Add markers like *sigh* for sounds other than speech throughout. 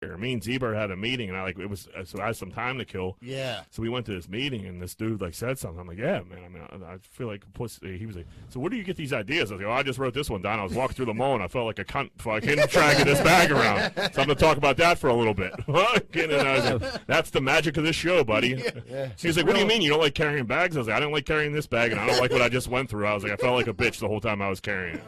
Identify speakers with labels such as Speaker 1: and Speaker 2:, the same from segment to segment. Speaker 1: here. Me and Zebra had a meeting, and I like it was uh, so I had some time to kill.
Speaker 2: Yeah.
Speaker 1: So we went to this meeting, and this dude like said something. I'm like, yeah, man. I mean, I, I feel like pussy. He was like, so where do you get these ideas? I was like, oh, I just wrote this one down. I was walking through the mall, and I felt like a cunt fucking dragging this bag around. So I'm gonna talk about that for a little bit. *laughs* Fucking, and I was like, that's the magic of this show, buddy. He was like, what do you mean you don't like carrying bags? I was like, I don't like carrying this bag, and I don't like what I just went through. I was like, I felt like a bitch the whole time I was carrying it.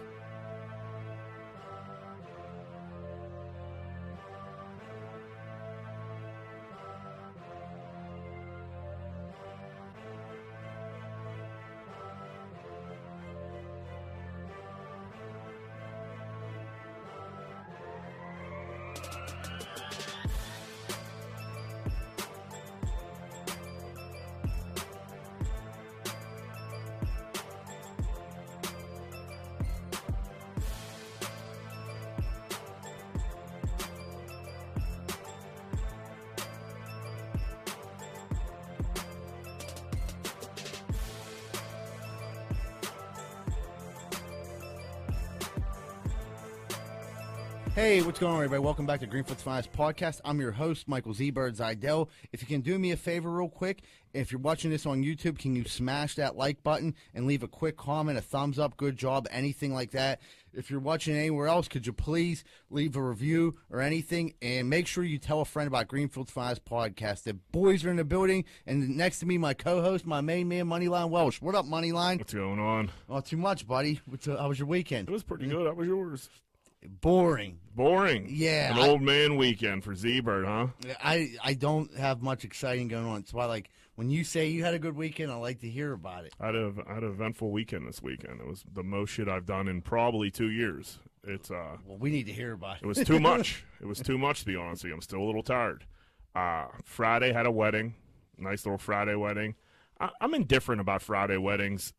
Speaker 2: Hey, what's going on, everybody? Welcome back to Greenfoot's Finest Podcast. I'm your host, Michael Z. Bird Zidell. If you can do me a favor, real quick, if you're watching this on YouTube, can you smash that like button and leave a quick comment, a thumbs up, good job, anything like that? If you're watching anywhere else, could you please leave a review or anything? And make sure you tell a friend about Greenfield's Finest Podcast. The boys are in the building, and next to me, my co host, my main man, Moneyline Welsh. What up, Moneyline?
Speaker 1: What's going on?
Speaker 2: Not too much, buddy. What's, uh, how was your weekend?
Speaker 1: It was pretty good. That was yours.
Speaker 2: Boring.
Speaker 1: Boring.
Speaker 2: Yeah,
Speaker 1: An
Speaker 2: I-
Speaker 1: old man weekend for Z Bird, huh?
Speaker 2: I I don't have much exciting going on. That's why, like, when you say you had a good weekend, I like to hear about it.
Speaker 1: I had, a, I had an eventful weekend this weekend. It was the most shit I've done in probably two years. It's uh,
Speaker 2: Well, we need to hear about
Speaker 1: it
Speaker 2: it.
Speaker 1: was too
Speaker 3: *laughs*
Speaker 1: much. it was too much to be honest with you. I'm still a little tired. Uh, Friday had a wedding, nice little Friday wedding. I, I'm indifferent about Friday weddings.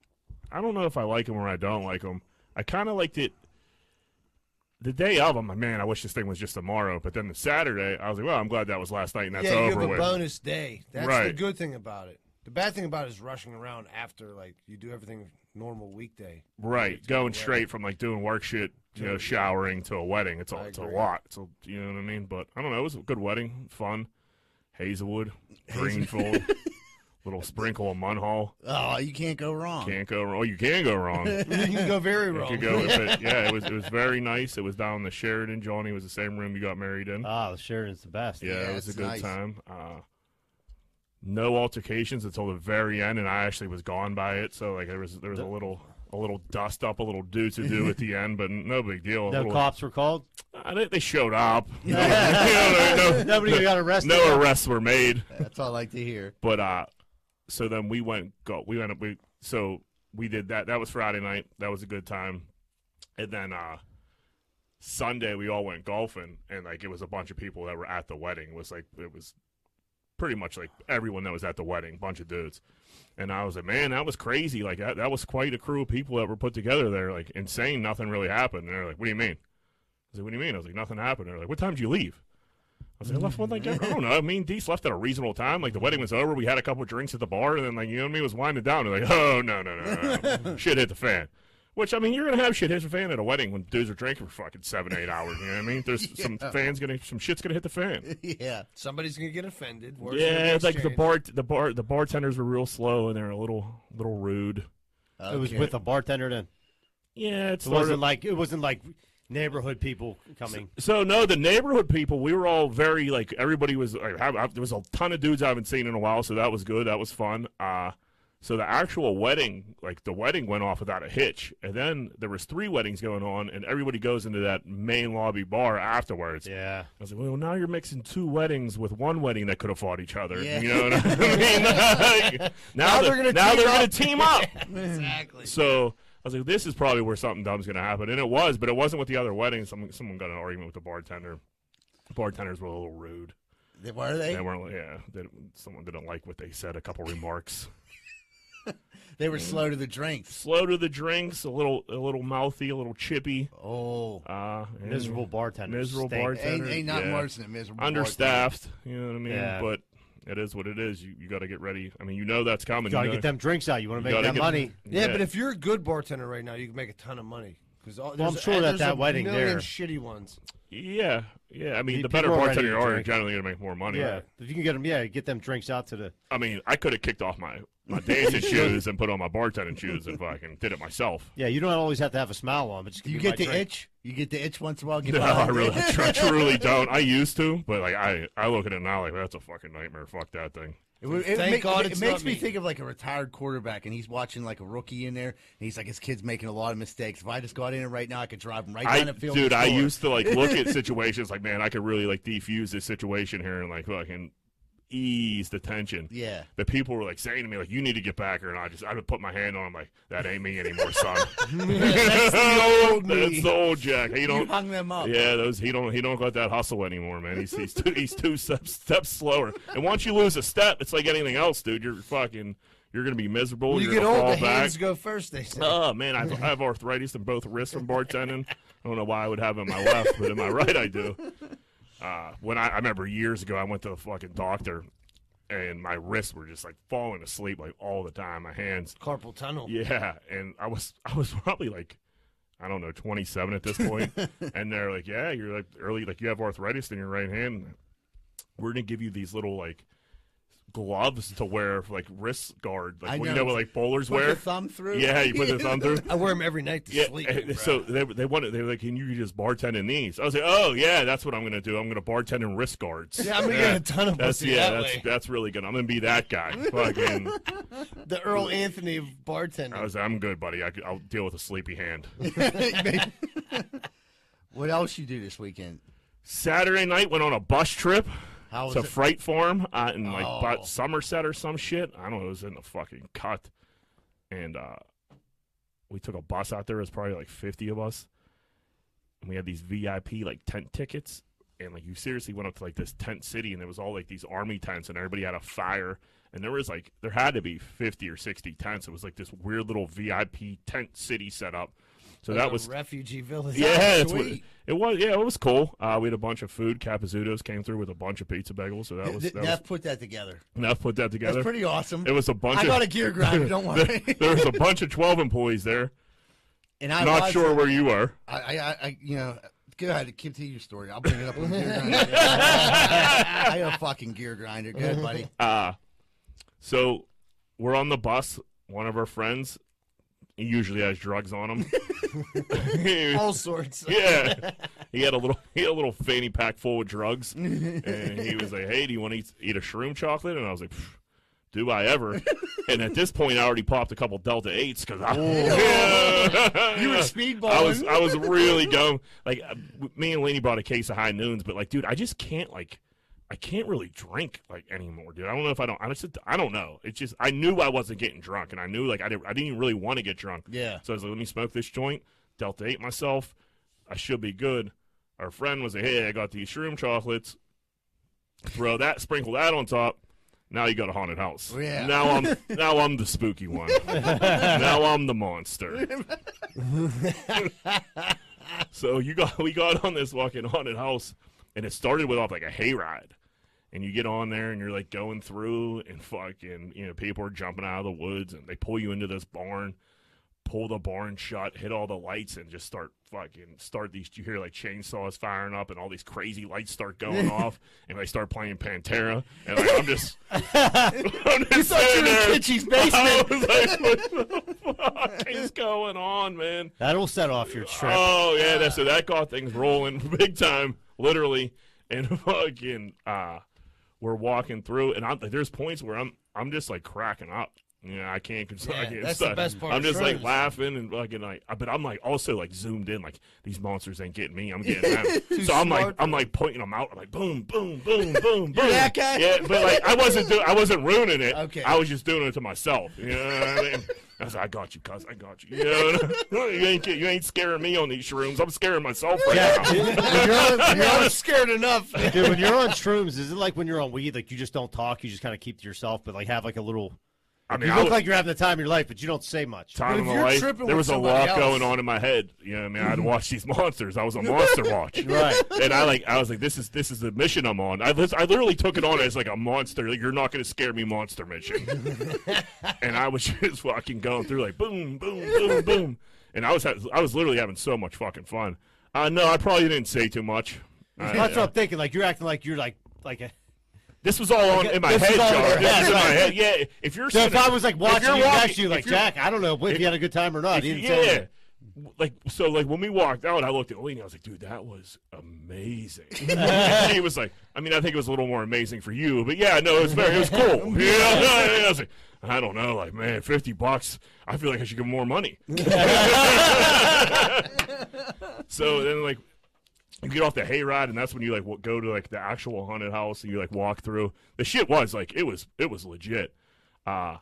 Speaker 1: I don't know if I like them or I don't like them. I kind of liked it the day of. I'm like, man, I wish this thing was just tomorrow. But then the Saturday, I was like, well, I'm glad that was last night and that's
Speaker 3: yeah, you
Speaker 1: over
Speaker 3: have a
Speaker 1: with.
Speaker 3: bonus day. That's the
Speaker 1: Right.
Speaker 3: good thing about it. The bad thing about it is rushing around after like you do everything normal weekday.
Speaker 1: Right, going straight from like doing work shit, you know, showering to a wedding. It's a,
Speaker 3: I
Speaker 1: it's a
Speaker 3: agree.
Speaker 1: lot. It's a, you know what I mean? But I don't know. It was a good wedding, fun.
Speaker 3: *laughs*
Speaker 1: Hazelwood, Greenfield, little sprinkle of Munhall.
Speaker 2: Oh, you can't go wrong.
Speaker 1: Can't go wrong. Oh, You can go wrong. You
Speaker 3: *laughs* You can go very
Speaker 1: could
Speaker 3: Um, wrong.
Speaker 1: go with
Speaker 3: *laughs*
Speaker 1: it. Yeah, it was it was very nice. It was down in the Sheridan. Johnny it was the same room you got married in.
Speaker 4: Ah, the Sheridan's the best.
Speaker 1: yeah,
Speaker 2: yeah,
Speaker 1: it was a
Speaker 2: it's
Speaker 1: good
Speaker 2: nice.
Speaker 1: time. Uh, no altercations until the very end, and I actually was gone by it. So like there was there was a little a little dust up, a little do to do at the end, but no big deal. A
Speaker 4: No
Speaker 1: little-
Speaker 4: cops were called.
Speaker 1: Uh, they, they showed up. *laughs* You know what I mean? *laughs* no,
Speaker 4: Nobody got arrested.
Speaker 1: no arrests were made.
Speaker 2: That's all I like to hear. *laughs*
Speaker 1: But uh, so then we went go. We went up. We so we did that. That was Friday night. That was a good time. And then uh, Sunday we all went golfing, and like it was a bunch of people that were at the wedding. It was like it was pretty much like everyone that was at the wedding, bunch of dudes. And I was like, man, that was crazy. Like that, that was quite a crew of people that were put together there. Like insane. Nothing really happened. And they're like, what do you mean? I was like, what do you mean? I was like, nothing happened. They're like, what time did you leave? I was like, I left one like I don't know. Me and Deese left at a reasonable time. Like the wedding was over, we had a couple drinks at the bar, and then like you know what I mean, it was winding down. They're like, oh no no no, no, no. shit hit the fan. Which I mean, you're gonna have shit hit the fan at a wedding when dudes are drinking for fucking seven eight hours. You know what I mean? There's some fans gonna some shit's gonna hit the fan.
Speaker 3: *laughs*
Speaker 2: yeah.
Speaker 3: Somebody's gonna get offended. Words are gonna
Speaker 1: Yeah,
Speaker 3: be
Speaker 1: it's like the
Speaker 3: exchanged.
Speaker 1: bar, the bar, the bartenders were real slow and they're a little, little rude.
Speaker 4: It was
Speaker 2: Okay.
Speaker 4: with a bartender. Then
Speaker 1: Yeah, it's
Speaker 4: it wasn't like it wasn't like neighborhood people coming.
Speaker 1: so no, the neighborhood people, we were all very like everybody was. Like, I, I, there was a ton of dudes I haven't seen in a while, so that was good. That was fun. Uh, so the actual wedding, like the wedding, went off without a hitch, and then there was three weddings going on, and everybody goes into that main lobby bar afterwards.
Speaker 4: Yeah,
Speaker 1: I was like, well, now you're mixing two weddings with one wedding that could have fought each other.
Speaker 2: Yeah.
Speaker 1: You know what I mean? *laughs* Like, now, they're gonna now they're going to team *laughs* up.
Speaker 2: exactly.
Speaker 1: So I was like, this is probably where something dumb's going to happen. And it was, but it wasn't with the other wedding. Someone, someone got in an argument with the bartender. The bartenders were a little rude.
Speaker 2: They- Were they?
Speaker 1: They weren't, yeah. They, someone didn't like what they said, a couple remarks.
Speaker 2: They were slow to the drinks.
Speaker 1: Slow to the drinks, a little a little mouthy, a little chippy.
Speaker 2: Oh,
Speaker 1: Uh, and
Speaker 4: miserable bartender.
Speaker 1: Miserable
Speaker 4: Stink.
Speaker 1: bartender.
Speaker 2: ain't, ain't nothing
Speaker 1: Yeah.
Speaker 2: worse than a miserable
Speaker 1: Understaffed. You know what I mean?
Speaker 4: Yeah.
Speaker 1: But it is what it is. You, you got to get ready. I mean, you know that's coming.
Speaker 4: You gotta
Speaker 1: know-
Speaker 4: get them drinks out. You want
Speaker 1: you
Speaker 4: to make
Speaker 1: gotta
Speaker 4: that
Speaker 1: get-
Speaker 4: money.
Speaker 3: Yeah, but if you're a good bartender right now, you can make a ton of money. Because
Speaker 4: I'm sure that
Speaker 3: there's
Speaker 4: that
Speaker 3: a
Speaker 4: wedding
Speaker 3: million
Speaker 4: there-
Speaker 3: shitty ones.
Speaker 1: Yeah, yeah. I mean,
Speaker 4: The
Speaker 1: the better
Speaker 4: people are
Speaker 1: bartender
Speaker 4: ready
Speaker 1: you
Speaker 4: to
Speaker 1: are, you're
Speaker 4: drink.
Speaker 1: generally gonna make more money.
Speaker 4: Yeah, if you can get them, yeah, get them drinks out to the.
Speaker 1: I mean, I could have kicked off my my dancing shoes and put on my bartending shoes if I can did it myself.
Speaker 4: Yeah, you don't always have to have a smile on, but just
Speaker 2: Do
Speaker 4: give
Speaker 2: you
Speaker 4: me
Speaker 2: get
Speaker 4: my
Speaker 2: the
Speaker 4: drink.
Speaker 2: itch? You get the itch once in a while? Get
Speaker 1: No, I
Speaker 2: behind it?
Speaker 1: really, I tru- truly don't. I used to, but like I, I look at it now like that's a fucking nightmare. Fuck that thing.
Speaker 2: It, would- it,
Speaker 3: Thank
Speaker 2: make-
Speaker 3: God
Speaker 2: it
Speaker 3: it's
Speaker 2: makes
Speaker 3: not
Speaker 2: me
Speaker 3: me.
Speaker 2: think of like a retired quarterback, and he's watching like a rookie in there, and he's like, his kid's making a lot of mistakes. If I just got in it right now, I could drive him right
Speaker 1: I,
Speaker 2: down the field. and
Speaker 1: dude, I
Speaker 2: score."
Speaker 1: used to like look at situations like, man, I could really like defuse this situation here and like fucking ease the tension.
Speaker 2: Yeah.
Speaker 1: But people were like saying to me like, you need to get back here, and I just I would put my hand on him like, that ain't me anymore, son. that's *laughs* the old,
Speaker 3: me.
Speaker 1: Jack. He
Speaker 2: You
Speaker 1: don't.
Speaker 2: hung them up.
Speaker 1: Yeah, those he don't he don't got that hustle anymore, man. He's he's two, he's two steps, steps slower. And once you lose a step, it's like anything else, dude. You're fucking you're gonna be miserable.
Speaker 3: When you
Speaker 1: you're
Speaker 3: get
Speaker 1: gonna
Speaker 3: old,
Speaker 1: fall
Speaker 3: the
Speaker 1: back.
Speaker 3: hands go first. They
Speaker 1: *laughs*
Speaker 3: say.
Speaker 1: Oh man, I have, I have arthritis in both wrists from bartending. I don't know why I would have it in my left, but in my right I do. Uh, when I, I remember years ago, I went to the fucking doctor, and my wrists were just like falling asleep like all the time. My hands,
Speaker 3: Carpal tunnel.
Speaker 1: *laughs* yeah, and I was *laughs* I was probably like. I don't know, 27 at this
Speaker 3: *laughs*
Speaker 1: point, and they're like, "Yeah, you're like early, like you have arthritis in your right hand. We're gonna give you these little like gloves to wear, for, like wrist guard, like
Speaker 2: I
Speaker 1: well, you
Speaker 2: know.
Speaker 1: know what like bowlers
Speaker 2: Put
Speaker 1: wear.
Speaker 2: the thumb through.
Speaker 1: yeah, you put the thumb
Speaker 2: *laughs*
Speaker 3: *laughs*
Speaker 1: through.
Speaker 3: I wear them every night to
Speaker 1: Yeah,
Speaker 3: sleep.
Speaker 1: and
Speaker 3: bro.
Speaker 1: so they they wanted they were like, can you just bartend in these? I was like, oh yeah, that's what I'm gonna do. I'm gonna bartend in wrist guards.
Speaker 3: yeah, I'm gonna get a ton of
Speaker 1: that's
Speaker 3: pussy
Speaker 1: yeah,
Speaker 3: that
Speaker 1: that's
Speaker 3: way.
Speaker 1: that's really good. I'm gonna be that guy.
Speaker 3: *laughs*
Speaker 1: Fucking,
Speaker 3: The
Speaker 1: *laughs*
Speaker 3: Earl Anthony of bartending.
Speaker 1: I was like, I'm good, buddy. I, will deal with a sleepy hand.
Speaker 2: what else you do this weekend?
Speaker 1: Saturday night went on a bus trip
Speaker 2: How was
Speaker 1: to
Speaker 2: it?
Speaker 1: Freight Farm out in like
Speaker 2: Oh.
Speaker 1: about Somerset or some shit. I don't know. It was in the fucking cut, and uh, we took a bus out there. It was probably like 50 of us, and we had these VIP like tent tickets. And like you seriously went up to like this tent city, and there was all like these army tents, and everybody had a fire, and there was like there had to be 50 or 60 tents. It was like this weird little VIP tent city set up. So
Speaker 3: Like
Speaker 1: that
Speaker 3: a
Speaker 1: was
Speaker 3: refugee village.
Speaker 1: yeah, it's what,
Speaker 2: sweet.
Speaker 1: it was. Yeah, it was cool. Uh, we had a bunch of food. Capizudos came through with a bunch of pizza bagels, so that was
Speaker 2: Th-
Speaker 1: that,
Speaker 2: th-
Speaker 1: was,
Speaker 2: Neff put that together.
Speaker 1: enough. Put that
Speaker 2: That's
Speaker 1: together.
Speaker 2: pretty awesome.
Speaker 1: It was a bunch.
Speaker 2: I
Speaker 1: of,
Speaker 2: got a gear grinder. Don't worry.
Speaker 1: *laughs* there was a bunch of twelve employees there.
Speaker 2: and I
Speaker 1: Not
Speaker 2: was-
Speaker 1: sure where you were.
Speaker 2: I, I, I, you know, go ahead. Continue your story. I'll bring it up. When the gear grinder. I got a fucking gear grinder. Go ahead, buddy.
Speaker 1: Uh, so we're on the bus. One of our friends he usually has drugs on *laughs* him.
Speaker 3: all sorts.
Speaker 1: yeah, he had a little he had a little fanny pack full of drugs, and he was like, "Hey, do you want to eat, eat a shroom chocolate?" And I was like, "Pff, "Do I ever?" and at this point, I already popped a couple Delta Eights because I *laughs*
Speaker 2: You
Speaker 3: *laughs*
Speaker 2: were
Speaker 1: I was
Speaker 2: speedballing.
Speaker 1: I was really going like uh, w- me and Laney bought a case of high noons, but like, dude, I just can't like. I can't really drink like anymore, dude. I don't know if I don't. I just, I don't know. It's just I knew I wasn't getting drunk, and I knew like I didn't. I didn't even really want to get drunk.
Speaker 2: Yeah.
Speaker 1: So I was like, let me smoke this joint, Delta 8 myself. I should be good. Our friend was like, hey, I got these shroom chocolates. Throw that, sprinkle that on top. Now you got a haunted house.
Speaker 2: Yeah.
Speaker 1: Now I'm now I'm the spooky one. now I'm the monster. so you got we got on this fucking haunted house, and it started with off like a hayride and you get on there and you're like going through and fucking you know people are jumping out of the woods and they pull you into this barn pull the barn shut hit all the lights and just start fucking start these you hear like chainsaws firing up and all these crazy lights start
Speaker 2: *laughs*
Speaker 1: going off and they start playing pantera and like, i'm just i'm just
Speaker 2: Thought you
Speaker 1: sitting
Speaker 2: were in
Speaker 1: there
Speaker 2: Kitchy's
Speaker 1: *laughs* I
Speaker 2: basement.
Speaker 1: was like, what the fuck is going on, man?
Speaker 4: That'll set off your trip.
Speaker 1: Oh yeah, that, so that got things rolling *laughs* big time, literally. And *laughs* fucking, uh, we're walking through, and I'm like, there's points where I'm, I'm just like cracking up. You know, I can't. Cons- I
Speaker 3: Yeah,
Speaker 1: can't
Speaker 3: that's the
Speaker 1: stop.
Speaker 3: best part
Speaker 1: I'm
Speaker 3: of
Speaker 1: just
Speaker 3: shrooms.
Speaker 1: like laughing and fucking like, uh, but I'm like also like zoomed in, like these monsters ain't getting me. I'm getting
Speaker 3: *laughs*
Speaker 1: them. so I'm like,
Speaker 3: smart
Speaker 1: I'm like pointing them out. I'm like, boom, boom, boom,
Speaker 3: *laughs*
Speaker 1: boom, boom.
Speaker 2: that guy?
Speaker 1: Yeah, but like I wasn't, do- I wasn't ruining it.
Speaker 2: Okay.
Speaker 1: I was just doing it to myself. You know what I mean? I was like, I got you, cuz. I got you. You, know what I mean? *laughs* you ain't you ain't scaring me on these shrooms. I'm scaring myself right
Speaker 4: *laughs* Yeah,
Speaker 1: now.
Speaker 3: *laughs*
Speaker 4: dude, when you're on- you're on-
Speaker 3: scared enough.
Speaker 4: dude, when you're on shrooms, is it like when you're on weed? Like you just don't talk, you just kind of keep to yourself, but like have like a little.
Speaker 1: I mean,
Speaker 4: You
Speaker 1: I
Speaker 4: look
Speaker 1: was,
Speaker 4: like you're having the time of your life, but you don't say much.
Speaker 1: time
Speaker 3: if
Speaker 1: of my
Speaker 3: you're
Speaker 1: life.
Speaker 3: tripping
Speaker 1: There
Speaker 3: with
Speaker 1: was a lot
Speaker 3: somebody else- Mm-hmm.
Speaker 1: going on in my head. You know what I mean? I'd watch these monsters. I was
Speaker 3: *laughs*
Speaker 1: on monster watch.
Speaker 4: Right.
Speaker 1: And I like I was like, this is this is the mission I'm on. I, lis- I literally took it on as like a monster. Like, you're not gonna scare me, monster mission. and I was *laughs* just fucking going through like boom, boom, boom, boom. And I was ha- I was literally having so much fucking fun. Uh, no, I probably didn't say too much. I-
Speaker 4: That's what I'm thinking. Like you're acting like you're like like. A,
Speaker 1: This was all on, in my
Speaker 4: This
Speaker 1: head,
Speaker 4: is all in
Speaker 1: Joe.
Speaker 4: your
Speaker 1: This
Speaker 4: head,
Speaker 1: is in my
Speaker 4: right.
Speaker 1: head. Yeah, *laughs* if you're
Speaker 4: so if
Speaker 1: sitting-
Speaker 4: I was like watching
Speaker 1: you're
Speaker 4: you
Speaker 1: walking-
Speaker 4: actually like
Speaker 1: if you're-
Speaker 4: Jack, I don't know if,
Speaker 1: if-
Speaker 4: you had a good time or not.
Speaker 1: if
Speaker 4: He
Speaker 1: you-
Speaker 4: didn't say
Speaker 1: yeah.
Speaker 4: anything.
Speaker 1: Like so, like when we walked out, I looked at Lee and I was like, "Dude, that was
Speaker 4: *laughs*
Speaker 1: amazing." And she was like, "I mean, I think it was a little more amazing for you, but yeah, no, it was very, it was
Speaker 4: *laughs*
Speaker 1: cool." yeah, I was like, "I don't know, like man, fifty bucks. I feel like I should give more
Speaker 4: *laughs*
Speaker 1: money." *laughs* so then, like, you get off the hayride, and that's when you like w- go to like the actual haunted house, and you like walk through. The shit was like it was it was legit. Uh,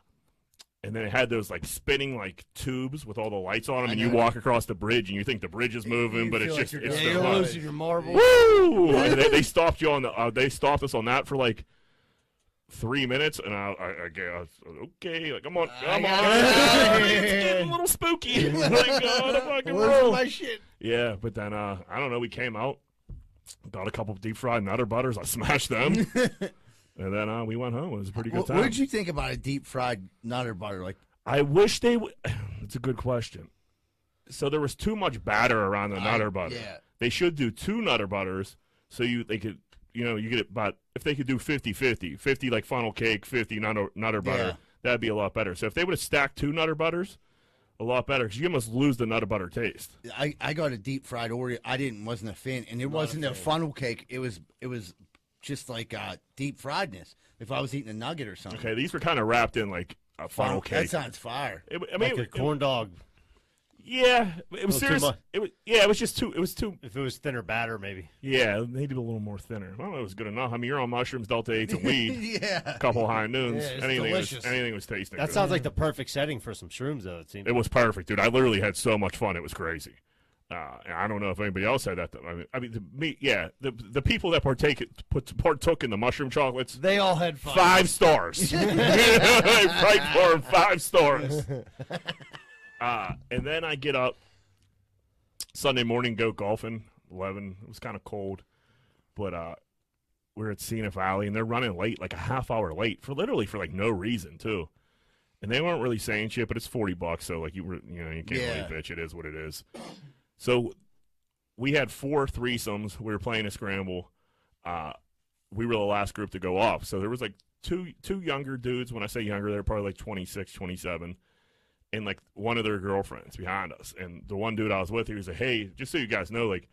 Speaker 1: and then it had those like spinning like tubes with all the lights on them, and you walk across the bridge, and you think the bridge is moving, but it's
Speaker 2: feel like
Speaker 1: just
Speaker 2: you're
Speaker 1: it's
Speaker 2: down
Speaker 3: Yeah,
Speaker 1: the
Speaker 3: you're
Speaker 1: lights.
Speaker 3: losing your marbles.
Speaker 1: Woo! I mean, they, they stopped you on the. Uh, they stopped us on that for like three minutes, and I, I, I, ga- I was okay. Like I'm on, I'm on. *laughs* it's getting a little spooky. *laughs* like, uh, the fucking roll.
Speaker 3: shit?
Speaker 1: Yeah, but then uh, I don't know. We came out, got a couple deep fried nutter butters. I smashed
Speaker 2: *laughs*
Speaker 1: them, and then uh, we went home. It was a pretty good
Speaker 2: What,
Speaker 1: time.
Speaker 2: what did you think about a deep fried nutter butter? Like,
Speaker 1: I wish they. would. *sighs* it's a good question. So there was too much batter around the nutter butter.
Speaker 2: yeah.
Speaker 1: They should do two nutter butters so you they could you know you get about if they could do 50-50, 50 like funnel cake, fifty nutter nutter butter.
Speaker 2: Yeah.
Speaker 1: That'd be a lot better. So if they would have stacked two nutter butters, a lot better because you almost lose the nutter butter taste.
Speaker 2: I, I got a deep fried Oreo. I didn't wasn't a fan, and it wasn't a, funnel cake. It was it was just like uh, deep friedness. If I was eating a nugget or something,
Speaker 1: Okay, these were kind of wrapped in like a funnel
Speaker 2: that
Speaker 1: cake.
Speaker 2: sounds fire.
Speaker 1: It, I mean,
Speaker 4: Like
Speaker 1: it-
Speaker 4: a
Speaker 1: it-
Speaker 4: corn dog.
Speaker 1: yeah, it was
Speaker 4: too
Speaker 1: serious.
Speaker 4: much.
Speaker 1: It was yeah, it was just too. It was too.
Speaker 4: If it was thinner batter, maybe.
Speaker 1: Yeah, they did a little more thinner. Well, it was good enough. I mean, you're on mushrooms, delta eight, and weed.
Speaker 2: *laughs*
Speaker 4: *laughs*
Speaker 2: Yeah,
Speaker 1: couple high noons.
Speaker 3: Yeah, it's
Speaker 1: anything, was,
Speaker 3: delicious.
Speaker 1: anything was tasting.
Speaker 4: That
Speaker 1: good.
Speaker 4: sounds like the perfect setting for some shrooms, though. It seems.
Speaker 1: it was perfect, dude. I literally had so much fun. It was crazy. Uh, and I don't know if anybody else had that. Though. I mean, I mean, the, me, yeah, the the people that partake put, partook in the mushroom chocolates,
Speaker 3: They all had fun.
Speaker 1: five stars. right for 'em, five stars. Uh, and then I get up Sunday morning, go golfing. Eleven. It was kind of cold, but uh, we're at Cena Valley, and they're running late, like a half hour late for literally for like no reason too. And they weren't really saying shit, but it's forty bucks, so like you were, you know, you can't
Speaker 2: Yeah.
Speaker 1: really bitch. It is what it is. So we had four threesomes. We were playing a scramble. Uh, we were the last group to go off. So there was like two two younger dudes. When I say younger, they're probably like 26, 27, and like one of their girlfriends behind us. And the one dude I was with, he was like, "Hey, just so you guys know, like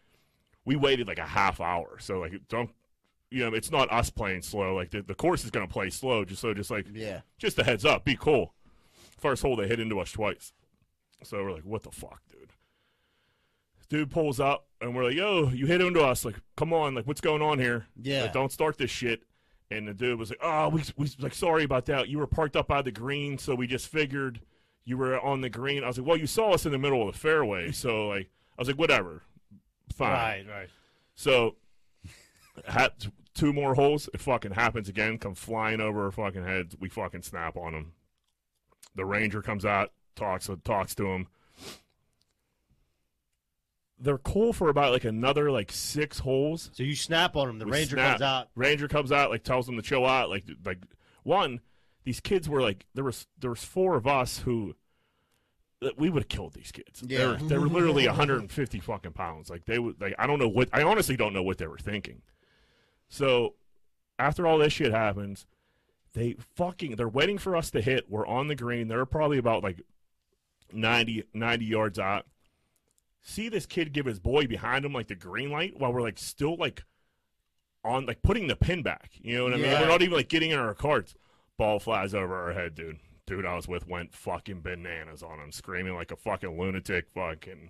Speaker 1: we waited like a half hour. So like don't." You know, it's not us playing slow. Like the, the course is going to play slow. Just so, just like
Speaker 2: yeah.
Speaker 1: just a heads up, be cool. First hole, they hit into us twice. So we're like, what the fuck, dude? Dude pulls up, and we're like, yo, you hit into us. Like, come on, like, what's going on here?
Speaker 2: Yeah.
Speaker 1: Like, don't start this shit. And the dude was like, oh, we, we, like, sorry about that. You were parked up by the green, so we just figured you were on the green. I was like, well, you saw us in the middle of the fairway. So, like, I was like, whatever. Fine.
Speaker 4: right, right.
Speaker 1: So, had t- two more holes. It fucking happens again. Come flying over our fucking heads. We fucking snap on them. The ranger comes out, talks talks to him. They're cool for about like another like six holes.
Speaker 4: So you snap on him. The
Speaker 1: We
Speaker 4: ranger
Speaker 1: snap.
Speaker 4: comes out.
Speaker 1: Ranger comes out, like tells them to chill out. Like like one, these kids were like there was there was four of us who that we would have killed these kids. They were
Speaker 2: Yeah.
Speaker 1: they were literally 150 fucking pounds. Like they would like I don't know what I honestly don't know what they were thinking. So after all this shit happens, they fucking they're waiting for us to hit. We're on the green. They're probably about like 90, 90 yards out. See this kid give his boy behind him like the green light while we're like still like on like putting the pin back. You know what I mean?
Speaker 2: Yeah.
Speaker 1: We're not even like getting in our carts. Ball flies over our head, dude. Dude, I was with went fucking bananas on him, screaming like a fucking lunatic, fucking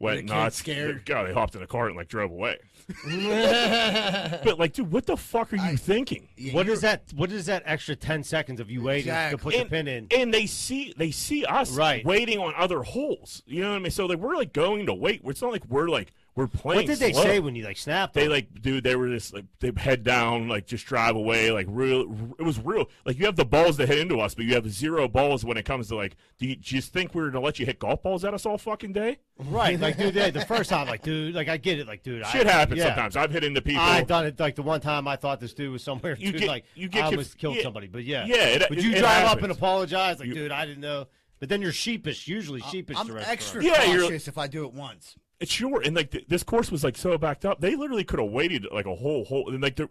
Speaker 2: the
Speaker 1: went
Speaker 2: kid
Speaker 1: nuts.
Speaker 2: scared?
Speaker 1: God, they hopped in a cart and like drove
Speaker 2: *laughs*
Speaker 1: away. but like, dude, what the fuck are you thinking?
Speaker 2: Yeah,
Speaker 4: What
Speaker 2: you're-
Speaker 4: is that? What is that extra ten seconds of you waiting
Speaker 2: Exactly.
Speaker 4: to put the pin in?
Speaker 1: And they see they see us
Speaker 4: Right.
Speaker 1: waiting on other holes. You know what I mean? So like we're like going to wait. It's not like we're like we're
Speaker 4: What
Speaker 1: playing.
Speaker 4: did they
Speaker 1: slow.
Speaker 4: say when you like snapped?
Speaker 1: They
Speaker 4: on
Speaker 1: like, dude, they were just like they head down, like just drive away, like real. It was real. Like you have the balls to hit into us, but you have zero balls when it comes to like. Do you just think we were gonna let you hit golf balls at us all fucking day?
Speaker 4: them? right? Like, dude, they, the
Speaker 1: *laughs*
Speaker 4: first time, like, dude, like, I get it, like, dude,
Speaker 1: Shit
Speaker 4: I,
Speaker 1: happens
Speaker 4: yeah.
Speaker 1: sometimes. I've hit into people.
Speaker 4: I done it like the one time I thought this dude was somewhere.
Speaker 1: You
Speaker 4: dude,
Speaker 1: get-
Speaker 4: like
Speaker 1: you get
Speaker 4: I
Speaker 1: conf-
Speaker 4: almost killed
Speaker 1: yeah.
Speaker 4: somebody, but yeah,
Speaker 1: Yeah, it-
Speaker 4: Would
Speaker 1: it-
Speaker 4: you
Speaker 1: it
Speaker 4: drive up
Speaker 1: happens.
Speaker 4: and apologize? Like,
Speaker 1: You-
Speaker 4: dude, I didn't know. But then you're sheepish, usually sheepish.
Speaker 2: I'm
Speaker 4: to restaurants.
Speaker 2: extra
Speaker 1: Yeah, you're-
Speaker 2: cautious if I do it once.
Speaker 1: sure, and like th- this course was like so backed up, they literally could have waited like a whole whole, and like there,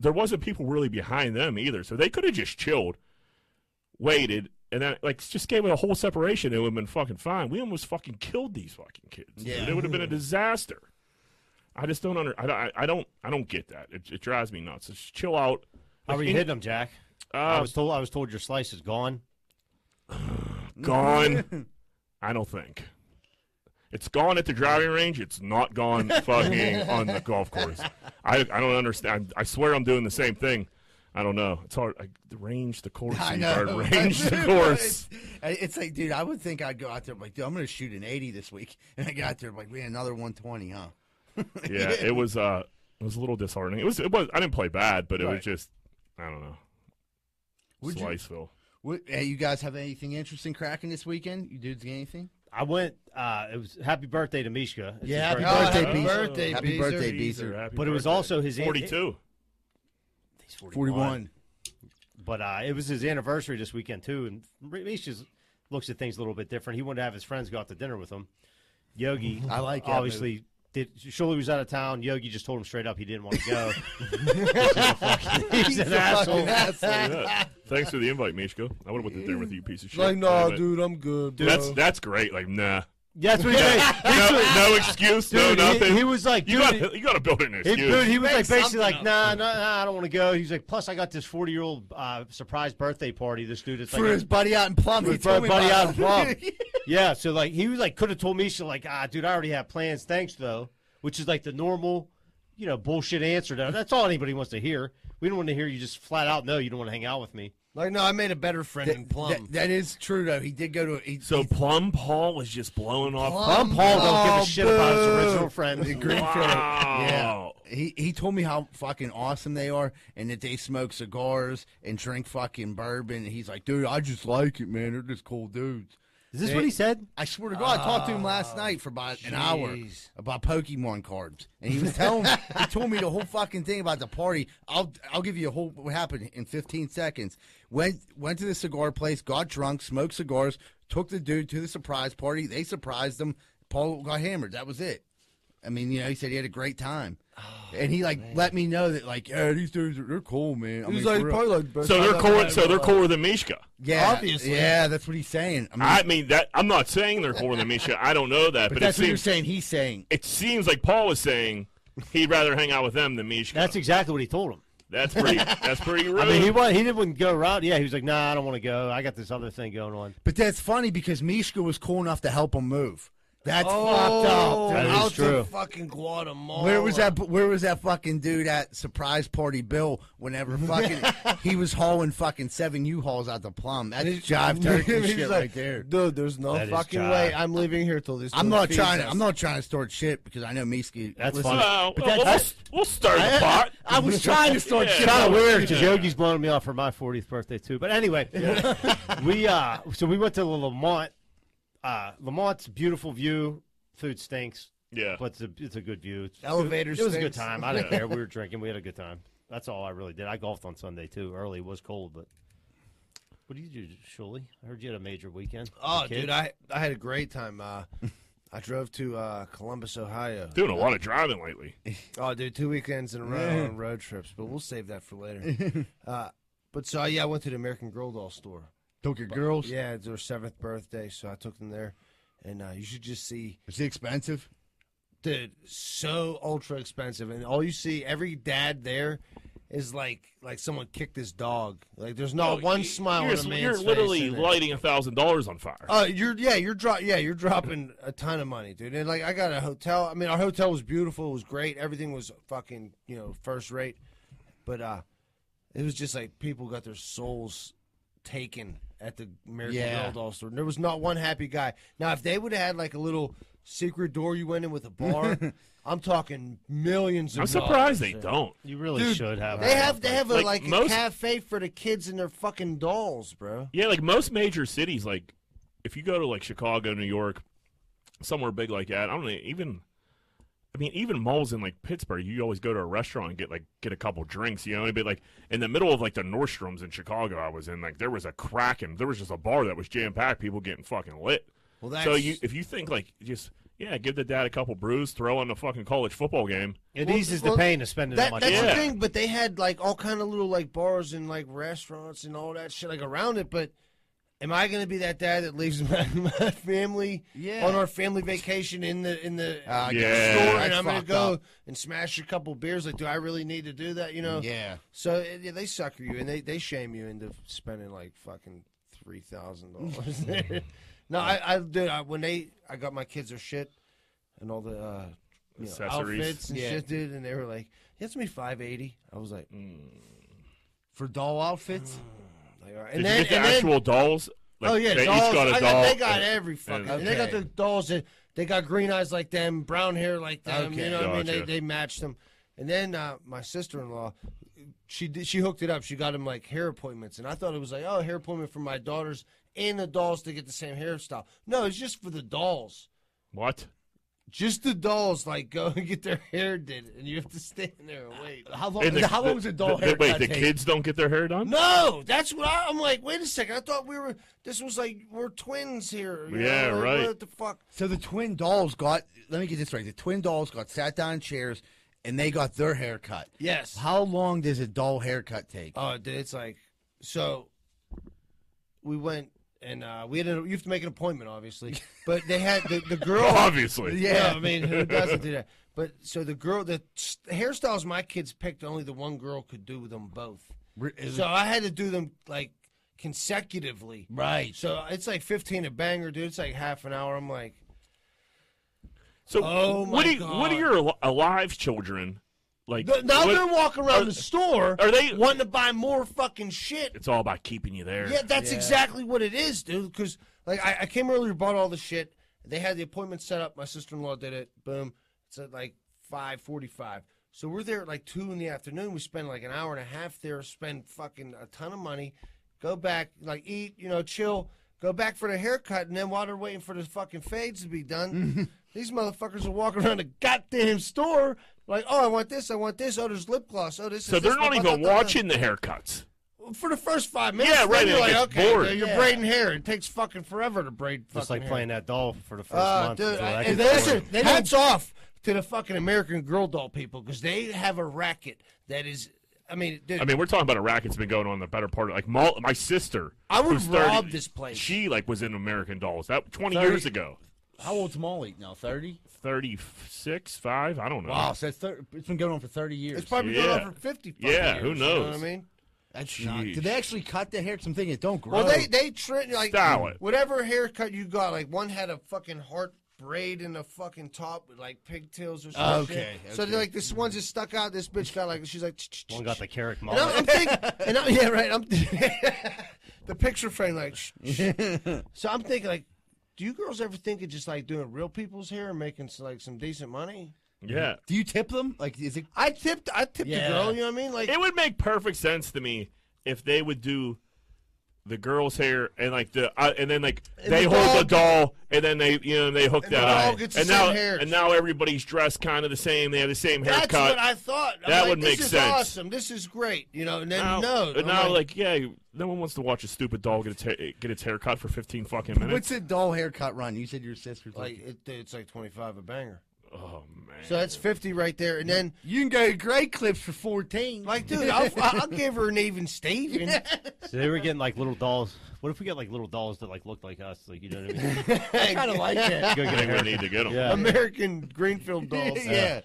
Speaker 1: there wasn't people really behind them either, so they could have just chilled, waited, and then like just gave it a whole separation. It would have been fucking fine. We almost fucking killed these fucking kids. dude.
Speaker 2: Yeah.
Speaker 1: it would have been a disaster. I just don't under. I don't. I- I don't. I don't get that. It, it drives me nuts. Just chill out.
Speaker 4: How are you
Speaker 1: In-
Speaker 4: hitting them, Jack? I
Speaker 1: Uh,
Speaker 4: was told I was told your slice is gone.
Speaker 1: gone. I don't think. It's gone at the driving range. It's not gone fucking on the golf course. I, I don't understand. I swear I'm doing the same thing. I don't know. It's hard. I, the range, the course.
Speaker 2: I
Speaker 1: I
Speaker 2: *laughs* know.
Speaker 1: Range, the
Speaker 2: But
Speaker 1: course.
Speaker 2: It's, it's like, dude, I would think I'd go out there I'm like, dude, I'm going to shoot an 80 this week, *laughs* and I got there I'm like, man, another 120, huh?
Speaker 1: Yeah, it was. Uh, it was a little disheartening. It was. It was. I didn't play bad, but it
Speaker 2: Right.
Speaker 1: was just. I don't know.
Speaker 2: Would you-
Speaker 1: Sliceville.
Speaker 2: What, hey, you guys have anything interesting cracking this weekend? You dudes get anything?
Speaker 4: I went. Uh, it was happy birthday to Mishka. It's his
Speaker 2: Yeah, happy
Speaker 4: birthday.
Speaker 2: birthday,
Speaker 1: Beezer.
Speaker 3: birthday,
Speaker 2: Happy
Speaker 3: Beezer.
Speaker 2: birthday,
Speaker 1: Beezer,
Speaker 2: Beezer.
Speaker 1: happy
Speaker 4: But it was
Speaker 1: Oh, birthday.
Speaker 4: also his an-
Speaker 1: 42.
Speaker 4: He's 41.
Speaker 2: 41.
Speaker 4: But uh, it was his anniversary this weekend too, and Misha looks at things a little bit different. He wanted to have his friends go out to dinner with him. Yogi,
Speaker 2: I like that
Speaker 4: obviously. Did Shirley was out of town. Yogi just told him straight up he didn't want to go. *laughs* he's
Speaker 2: *laughs*
Speaker 4: an asshole.
Speaker 1: Look at that. Thanks for the invite, Mishko. I would have went to dinner with you, you piece of shit.
Speaker 3: Like,
Speaker 1: Damn
Speaker 3: no,
Speaker 1: it.
Speaker 3: dude, I'm good. Bro.
Speaker 1: That's that's great. Like, nah.
Speaker 4: That's what he said.
Speaker 1: no, no excuse, *laughs*
Speaker 4: Dude,
Speaker 1: no
Speaker 4: he-
Speaker 1: nothing.
Speaker 4: he, was like,
Speaker 1: you
Speaker 4: dude,
Speaker 1: got to you got to build an
Speaker 4: he,
Speaker 1: excuse.
Speaker 4: dude, he was like basically
Speaker 3: something
Speaker 4: like,
Speaker 3: up.
Speaker 4: nah, nah, nah, I don't want to go. He was like, plus I got this forty year old uh, surprise birthday party. This dude, it's
Speaker 2: For
Speaker 4: like,
Speaker 2: his buddy out in Plum.
Speaker 4: For
Speaker 2: he
Speaker 4: his
Speaker 2: told me
Speaker 4: buddy
Speaker 2: about
Speaker 4: out in
Speaker 2: it. *laughs*
Speaker 4: Plum. Yeah, so like he was like could have told me she like ah dude I already have plans thanks though, which is like the normal, you know bullshit answer. To, that's all anybody wants to hear. We don't want to hear you just flat out no you don't want to hang out with me.
Speaker 3: Like, no, I made a better friend in Plum.
Speaker 2: That- that is true, though. He did go to. He,
Speaker 1: so Plum Paul was just blowing off.
Speaker 4: Plum Paul don't give
Speaker 2: oh,
Speaker 4: a shit about his
Speaker 2: boo.
Speaker 4: original friend.
Speaker 1: Wow.
Speaker 2: He he told me how fucking awesome they are and that they smoke cigars and drink fucking bourbon. And he's like, dude, I just like it, man. They're just cool dudes.
Speaker 4: Is this what he said?
Speaker 2: I swear to God, I talked to him last night for about an hour
Speaker 3: jeez.
Speaker 2: about Pokemon cards, and he was telling me he told me the whole fucking thing about the party. I'll I'll give you a whole what happened in 15 seconds. Went went to the cigar place, got drunk, smoked cigars, took the dude to the surprise party. They surprised him. Paul got hammered. That was it. I mean, you know, he said he had a great time, and he like let me know that like, yeah, these dudes are, they're cool, man. I mean, for real.
Speaker 3: like, best
Speaker 1: So
Speaker 3: I've
Speaker 1: they're
Speaker 3: ever
Speaker 1: cooler.
Speaker 3: had
Speaker 1: So
Speaker 3: in my
Speaker 1: they're
Speaker 3: life.
Speaker 1: cooler than Mishka.
Speaker 2: yeah,
Speaker 3: obviously.
Speaker 2: yeah, that's what he's saying. I mean,
Speaker 1: I mean that. I'm not saying they're cooler than Mishka. I don't know that, but,
Speaker 2: but,
Speaker 1: it
Speaker 2: that's what you're
Speaker 1: seems
Speaker 2: saying. He's saying.
Speaker 1: it seems like Paul was saying he'd rather hang out with them than Mishka.
Speaker 4: That's exactly what he told him.
Speaker 1: that's pretty. That's pretty rude.
Speaker 4: I mean he wa- he didn't want to go around. Yeah, he was like nah I don't want to go. I got this other thing going on.
Speaker 2: But that's funny because Mishka was cool enough to help him move. That's
Speaker 3: Oh,
Speaker 2: fucked
Speaker 4: That
Speaker 2: up.
Speaker 4: is
Speaker 3: out
Speaker 4: true.
Speaker 3: to fucking Guatemala.
Speaker 2: Where was that? Where was that fucking dude at surprise party? Bill, whenever fucking he was hauling fucking seven U-Hauls out the plum. That's
Speaker 3: *laughs*
Speaker 2: jive turkey
Speaker 3: He's
Speaker 2: shit
Speaker 3: like,
Speaker 2: right there.
Speaker 3: Dude, there's no
Speaker 4: That is
Speaker 3: fucking
Speaker 4: jive.
Speaker 3: way I'm leaving here till this.
Speaker 2: I'm
Speaker 3: door
Speaker 2: not
Speaker 3: feeds
Speaker 2: trying.
Speaker 3: us.
Speaker 2: I'm not trying to start shit because I know Mishka.
Speaker 4: That's
Speaker 2: listens-
Speaker 4: funny.
Speaker 1: Well,
Speaker 2: But
Speaker 1: Uh, well, we'll,
Speaker 2: that's-
Speaker 1: we'll start
Speaker 2: I-
Speaker 1: a pot.
Speaker 2: *laughs* I,
Speaker 4: *laughs*
Speaker 2: was trying to start
Speaker 1: Yeah.
Speaker 2: shit.
Speaker 4: kind of weird because Yogi's blowing me off for my 40th birthday too. But anyway, we uh, so we went to Lamont. Uh, Lamont's beautiful view. Food stinks,
Speaker 1: Yeah.
Speaker 4: but it's a, it's a good view. It's,
Speaker 3: Elevator
Speaker 4: It was a good
Speaker 3: stinks.
Speaker 4: time. I didn't care.
Speaker 3: *laughs*
Speaker 4: We were drinking. We had a good time. That's all I really did. I golfed on Sunday too. Early it was cold, but what did you do, Shuley? I heard you had a major weekend.
Speaker 3: Oh,
Speaker 4: The kid?
Speaker 3: dude, I I had a great time. Uh, I drove to uh, Columbus, Ohio.
Speaker 1: Doing a lot of driving lately.
Speaker 3: Oh, dude, two weekends in a row on road trips, but we'll save that
Speaker 2: *laughs*
Speaker 3: for later. uh, but so yeah, I went to the American Girl doll store.
Speaker 2: Took your girls.
Speaker 3: Yeah, it's their seventh birthday, so I took them there, and uh, you should just see,
Speaker 2: Was it expensive?
Speaker 3: dude, so ultra expensive, and all you see, every dad there. Is like like someone kicked his dog. Like there's not one smile
Speaker 1: You're,
Speaker 3: on a man's
Speaker 1: you're
Speaker 3: face
Speaker 1: literally
Speaker 3: in it.
Speaker 1: lighting a thousand dollars on fire.
Speaker 3: Uh, you're yeah, you're dro- yeah, you're dropping a ton of money, dude. And like, I got a hotel. I mean, our hotel was beautiful. It was great. Everything was fucking you know first rate. But uh, it was just like people got their souls taken at the American
Speaker 2: Yeah.
Speaker 3: Girl doll store. And there was not one happy guy. Now, if they would have had like a little secret door you went in with a *laughs* bar, I'm talking millions. Of
Speaker 1: I'm surprised they
Speaker 3: dollars.
Speaker 1: don't.
Speaker 4: you really
Speaker 3: Dude,
Speaker 4: should have.
Speaker 3: They have they have a,
Speaker 1: Like,
Speaker 3: like,
Speaker 1: most-
Speaker 3: a cafe for the kids and their fucking dolls, bro.
Speaker 1: Yeah, like most major cities, like if you go to like Chicago, New York, somewhere big like that, I don't know, even. I mean, even malls in like Pittsburgh, you always go to a restaurant and get like get a couple drinks, you know. But like in the middle of like the Nordstroms in Chicago, I was in like there was a cracking, there was just a bar that was jam packed, people getting fucking lit.
Speaker 3: Well, that's
Speaker 1: So you, if you think like just Yeah, give the dad a couple brews, throw on the fucking college football game.
Speaker 4: It
Speaker 3: Well,
Speaker 4: eases
Speaker 3: well,
Speaker 4: the pain to spend it that
Speaker 3: That,
Speaker 4: much.
Speaker 3: that's
Speaker 1: Yeah.
Speaker 4: money.
Speaker 3: the thing, but they had like all kind of little like bars and like restaurants and all that shit like around it. But am I going to be that dad that leaves *laughs* my, my family
Speaker 2: Yeah.
Speaker 3: on our family vacation in the in the
Speaker 2: Ah, I
Speaker 3: uh,
Speaker 2: get
Speaker 1: Yeah.
Speaker 3: store
Speaker 2: it.
Speaker 3: and
Speaker 2: That's
Speaker 3: I'm going to
Speaker 2: fucked
Speaker 3: go
Speaker 2: up.
Speaker 3: and smash a couple beers? Like, do I really need to do that? You know?
Speaker 2: Yeah.
Speaker 3: So it, yeah, they sucker you and they, they shame you into spending like fucking three
Speaker 1: *laughs*
Speaker 3: thousand dollars. no, I I did I, when they I got my kids their shit and all the uh, you know,
Speaker 1: Accessories.
Speaker 3: outfits and
Speaker 2: Yeah.
Speaker 3: shit, dude, and they were like, "It's me five eighty. I was like,
Speaker 1: Mm.
Speaker 2: For doll outfits?
Speaker 3: like, all right.
Speaker 1: Did
Speaker 3: and then
Speaker 1: you get the
Speaker 3: and then-
Speaker 1: actual dolls? Like,
Speaker 3: oh yeah,
Speaker 1: they
Speaker 3: dolls.
Speaker 1: each got a
Speaker 3: I
Speaker 1: doll.
Speaker 3: got, they got every fucking.
Speaker 1: and-
Speaker 3: and they got
Speaker 2: Okay.
Speaker 3: the dolls that they got green eyes like them, brown hair like them.
Speaker 2: Okay.
Speaker 3: You know what I mean? They
Speaker 1: Gotcha.
Speaker 3: they matched them. And then uh, my sister in law, she did, she hooked it up. She got him like hair appointments, and I thought it was like oh hair appointment for my daughters and the dolls to get the same hairstyle. No, it's just for the dolls.
Speaker 1: What?
Speaker 3: Just the dolls, like go *laughs* and get their hair did, and you have to stand there and wait. *laughs*
Speaker 2: How long,
Speaker 1: And the-
Speaker 2: how long was a doll
Speaker 1: the-
Speaker 2: haircut
Speaker 1: Wait, the
Speaker 2: take?
Speaker 1: kids don't get their hair done?
Speaker 3: No, that's what I, I'm like. Wait a second, I thought we were. This was like we're twins here. you know?
Speaker 1: Yeah,
Speaker 3: Like,
Speaker 1: right.
Speaker 3: What the fuck?
Speaker 2: So the twin dolls got, let me get this right. The twin dolls got sat down in chairs and they got their haircut.
Speaker 3: Yes.
Speaker 2: How long does a doll haircut take?
Speaker 3: Oh, dude, it's like so. We went and uh, we had. A, you have to make an appointment, obviously. But they had the, the girl.
Speaker 1: *laughs* Obviously.
Speaker 3: yeah, I mean, who doesn't do that? But so the girl, the, s- hairstyles my kids picked, only the one girl could do them both.
Speaker 2: Re- is
Speaker 3: So I had to do them like consecutively.
Speaker 2: Right.
Speaker 3: So it's like fifteen a banger, dude. It's like half an hour. I'm like,
Speaker 1: So
Speaker 3: Oh my
Speaker 1: what do you, what are
Speaker 3: God.
Speaker 1: your al- alive children like?
Speaker 3: Th- now
Speaker 1: what-
Speaker 3: they're walking around
Speaker 1: are-
Speaker 3: the store.
Speaker 1: are they-
Speaker 3: wanting to buy more fucking shit?
Speaker 1: it's all about keeping you there.
Speaker 3: Yeah, that's
Speaker 2: Yeah.
Speaker 3: exactly what it is, dude. Because like I, I came earlier, bought all the shit. They had the appointment set up. My sister in law did it. Boom. It's at like five forty five. So we're there at like two in the afternoon. We spend like an hour and a half there. Spend fucking a ton of money. Go back, like eat, you know, chill. Go back for the haircut, and then while they're waiting for the fucking fades to be done,
Speaker 1: *laughs*
Speaker 3: these motherfuckers are walking around the goddamn store like, oh, I want this, I want this. Oh, there's lip gloss. Oh, this.
Speaker 1: So
Speaker 3: is
Speaker 1: they're not
Speaker 3: this, blah, blah,
Speaker 1: even
Speaker 3: blah, blah, blah."
Speaker 1: watching the haircuts.
Speaker 3: for the first five minutes.
Speaker 1: Yeah,
Speaker 3: then
Speaker 1: right,
Speaker 3: You're
Speaker 1: and it
Speaker 3: like,
Speaker 1: gets
Speaker 3: okay,
Speaker 1: boring.
Speaker 3: you're
Speaker 2: Yeah.
Speaker 3: braiding hair. It takes fucking forever to braid fucking
Speaker 4: Just like
Speaker 3: hair.
Speaker 4: playing that doll for the first
Speaker 3: Uh,
Speaker 4: month.
Speaker 3: dude,
Speaker 4: until that
Speaker 3: I- and
Speaker 4: gets
Speaker 3: listen,
Speaker 4: boring.
Speaker 2: They don't-
Speaker 3: hats off to the fucking American Girl doll people because they have a racket that is. I mean, dude,
Speaker 1: I mean, we're talking about a racket that's been going on the better part of like my, my sister.
Speaker 3: I would
Speaker 1: who's 30
Speaker 3: rob this place.
Speaker 1: She like was in American Dolls that 20
Speaker 2: Thirty-
Speaker 1: years ago.
Speaker 2: How old's Molly now? 30?
Speaker 1: 36, 5, I don't know.
Speaker 2: Wow, so it's, thir- it's been going on for 30 years.
Speaker 3: it's probably going
Speaker 1: yeah.
Speaker 3: on for fifty. fucking
Speaker 1: Yeah, who
Speaker 3: years, you know
Speaker 1: knows?
Speaker 3: what I mean,
Speaker 2: That's not.
Speaker 1: Jeez.
Speaker 2: Did they actually cut the hair? Some things that don't grow.
Speaker 3: well, they they trend like
Speaker 1: Style it.
Speaker 3: whatever haircut you got. Like one had a fucking heart braid in the fucking top with like pigtails or something.
Speaker 2: Okay,
Speaker 3: So
Speaker 2: okay.
Speaker 3: they're like this one just stuck out. This bitch got like she's like
Speaker 4: One got the carrot
Speaker 3: And I'm,
Speaker 4: mullet.
Speaker 3: I'm thinking, and I'm, yeah, right. I'm *laughs* the picture frame, like. Shh, shh. So I'm thinking, like, do you girls ever think of just like doing real people's hair and making some, like some decent money?
Speaker 1: Yeah.
Speaker 2: Do you tip them? Like, is it?
Speaker 3: I tipped, I tipped
Speaker 2: Yeah.
Speaker 3: the girl. You know what I mean? Like,
Speaker 1: It would make perfect sense to me if they would do the girl's hair and like the uh, and then like they
Speaker 3: the
Speaker 1: hold
Speaker 3: dog-
Speaker 1: the doll and then they you know they hook
Speaker 3: And the
Speaker 1: that
Speaker 3: dog
Speaker 1: up
Speaker 3: gets the
Speaker 1: and
Speaker 3: same
Speaker 1: now
Speaker 3: hair.
Speaker 1: and now everybody's dressed kind of the same. They have the same
Speaker 3: that's
Speaker 1: haircut.
Speaker 3: what I thought. I'm
Speaker 1: That
Speaker 3: like,
Speaker 1: would
Speaker 3: this
Speaker 1: make
Speaker 3: is
Speaker 1: sense.
Speaker 3: Awesome. This is great. You know, and then
Speaker 1: now,
Speaker 3: no,
Speaker 1: and
Speaker 3: I'm
Speaker 1: now like, yeah, no one wants to watch a stupid doll get its hair, get its haircut for fifteen fucking minutes.
Speaker 2: What's a doll haircut run? You said your sister's
Speaker 3: like
Speaker 2: like.
Speaker 3: it, it's like twenty five a banger.
Speaker 1: oh man,
Speaker 3: So that's fifty right there, and then.
Speaker 2: You can go to great clips for 14.
Speaker 3: Like, dude,
Speaker 2: *laughs*
Speaker 3: I'll, *laughs* I'll give her an even Steven. *laughs*
Speaker 4: So they were getting like little dolls. What if we got like little dolls that like looked like us? Like you know what I
Speaker 1: *laughs*
Speaker 4: mean?
Speaker 2: I kind of like that.
Speaker 4: Go
Speaker 1: I
Speaker 4: get a
Speaker 1: think
Speaker 4: haircut.
Speaker 1: we need to get them.
Speaker 4: Yeah.
Speaker 3: *laughs* American Greenfield dolls. *laughs*
Speaker 2: yeah.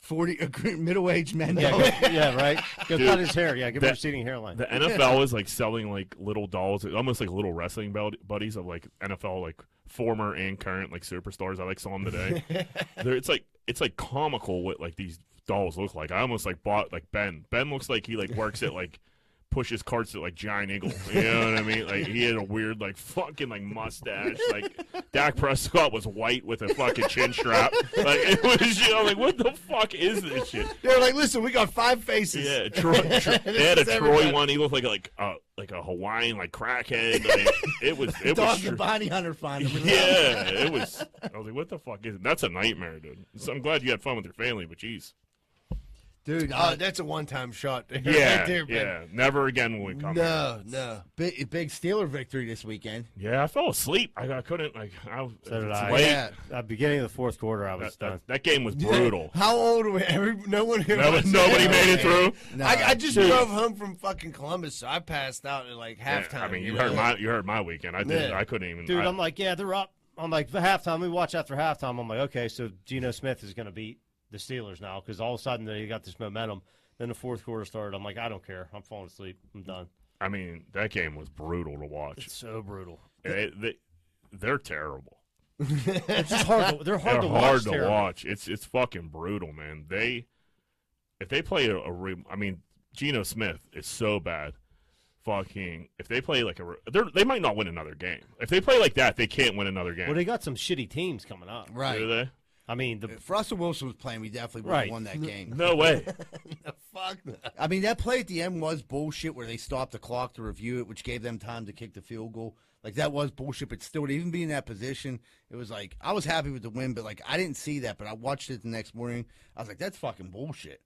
Speaker 2: 40 uh, gr- middle-aged men. *laughs*
Speaker 4: Yeah,
Speaker 2: though.
Speaker 4: go- yeah, right. Go
Speaker 1: Dude,
Speaker 4: cut his hair. Yeah, give him
Speaker 1: that-
Speaker 4: a receding hairline.
Speaker 1: The NFL is like selling like little dolls, almost like little wrestling bud- buddies of like NFL like former and current like superstars. I like saw them today. They're, it's like it's like comical what like these dolls look like. I almost like bought like Ben. Ben looks like he like works at like pushes carts at like Giant Eagle. You know what I mean? Like he had a weird like fucking like mustache. Like Dak Prescott was white with a fucking chin strap. Like *laughs* it was you know, like what the fuck is this shit?
Speaker 3: They're like, listen, we got five faces.
Speaker 1: Yeah, Troy, Tro- they had a
Speaker 3: This is
Speaker 1: Troy
Speaker 3: everybody.
Speaker 1: one. He looked like a, like a like a Hawaiian like crackhead. Like, it was it was
Speaker 2: Dog
Speaker 1: str- *laughs*
Speaker 2: and Bonnie Hunter find them.
Speaker 1: yeah, it was. I was like, what the fuck is it? That's a nightmare, dude. So I'm glad you had fun with your family, but jeez,
Speaker 2: dude.
Speaker 3: Oh,
Speaker 2: Uh,
Speaker 3: that's a one-time shot. *laughs* there,
Speaker 1: Yeah,
Speaker 3: right there, man.
Speaker 1: yeah. Never again will we come. here.
Speaker 3: No, no.
Speaker 2: big, big Steeler victory this weekend.
Speaker 1: Yeah, I fell asleep. I, I couldn't like. I, was
Speaker 4: So did
Speaker 1: it's
Speaker 4: I.
Speaker 1: late.
Speaker 2: Yeah,
Speaker 4: Uh, beginning of the fourth quarter, I was
Speaker 1: That,
Speaker 4: done.
Speaker 1: that, that game was
Speaker 2: *laughs*
Speaker 1: brutal.
Speaker 3: How old are we? Every, no one here.
Speaker 1: Nobody-
Speaker 3: was-
Speaker 1: nobody made it through.
Speaker 2: No.
Speaker 3: I, I just
Speaker 4: Dude.
Speaker 3: drove home from fucking Columbus, so I passed out at like
Speaker 1: Yeah,
Speaker 3: halftime.
Speaker 1: I mean, you
Speaker 3: know?
Speaker 1: heard my you heard my weekend. I did.
Speaker 3: Yeah.
Speaker 1: I couldn't even.
Speaker 4: Dude,
Speaker 1: I,
Speaker 4: I'm like, yeah, they're up. I'm like, the halftime. We watch after halftime. I'm like, okay, so Geno Smith is going to beat the Steelers now because all of a sudden they got this momentum. Then the fourth quarter started. I'm like, I don't care. I'm falling asleep. I'm done.
Speaker 1: I mean, that game was brutal to watch.
Speaker 4: It's so brutal.
Speaker 1: They, they, they're terrible.
Speaker 4: It's just hard. To, they're hard
Speaker 1: they're
Speaker 4: to watch.
Speaker 1: hard to
Speaker 4: Terry.
Speaker 1: watch. It's it's fucking brutal, man. They if they play a, a re, I mean, Geno Smith is so bad. Fucking if they play like a re- they're, they might not win another game. If they play like that, they can't win another game.
Speaker 4: Well, they got some shitty teams coming up.
Speaker 1: Do
Speaker 2: right.
Speaker 1: they?
Speaker 4: I mean, the
Speaker 2: If Russell Wilson was playing, we definitely would have
Speaker 4: Right.
Speaker 2: won that game.
Speaker 1: No way.
Speaker 3: Fuck that.
Speaker 2: I mean, that play at the end was bullshit where they stopped the clock to review it, which gave them time to kick the field goal. Like, that was bullshit, but still, to even be in that position, it was like, I was happy with the win, but like, I didn't see that, but I watched it the next morning. I was like, that's fucking bullshit.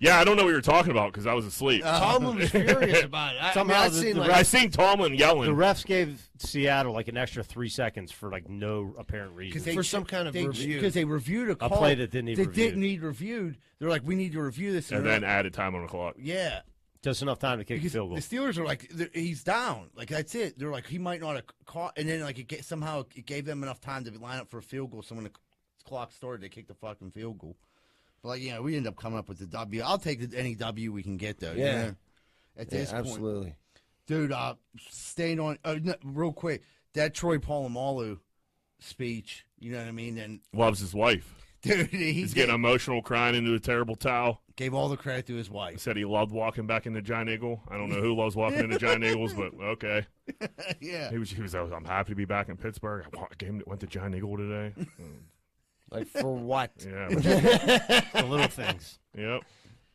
Speaker 1: yeah, I don't know what you're talking about because I was asleep.
Speaker 3: Tomlin
Speaker 1: *laughs*
Speaker 3: Uh, was furious about it. I,
Speaker 4: Somehow
Speaker 3: I mean, I
Speaker 4: the-
Speaker 3: seen
Speaker 4: the
Speaker 1: I
Speaker 3: Oh, like,
Speaker 1: seen Tomlin
Speaker 4: the
Speaker 1: yelling.
Speaker 4: refs gave Seattle like an extra three seconds for like no apparent reason.
Speaker 2: Cause they
Speaker 3: For
Speaker 2: ch-
Speaker 3: some kind of
Speaker 2: they,
Speaker 3: review.
Speaker 2: Because they reviewed a call.
Speaker 4: A play that didn't need
Speaker 2: They
Speaker 4: reviewed.
Speaker 2: didn't need reviewed. They're like, we need to review this.
Speaker 1: and
Speaker 2: they're
Speaker 1: then
Speaker 2: like,
Speaker 1: added time on the clock.
Speaker 2: yeah.
Speaker 4: Just enough time to kick the
Speaker 2: Because the
Speaker 4: field goal.
Speaker 2: Steelers are like they're- he's down, like that's it. They're like he might not have caught, and then like it ga- somehow it gave them enough time to line up for a field goal. So when the clock started, they kicked the fucking field goal. But like you know, we end up coming up with the W. I'll take the, any W we can get though. you
Speaker 3: Yeah.
Speaker 2: know, at this point,
Speaker 3: *laughs* absolutely.
Speaker 2: dude. Uh, staying on uh, no, real quick that Troy Polamalu speech. You know what I mean? And *laughs*
Speaker 1: Loves his wife.
Speaker 2: dude, he
Speaker 1: He's getting
Speaker 2: gave,
Speaker 1: emotional, crying into a terrible towel.
Speaker 2: gave all the credit to his wife. *laughs*
Speaker 1: Said he loved walking back into Giant Eagle. I don't know who loves walking into Giant Eagles, but okay.
Speaker 2: yeah,
Speaker 1: He was, he was, I was- I'm happy to be back in Pittsburgh. I wa- came, went to John Eagle today. Mm,
Speaker 3: Like for what?
Speaker 1: yeah. but-
Speaker 4: the little
Speaker 3: *laughs*
Speaker 4: things.
Speaker 1: yep.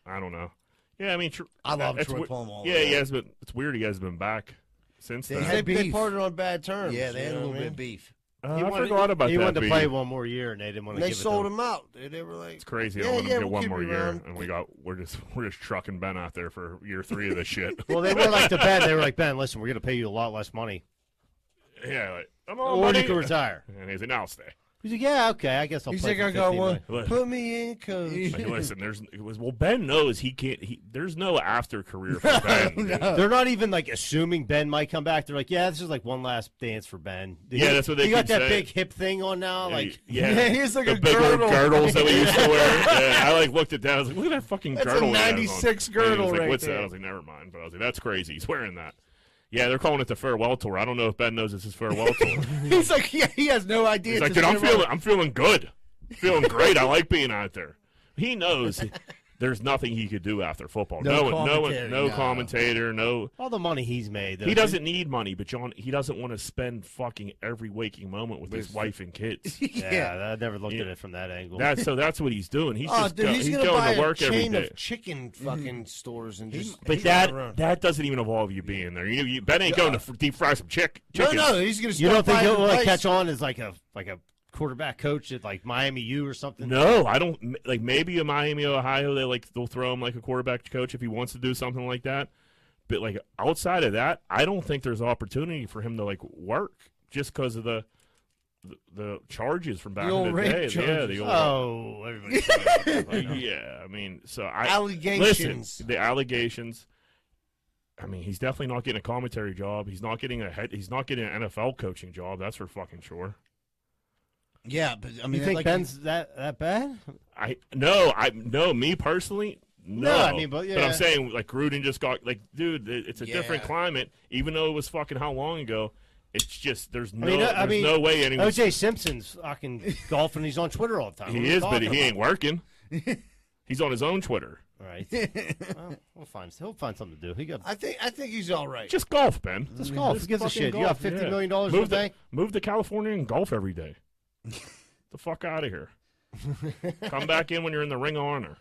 Speaker 1: I don't know. Yeah, I mean, tr-
Speaker 2: I love
Speaker 1: it's
Speaker 2: Troy
Speaker 1: we-
Speaker 2: Polamalu.
Speaker 1: Yeah, he has been. It's weird he has been back since
Speaker 2: They
Speaker 1: then.
Speaker 2: had-
Speaker 3: They, they
Speaker 2: beef.
Speaker 3: parted on bad terms.
Speaker 2: yeah, they
Speaker 3: you
Speaker 2: had a
Speaker 3: know
Speaker 2: little
Speaker 3: what I
Speaker 2: bit
Speaker 3: mean?
Speaker 2: of beef.
Speaker 1: Uh,
Speaker 4: He
Speaker 1: I
Speaker 4: wanted-
Speaker 1: forgot about
Speaker 4: He
Speaker 1: that.
Speaker 4: wanted to
Speaker 1: beat.
Speaker 4: play one more year, and they didn't want to.
Speaker 3: They
Speaker 4: give it
Speaker 3: sold
Speaker 4: to him.
Speaker 3: him out. They, they were like,
Speaker 1: It's crazy. I
Speaker 3: Yeah,
Speaker 1: want
Speaker 3: yeah,
Speaker 1: him to get
Speaker 3: we'll
Speaker 1: one
Speaker 3: keep
Speaker 1: more
Speaker 3: you
Speaker 1: year,
Speaker 3: around.
Speaker 1: and we got we're just *laughs* we're just trucking Ben out there for year three of this shit. *laughs*
Speaker 4: Well, they were like to Ben. They were like Ben. Listen, we're going to pay you a lot less
Speaker 3: *laughs*
Speaker 4: money,
Speaker 1: yeah, like, I'm
Speaker 4: or
Speaker 3: Oh,
Speaker 1: on,
Speaker 4: you can retire.
Speaker 1: And he's like, "No, I'll stay."
Speaker 4: He's like, yeah, okay, I guess I'll
Speaker 3: you
Speaker 4: play.
Speaker 3: think
Speaker 4: for
Speaker 3: I got
Speaker 4: 15
Speaker 3: one?
Speaker 4: million."
Speaker 1: million.
Speaker 3: Put me in,
Speaker 1: *laughs*
Speaker 3: coach. *laughs*
Speaker 1: Like, listen, there's it was well. Ben knows he can't. He, there's no after career for Ben. dude.
Speaker 4: They're not even like assuming Ben might come back. They're like, yeah, this is like one last dance for Ben.
Speaker 1: Yeah,
Speaker 4: He-
Speaker 1: that's what they
Speaker 4: He got
Speaker 1: keep
Speaker 4: that
Speaker 1: saying.
Speaker 4: big hip thing on now. Like,
Speaker 1: yeah,
Speaker 3: *laughs* Yeah, he has like
Speaker 1: the
Speaker 3: a
Speaker 1: big
Speaker 3: girdle.
Speaker 1: old girdles that we used to wear.
Speaker 3: *laughs*
Speaker 1: Yeah, I like looked at that. I was like, look at that fucking
Speaker 3: That's a
Speaker 1: girdle. he has on. And
Speaker 3: 96
Speaker 1: he was
Speaker 3: girdle
Speaker 1: like,
Speaker 3: right
Speaker 1: What's that?
Speaker 3: there.
Speaker 1: I was like, never mind. But I was like, that's crazy. He's wearing that. Yeah, they're calling it the farewell tour. I don't know if Ben knows it's his farewell
Speaker 3: *laughs*
Speaker 1: tour.
Speaker 2: *laughs* He's like, yeah, he has no idea.
Speaker 1: He's like,
Speaker 2: It's
Speaker 1: dude, I'm
Speaker 2: just-
Speaker 1: feeling, I'm feeling good, feeling great. I like being out there. He knows there's nothing he could do after football.
Speaker 2: No
Speaker 1: No, one, no, one,
Speaker 2: commentary,
Speaker 1: no
Speaker 2: no.
Speaker 1: commentator, no.
Speaker 4: all the money he's made. Though,
Speaker 1: He doesn't need money, but John, he doesn't want to spend fucking every waking moment with his wife and
Speaker 3: *laughs*
Speaker 1: kids.
Speaker 2: *laughs*
Speaker 4: Yeah, I never looked at it from that angle.
Speaker 1: That so that's what he's doing. He's
Speaker 3: Oh,
Speaker 1: just
Speaker 3: dude,
Speaker 1: go-
Speaker 3: he's,
Speaker 1: he's,
Speaker 3: gonna
Speaker 1: going
Speaker 3: buy
Speaker 1: to work
Speaker 3: a
Speaker 1: every
Speaker 3: chain
Speaker 1: day.
Speaker 3: of chicken fucking stores and just.
Speaker 1: But
Speaker 3: he's gonna
Speaker 1: that
Speaker 3: run.
Speaker 1: that doesn't even involve you being there. You, you Ben ain't going to f- deep fry some chick,
Speaker 3: no,
Speaker 1: chicken.
Speaker 3: no, he's gonna.
Speaker 4: you don't
Speaker 3: start
Speaker 4: think
Speaker 3: buying
Speaker 4: he'll like,
Speaker 3: rice.
Speaker 4: catch on as like a like a quarterback coach at like Miami U or something?
Speaker 1: No, I don't m- like maybe in Miami, Ohio. They like they'll throw him like a quarterback coach if he wants to do something like that. But like outside of that, I don't think there's opportunity for him to like work just because of the, the the charges from back
Speaker 3: The old
Speaker 1: in the
Speaker 3: rape
Speaker 1: day. Yeah, the
Speaker 3: charges.
Speaker 1: old
Speaker 4: Oh,
Speaker 1: *laughs*
Speaker 4: everybody's
Speaker 1: yeah. I mean, so I
Speaker 3: Allegations.
Speaker 1: Listen, the allegations. I mean, he's definitely not getting a commentary job. He's not getting a head. He's not getting an NFL coaching job. That's for fucking sure.
Speaker 2: Yeah, but I mean,
Speaker 4: you think
Speaker 2: like, *laughs*
Speaker 4: Ben's that that bad?
Speaker 1: I no, I no, me personally, no.
Speaker 4: No, I mean, but yeah.
Speaker 1: I'm saying like Gruden just got like, dude, it- it's a different
Speaker 2: Yeah.
Speaker 1: climate. Even though it was fucking how long ago, it's just there's no,
Speaker 4: mean, uh, I
Speaker 1: there's
Speaker 4: mean,
Speaker 1: no way anyone.
Speaker 4: OJ Simpson's fucking golfing. He's on Twitter all the time. What are
Speaker 1: he
Speaker 4: we
Speaker 1: is, but he
Speaker 4: talking
Speaker 1: ain't working. he's on his own Twitter.
Speaker 4: about? All right. well, we'll find. He'll find something to do. He got
Speaker 3: I think I think he's all right.
Speaker 1: Just golf, Ben.
Speaker 4: just golf. Who gives
Speaker 1: fucking
Speaker 4: a Oh, shit? You
Speaker 1: golf,
Speaker 4: got fifty
Speaker 1: yeah.
Speaker 4: million dollars in the
Speaker 1: Move
Speaker 4: bank.
Speaker 1: Move to California and golf every
Speaker 4: *laughs*
Speaker 1: day. the fuck out of here. Come back in when you're in the ring of honor.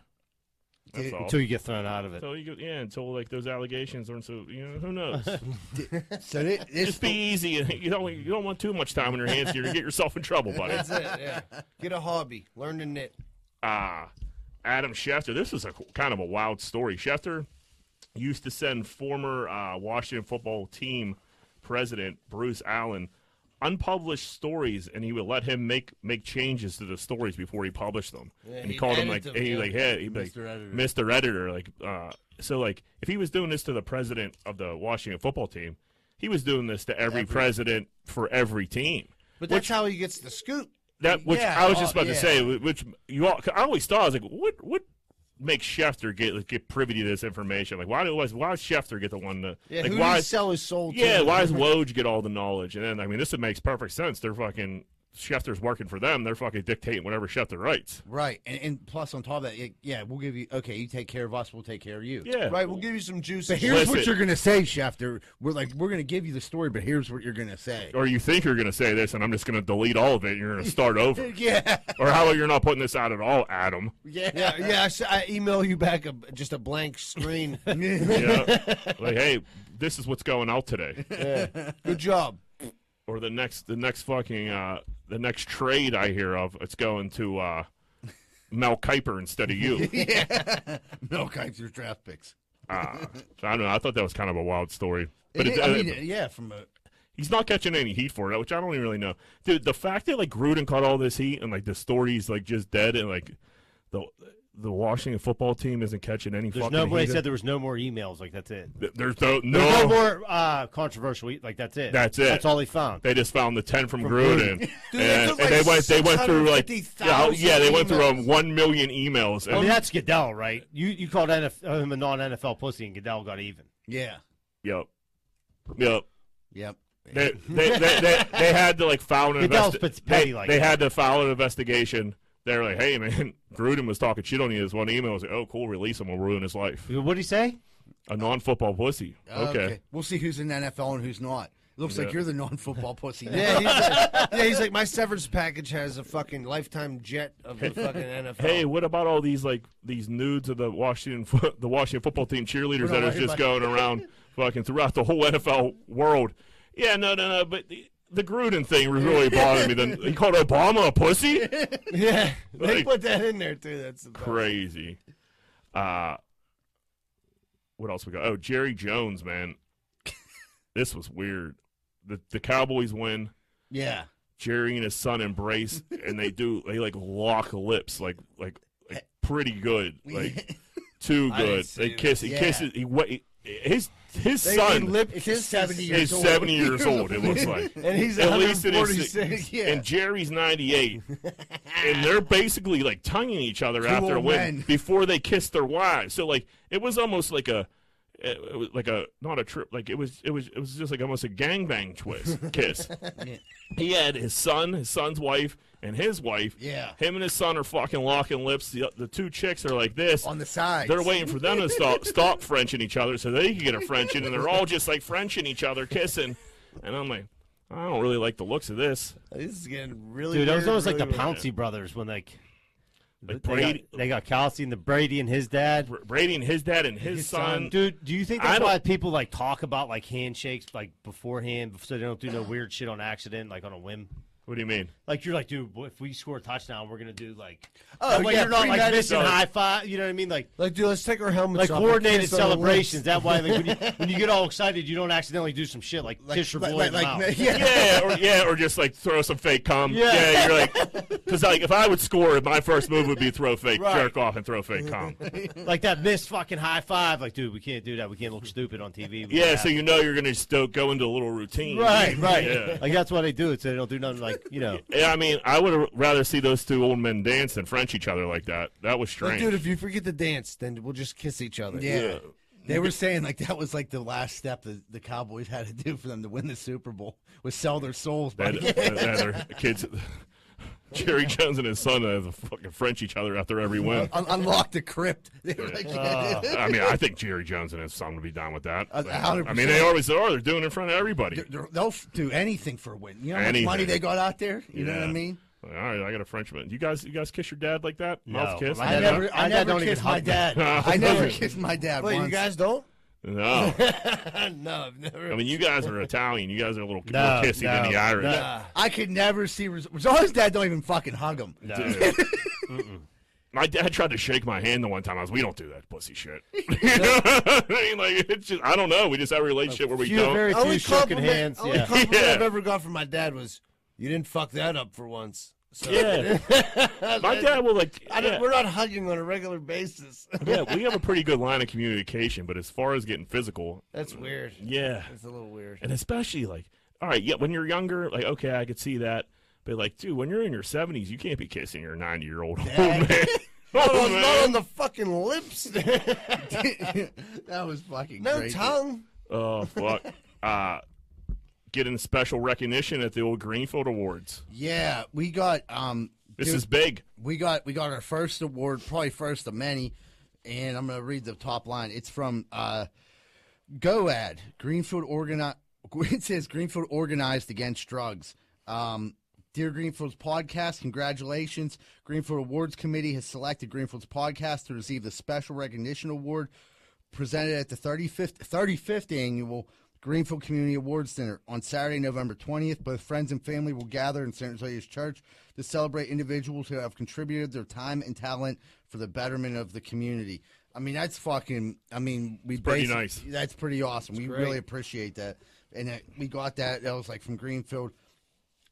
Speaker 1: That's all.
Speaker 4: Until you get thrown out of it.
Speaker 1: So you go, yeah, until like those allegations aren't so you know who
Speaker 4: *laughs*
Speaker 1: knows.
Speaker 2: so *laughs* thi- this
Speaker 1: Just be easy. You don't you don't want too much time on your
Speaker 4: *laughs*
Speaker 1: hands. You're gonna get yourself in trouble, buddy.
Speaker 3: That's it. Yeah. Get a hobby. Learn to knit.
Speaker 1: Ah, Adam Schefter. This is a kind of a wild story. Schefter used to send former uh, Washington football team president Bruce Allen unpublished stories, and he would let him make make changes to the stories before he published them. and he,
Speaker 3: he'd
Speaker 1: called him
Speaker 3: edit
Speaker 1: like
Speaker 3: them,
Speaker 1: and he
Speaker 3: yeah.
Speaker 1: like hey, he'd be like,
Speaker 2: Mr. Editor.
Speaker 1: Mr. Editor. Like uh, so, like if he was doing this to the president of the Washington football team, he was doing this to every, president for every team.
Speaker 3: But that's how he gets the scoop.
Speaker 1: That which
Speaker 3: Yeah,
Speaker 1: I was
Speaker 3: oh,
Speaker 1: just about
Speaker 3: yeah.
Speaker 1: to say, wh- which you all, 'cause I always thought I was like, what what makes Schefter get get privy to this information? Like, why do why, why does Schefter get the one? To,
Speaker 3: Yeah,
Speaker 1: like,
Speaker 3: who
Speaker 1: why
Speaker 3: did he sell his soul to?
Speaker 1: yeah, why
Speaker 3: *laughs*
Speaker 1: does Woj get all the knowledge? And then I mean, this makes perfect sense. They're fucking Schefter's working for them. They're fucking dictating whatever Schefter writes.
Speaker 2: Right, and, and plus on top of that, yeah, yeah, we'll give you. Okay, you take care of us, we'll take care of you.
Speaker 1: Yeah,
Speaker 3: Right, we'll give you some juice.
Speaker 2: But here's what
Speaker 1: Listen.
Speaker 2: you're gonna say, Shafter. We're like, we're gonna give you the story, but here's what you're gonna say.
Speaker 1: Or you think you're gonna say this, and I'm just gonna delete all of it. and You're gonna
Speaker 3: *laughs*
Speaker 1: start over.
Speaker 2: *laughs* Yeah,
Speaker 1: or how about you're not putting this out at all, Adam?
Speaker 2: yeah.
Speaker 3: *laughs* yeah, yeah. I s- I, email you back a, just a blank screen.
Speaker 1: Yeah. like, hey, this is what's going out today.
Speaker 3: Good job.
Speaker 1: or the next the next fucking uh the next trade I hear of, it's going to uh Mel Kiper instead of
Speaker 2: *laughs*
Speaker 1: you.
Speaker 2: no kinds of draft picks.
Speaker 1: uh, so I don't know. I thought that was kind of a wild story, but
Speaker 2: It-
Speaker 1: it,
Speaker 2: I
Speaker 1: uh,
Speaker 2: mean, yeah, from a,
Speaker 1: he's not catching any heat for it, which I don't even really know. Dude, the fact that like Gruden caught all this heat and like the story's like just dead and like the the Washington football team isn't catching any
Speaker 4: There's
Speaker 1: fucking
Speaker 4: nobody
Speaker 1: heat.
Speaker 4: said there was no more emails. Like that's it.
Speaker 1: Th- There's no,
Speaker 4: There's no
Speaker 1: no
Speaker 4: more uh, controversial. e- Like that's it.
Speaker 1: That's it.
Speaker 4: That's all he found.
Speaker 1: They just found the ten from, Gruden,
Speaker 3: Dude, they
Speaker 1: and, and
Speaker 3: took, like,
Speaker 1: they went. They went through like yeah,
Speaker 3: 650,000
Speaker 1: yeah, they went through um,
Speaker 3: emails.
Speaker 1: one million emails.
Speaker 4: I
Speaker 1: And
Speaker 4: mean, that's Goodell, right? You you called NF, uh, him a non NFL pussy, and Goodell got even.
Speaker 2: yeah,
Speaker 1: Yep. Yep.
Speaker 2: yep.
Speaker 1: They they, they, they,
Speaker 4: *laughs*
Speaker 1: they had to like file an
Speaker 4: It does, but it's
Speaker 1: investigation.
Speaker 4: petty
Speaker 1: They,
Speaker 4: like
Speaker 1: they
Speaker 4: that.
Speaker 1: had to file an investigation. They were like, "Hey, man, *laughs* Gruden was talking shit on you." This one email I was like, "Oh, cool, release him. We'll ruin his life."
Speaker 4: What did he say?
Speaker 1: A non-football pussy. Okay.
Speaker 2: We'll see who's in the NFL and who's not. Looks like
Speaker 1: Yeah.
Speaker 2: you're the non-football pussy. *laughs*
Speaker 3: Yeah, he's like, yeah, he's like my severance package has a fucking lifetime jet of the fucking NFL.
Speaker 4: Oh.
Speaker 1: Hey, what about all these like these nudes of the Washington fo- the Washington football team cheerleaders
Speaker 2: We're not
Speaker 1: that are
Speaker 2: worried
Speaker 1: just
Speaker 2: about
Speaker 1: going
Speaker 4: *laughs*
Speaker 1: around fucking throughout the whole NFL world? Yeah, no, no, no. But the, the Gruden thing
Speaker 4: *laughs*
Speaker 1: really bothered me. Then he called Obama a pussy.
Speaker 3: *laughs* yeah, they
Speaker 1: Like-
Speaker 3: put that in there too. That's the best.
Speaker 1: crazy. Uh what else we got? Oh, Jerry Jones, man. this was weird. The the Cowboys win.
Speaker 2: yeah.
Speaker 1: Jerry and his son embrace and they do they like lock lips like like, like pretty
Speaker 3: *laughs*
Speaker 1: good. Like too
Speaker 3: I didn't
Speaker 1: good.
Speaker 3: see
Speaker 1: They
Speaker 3: that.
Speaker 1: kiss he
Speaker 2: Yeah.
Speaker 1: kisses he wa- his his
Speaker 3: They, they
Speaker 1: son
Speaker 3: lip
Speaker 2: It's
Speaker 3: kissed
Speaker 2: 70
Speaker 3: his-
Speaker 2: years
Speaker 1: is
Speaker 2: old.
Speaker 1: seventy
Speaker 3: *laughs*
Speaker 1: years old, it looks like.
Speaker 3: and he's
Speaker 1: At least it is
Speaker 3: 146.
Speaker 2: Yeah.
Speaker 1: and Jerry's
Speaker 2: *laughs*
Speaker 1: 98, and they're basically like tonguing each other after a
Speaker 2: old
Speaker 1: win
Speaker 2: men.
Speaker 1: before they kiss their wives. So like it was almost like a, eh, it was like a not a trip, like it was it was it was just like almost a gangbang
Speaker 2: *laughs*
Speaker 1: twist kiss. He had his son, his son's wife, and his wife.
Speaker 2: Yeah.
Speaker 1: him and his son are fucking locking lips. The, the two chicks are like this.
Speaker 2: on the side.
Speaker 1: They're waiting for them to
Speaker 2: *laughs*
Speaker 1: stop stop Frenching each other so they can get a French in, and they're all just like Frenching each other, kissing. And I'm like, I don't really like the looks of this.
Speaker 3: This is getting really.
Speaker 4: Dude, that was
Speaker 3: weird,
Speaker 4: almost like the
Speaker 3: really weird.
Speaker 4: Pouncy brothers when like,
Speaker 1: Like
Speaker 4: they
Speaker 1: Brady,
Speaker 4: got, they got Kelsey and the Brady and his dad.
Speaker 1: Br- Brady and his dad and his, son.
Speaker 4: Dude, do you think
Speaker 1: I
Speaker 4: that's
Speaker 1: don't-
Speaker 4: why people like talk about like handshakes like beforehand so they don't do no weird shit on accident, like on a whim?
Speaker 1: What do you
Speaker 4: *laughs*
Speaker 1: mean?
Speaker 4: Like you're like, dude, if we score a touchdown, we're gonna do like,
Speaker 2: Oh,
Speaker 4: That way
Speaker 2: yeah,
Speaker 4: you're not like
Speaker 2: pre-meditated.
Speaker 4: missing high five. You know what I mean? Like
Speaker 3: Like, dude, let's take our helmets
Speaker 4: like
Speaker 3: off. and
Speaker 4: coordinated
Speaker 3: kiss on the lips.
Speaker 4: celebrations. That way, like, when, you,
Speaker 3: *laughs*
Speaker 4: when you get all excited, you don't accidentally do some shit like, kiss your boy in the
Speaker 2: *laughs*
Speaker 4: mouth.
Speaker 3: *laughs*
Speaker 2: yeah.
Speaker 1: Yeah, or yeah, or just like throw some fake cum.
Speaker 4: Yeah.
Speaker 1: you're like, because like if I would score, my first move would be throw fake, jerk off, and throw fake
Speaker 4: *laughs*
Speaker 1: cum.
Speaker 4: like that missed fucking high five. Like, dude, we can't do that. We can't look stupid on TV. We
Speaker 1: Yeah,
Speaker 4: gotta-
Speaker 1: so you know you're gonna still go into a little routine.
Speaker 4: right, right.
Speaker 1: Yeah.
Speaker 4: Like that's why they do it. So they don't do nothing like you know.
Speaker 1: Yeah, I mean, I would rather see those two old men dance than French each other like that. That was
Speaker 3: Like,
Speaker 1: strange.
Speaker 3: dude, if you forget the dance, then we'll just kiss each other.
Speaker 2: Yeah. They were saying like that was like the last step that the Cowboys had to do for them to win the Super Bowl was sell their souls. By
Speaker 1: that,
Speaker 4: *laughs*
Speaker 1: that- that other kids, *laughs* Jerry Jones and his son have a fucking French each other after every win.
Speaker 2: *laughs* un- unlock the crypt. *laughs* They were like, yeah, *laughs* dude.
Speaker 1: I mean, I think Jerry Jones and his son would be down with that.
Speaker 2: A- a hundred
Speaker 1: I mean, they always are. They're doing it in front of everybody.
Speaker 2: They're- they're- they'll f- do anything for a win. You know how much money
Speaker 1: Anything.
Speaker 2: they got out there. You know what I
Speaker 1: Yeah.
Speaker 2: mean?
Speaker 1: All right, I got a Frenchman. You guys, you guys kiss your dad like that? *laughs*
Speaker 4: No.
Speaker 1: Mouth kiss?
Speaker 4: I
Speaker 2: I
Speaker 4: Yeah.
Speaker 2: never, I
Speaker 4: My dad
Speaker 2: never
Speaker 4: don't even
Speaker 2: kissed my
Speaker 4: hug
Speaker 1: *laughs*
Speaker 2: dad.
Speaker 1: me.
Speaker 2: I never kissed my dad.
Speaker 3: Wait, you
Speaker 2: once.
Speaker 3: guys don't? *laughs*
Speaker 1: no.
Speaker 3: no, I've never.
Speaker 1: I mean, you guys are Italian. You guys are a little more
Speaker 4: No,
Speaker 1: kissy
Speaker 4: no,
Speaker 1: than the Irish.
Speaker 4: no.
Speaker 2: *laughs* I could never see Ros- Rosales' dad. Don't even fucking hug him.
Speaker 4: No.
Speaker 1: Dude, My dad tried to shake my hand the one time. I was, we don't do that pussy shit. *laughs* You know what I mean, like it's just, I don't know. We just have a relationship where we
Speaker 4: Few-
Speaker 1: don't.
Speaker 4: very few
Speaker 3: Only
Speaker 4: shaking
Speaker 3: compliment,
Speaker 4: hands.
Speaker 3: only
Speaker 4: Yeah.
Speaker 3: compliment
Speaker 1: Yeah.
Speaker 3: I've ever got from my dad was, "You didn't fuck that up for once."
Speaker 1: *laughs*
Speaker 3: So,
Speaker 1: yeah, my dad will like.
Speaker 3: I don't,
Speaker 1: yeah.
Speaker 3: We're not hugging on a regular basis. *laughs*
Speaker 1: yeah, we have a pretty good line of communication, but as far as getting physical,
Speaker 3: That's weird.
Speaker 1: yeah,
Speaker 3: That's a little weird.
Speaker 1: and especially like, all right, yeah, when you're younger, like, okay, I could see that, but like, dude, when you're in your 70s, you can't be kissing your 90 year old old man.
Speaker 3: Oh,
Speaker 1: *laughs* Oh,
Speaker 3: it's
Speaker 1: man.
Speaker 3: not on the fucking
Speaker 2: *laughs*
Speaker 3: lips. *laughs*
Speaker 2: that was fucking
Speaker 3: no
Speaker 2: great.
Speaker 3: tongue.
Speaker 1: Oh fuck. Uh getting special recognition at the old Greenfield Awards.
Speaker 2: Yeah, we got um
Speaker 1: This
Speaker 2: dude,
Speaker 1: is big.
Speaker 2: we got we got our first award, probably first of many, and I'm gonna read the top line. It's from uh GOAD, Greenfield Organi *laughs* it says Greenfield Organized Against Drugs. Um Dear Greenfield's podcast, congratulations. Greenfield Awards Committee has selected Greenfield's podcast to receive the Special Recognition Award presented at the 35th, 35th annual Greenfield Community Awards Center on Saturday, November 20th. Both friends and family will gather in St. Josiah's Church to celebrate individuals who have contributed their time and talent for the betterment of the community. I mean, that's fucking. I mean, we
Speaker 1: pretty
Speaker 2: basi-
Speaker 1: nice.
Speaker 2: That's pretty awesome. we really appreciate that, and that we got that. That was like from Greenfield.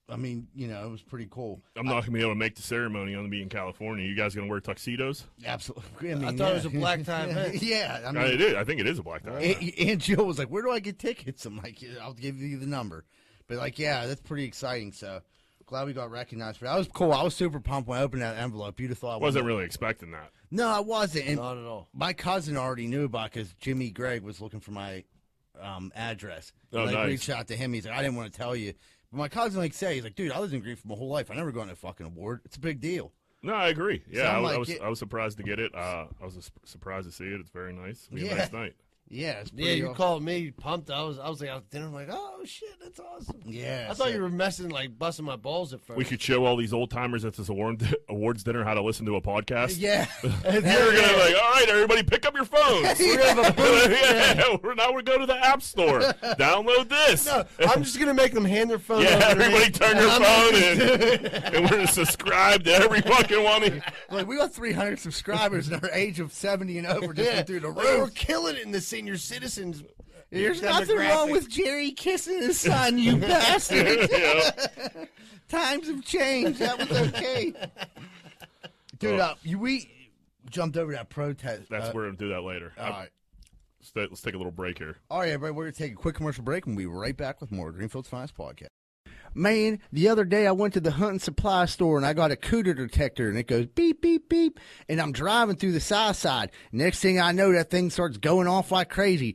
Speaker 2: I mean, you know, it was pretty cool.
Speaker 1: I'm not gonna be able to make the ceremony. I'm gonna be in California. You guys gonna wear tuxedos?
Speaker 2: Absolutely. *laughs* I, mean,
Speaker 3: thought it
Speaker 2: yeah.
Speaker 3: was a black tie
Speaker 2: *laughs*
Speaker 3: event.
Speaker 2: yeah, I mean,
Speaker 1: Uh, it is. I think it is a black tie.
Speaker 2: And, and Jill was like, "Where do I get tickets?" I'm like, "Yeah, "I'll give you the number." But like, yeah, that's pretty exciting. So glad we got recognized for that. That was cool. I was super pumped when I opened that envelope. You'd have thought
Speaker 1: I
Speaker 2: I
Speaker 1: wasn't really expecting that.
Speaker 2: No, I wasn't. And
Speaker 3: Not at all.
Speaker 2: my cousin already knew about because Jimmy Gregg was looking for my um, address.
Speaker 1: Oh,
Speaker 2: and, like,
Speaker 1: nice.
Speaker 2: reached out to him. He's like, "I didn't want to tell you." But my cousin like said, he's like, "Dude, I lived in Greenfield my whole life. I never got a fucking award. It's a big deal."
Speaker 1: No, I agree. Yeah, I,
Speaker 2: Sound
Speaker 1: was- I
Speaker 2: like
Speaker 1: was
Speaker 2: it.
Speaker 1: I was surprised to get it. Uh, I was su- surprised to see it. It's very nice. It'll be
Speaker 2: Yeah.
Speaker 1: a nice night.
Speaker 2: Yeah, it's
Speaker 3: Yeah,
Speaker 2: pretty
Speaker 3: you
Speaker 2: aw-
Speaker 3: called me pumped. I was, I was like out to dinner. I'm like, oh shit, that's awesome.
Speaker 2: Yeah,
Speaker 3: I thought
Speaker 2: so-
Speaker 3: you were messing like busting my balls at first.
Speaker 1: We could show all these old timers at this award *laughs* awards dinner how to listen to a podcast.
Speaker 2: *laughs* Yeah, *laughs*
Speaker 1: You're gonna be like, all right, everybody, pick up your phones. *laughs* yeah, we're, now we go to the app
Speaker 2: *laughs*
Speaker 1: store. Download this.
Speaker 3: No, *laughs* I'm just gonna make them hand their phone.
Speaker 1: Yeah,
Speaker 3: over to me,
Speaker 1: everybody turn your
Speaker 3: and I'm
Speaker 1: phone
Speaker 2: *laughs*
Speaker 1: in. and we're going to subscribe to every fucking one of you.
Speaker 2: like we got 300 subscribers in our age of 70 and over just
Speaker 3: Yeah,
Speaker 2: went through the
Speaker 3: like,
Speaker 2: roof.
Speaker 3: we're killing it in the senior citizens.
Speaker 2: There's nothing wrong
Speaker 3: demographic.
Speaker 2: with Jerry kissing his son,
Speaker 3: *laughs*
Speaker 2: you bastard.
Speaker 1: Yeah.
Speaker 2: Times have changed. That
Speaker 1: *laughs*
Speaker 2: was okay. Dude, uh, you, we jumped over that protest.
Speaker 1: Oh. That's
Speaker 2: uh,
Speaker 1: where we'll do that later.
Speaker 2: all right.
Speaker 1: Let's ta- let's take a little break here.
Speaker 2: All right, everybody, we're going to take a quick commercial break and we'll be right back with more Greenfield's Finest Podcast. Man, the other day I went to the hunting supply store and I got a cooter detector and it goes beep, beep, beep. And I'm driving through the side side. Next thing I know, that thing starts going off like crazy.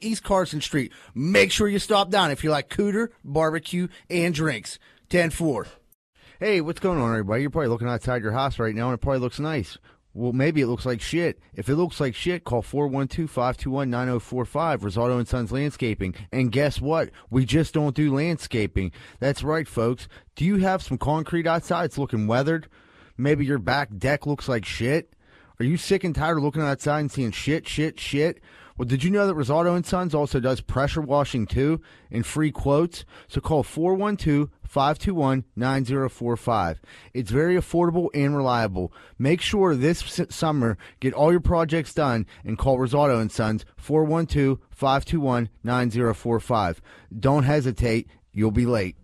Speaker 2: East Carson Street. Make sure you stop down if you like cooter, barbecue, and drinks. 10 4. Hey, what's going on, everybody? You're probably looking outside your house right now, and it probably looks nice. Well, maybe it looks like shit. If it looks like shit, call 412-521-9045, Rosato and Sons Landscaping. And guess what? We just don't do landscaping. That's right, folks. Do you have some concrete outside? It's looking weathered. Maybe your back deck looks like shit. Are you sick and tired of looking outside and seeing shit, shit, shit? Well, did you know that Rosato and Sons also does pressure washing too and free quotes? So call 412-521-9045. It's very affordable and reliable. Make sure this s- summer get all your projects done and call Rosato and Sons 412-521-9045. Don't hesitate, you'll be late.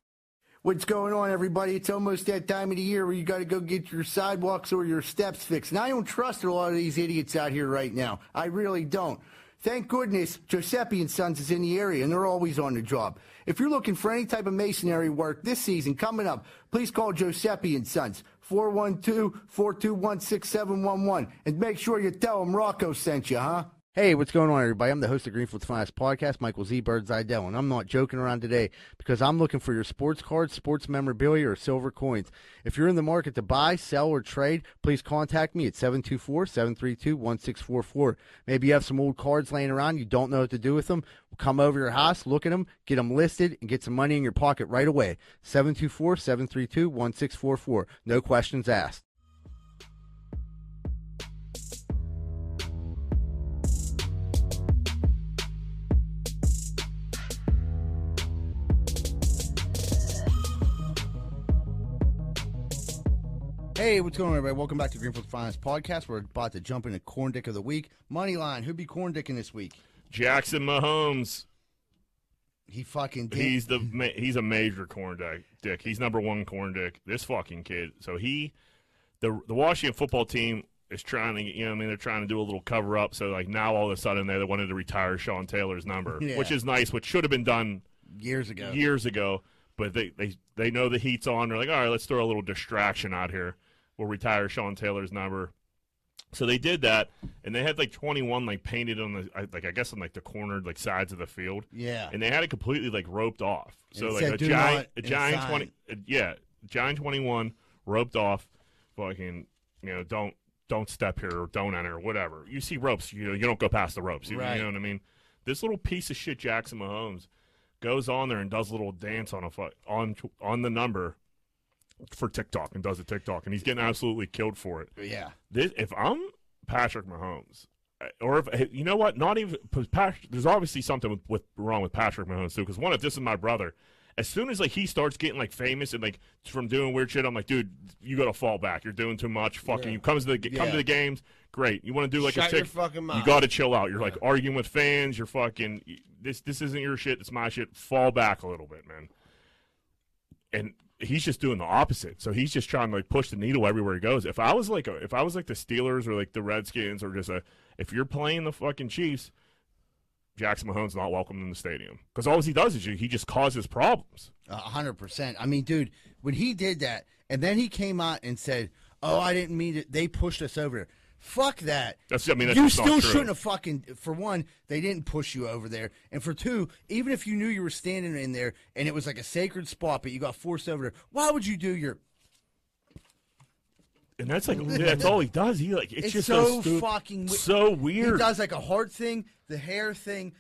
Speaker 2: What's going on, everybody? It's almost that time of the year where you got to go get your sidewalks or your steps fixed. And I don't trust a lot of these idiots out here right now. I really don't. Thank goodness Giuseppe and Sons is in the area, and they're always on the job. If you're looking for any type of masonry work this season coming up, please call Giuseppe and Sons 412 421 6711 and make sure you tell them Rocco sent you, huh? Hey, what's going on, everybody? I'm the host of Greenfield's Finest Podcast, Michael Z. Bird Zidell, and I'm not joking around today because I'm looking for your sports cards, sports memorabilia, or silver coins. If you're in the market to buy, sell, or trade, please contact me at 724 732 1644. Maybe you have some old cards laying around, you don't know what to do with them. Come over your house, look at them, get them listed, and get some money in your pocket right away. 724 732 1644. No questions asked. Hey, what's going on, everybody? Welcome back to Greenfield Finance Podcast. We're about to jump into Corn Dick of the Week. Money line, who be Corn Dicking this week?
Speaker 1: Jackson Mahomes.
Speaker 2: He fucking did.
Speaker 1: He's the ma- he's a major corn dick. Dick. He's number one corn dick. This fucking kid. So he, the the Washington football team is trying to you know what I mean they're trying to do a little cover up. So like now all of a sudden they they wanted to retire Sean Taylor's number,
Speaker 2: Yeah.
Speaker 1: which is nice, which should have been done
Speaker 2: years ago.
Speaker 1: years ago. But they, they they know the heat's on. They're like, all right, let's throw a little distraction out here. We'll retire Sean Taylor's number. So they did that, and they had like 21 like painted on the I- like I guess on like the cornered like sides of the field
Speaker 2: Yeah.
Speaker 1: and they had it completely like roped off. So
Speaker 2: it
Speaker 1: like
Speaker 2: said,
Speaker 1: a
Speaker 2: "Do
Speaker 1: giant,
Speaker 2: not,"
Speaker 1: a
Speaker 2: and a
Speaker 1: giant
Speaker 2: sign.
Speaker 1: twenty, uh, yeah, giant twenty one roped off. Fucking, you know, don't don't step here or don't enter or whatever. You see ropes, you know, you don't go past the ropes. You, you
Speaker 2: Right.
Speaker 1: know what I mean? This little piece of shit, Jackson Mahomes, goes on there and does a little dance on a fu- on on the number for TikTok and does a TikTok, and he's getting absolutely killed for it
Speaker 2: Yeah.
Speaker 1: this if I'm Patrick Mahomes, uh, or if you know what, not even 'cause Pat, there's obviously something with, with wrong with Patrick Mahomes too. Because one, if this is my brother, as soon as like he starts getting like famous and like from doing weird shit, I'm like, dude, you gotta fall back. You're doing too much. Fucking you comes to the come
Speaker 2: Yeah.
Speaker 1: to the games. Great. You want to do like
Speaker 3: Shut
Speaker 1: a
Speaker 3: your
Speaker 1: tick?
Speaker 3: fucking
Speaker 1: you
Speaker 3: mouth.
Speaker 1: got to chill out. You're like arguing with fans. You're fucking this. This isn't your shit. It's my shit. Fall back a little bit, man and he's just doing the opposite. So he's just trying to like push the needle everywhere he goes. If I was like a, if I was like the Steelers or like the Redskins or just a if you're playing the fucking Chiefs, Jackson Mahomes not welcome in the stadium because all he does is he just causes problems.
Speaker 2: A hundred percent. I mean, dude, when he did that, and then he came out and said, "Oh, I didn't mean it. They pushed us over." Fuck that.
Speaker 1: That's- I mean, that's
Speaker 2: you
Speaker 1: just not
Speaker 2: still
Speaker 1: true.
Speaker 2: shouldn't have fucking. For one, they didn't push you over there, and for two, even if you knew you were standing in there and it was like a sacred spot, but you got forced over there, why would you do your?
Speaker 1: And that's
Speaker 2: *laughs*
Speaker 1: like that's all he does. He like it's,
Speaker 2: It's
Speaker 1: just
Speaker 2: so
Speaker 1: stu-
Speaker 2: fucking wi-
Speaker 1: so
Speaker 2: He
Speaker 1: weird.
Speaker 2: does like a heart thing, the hair thing,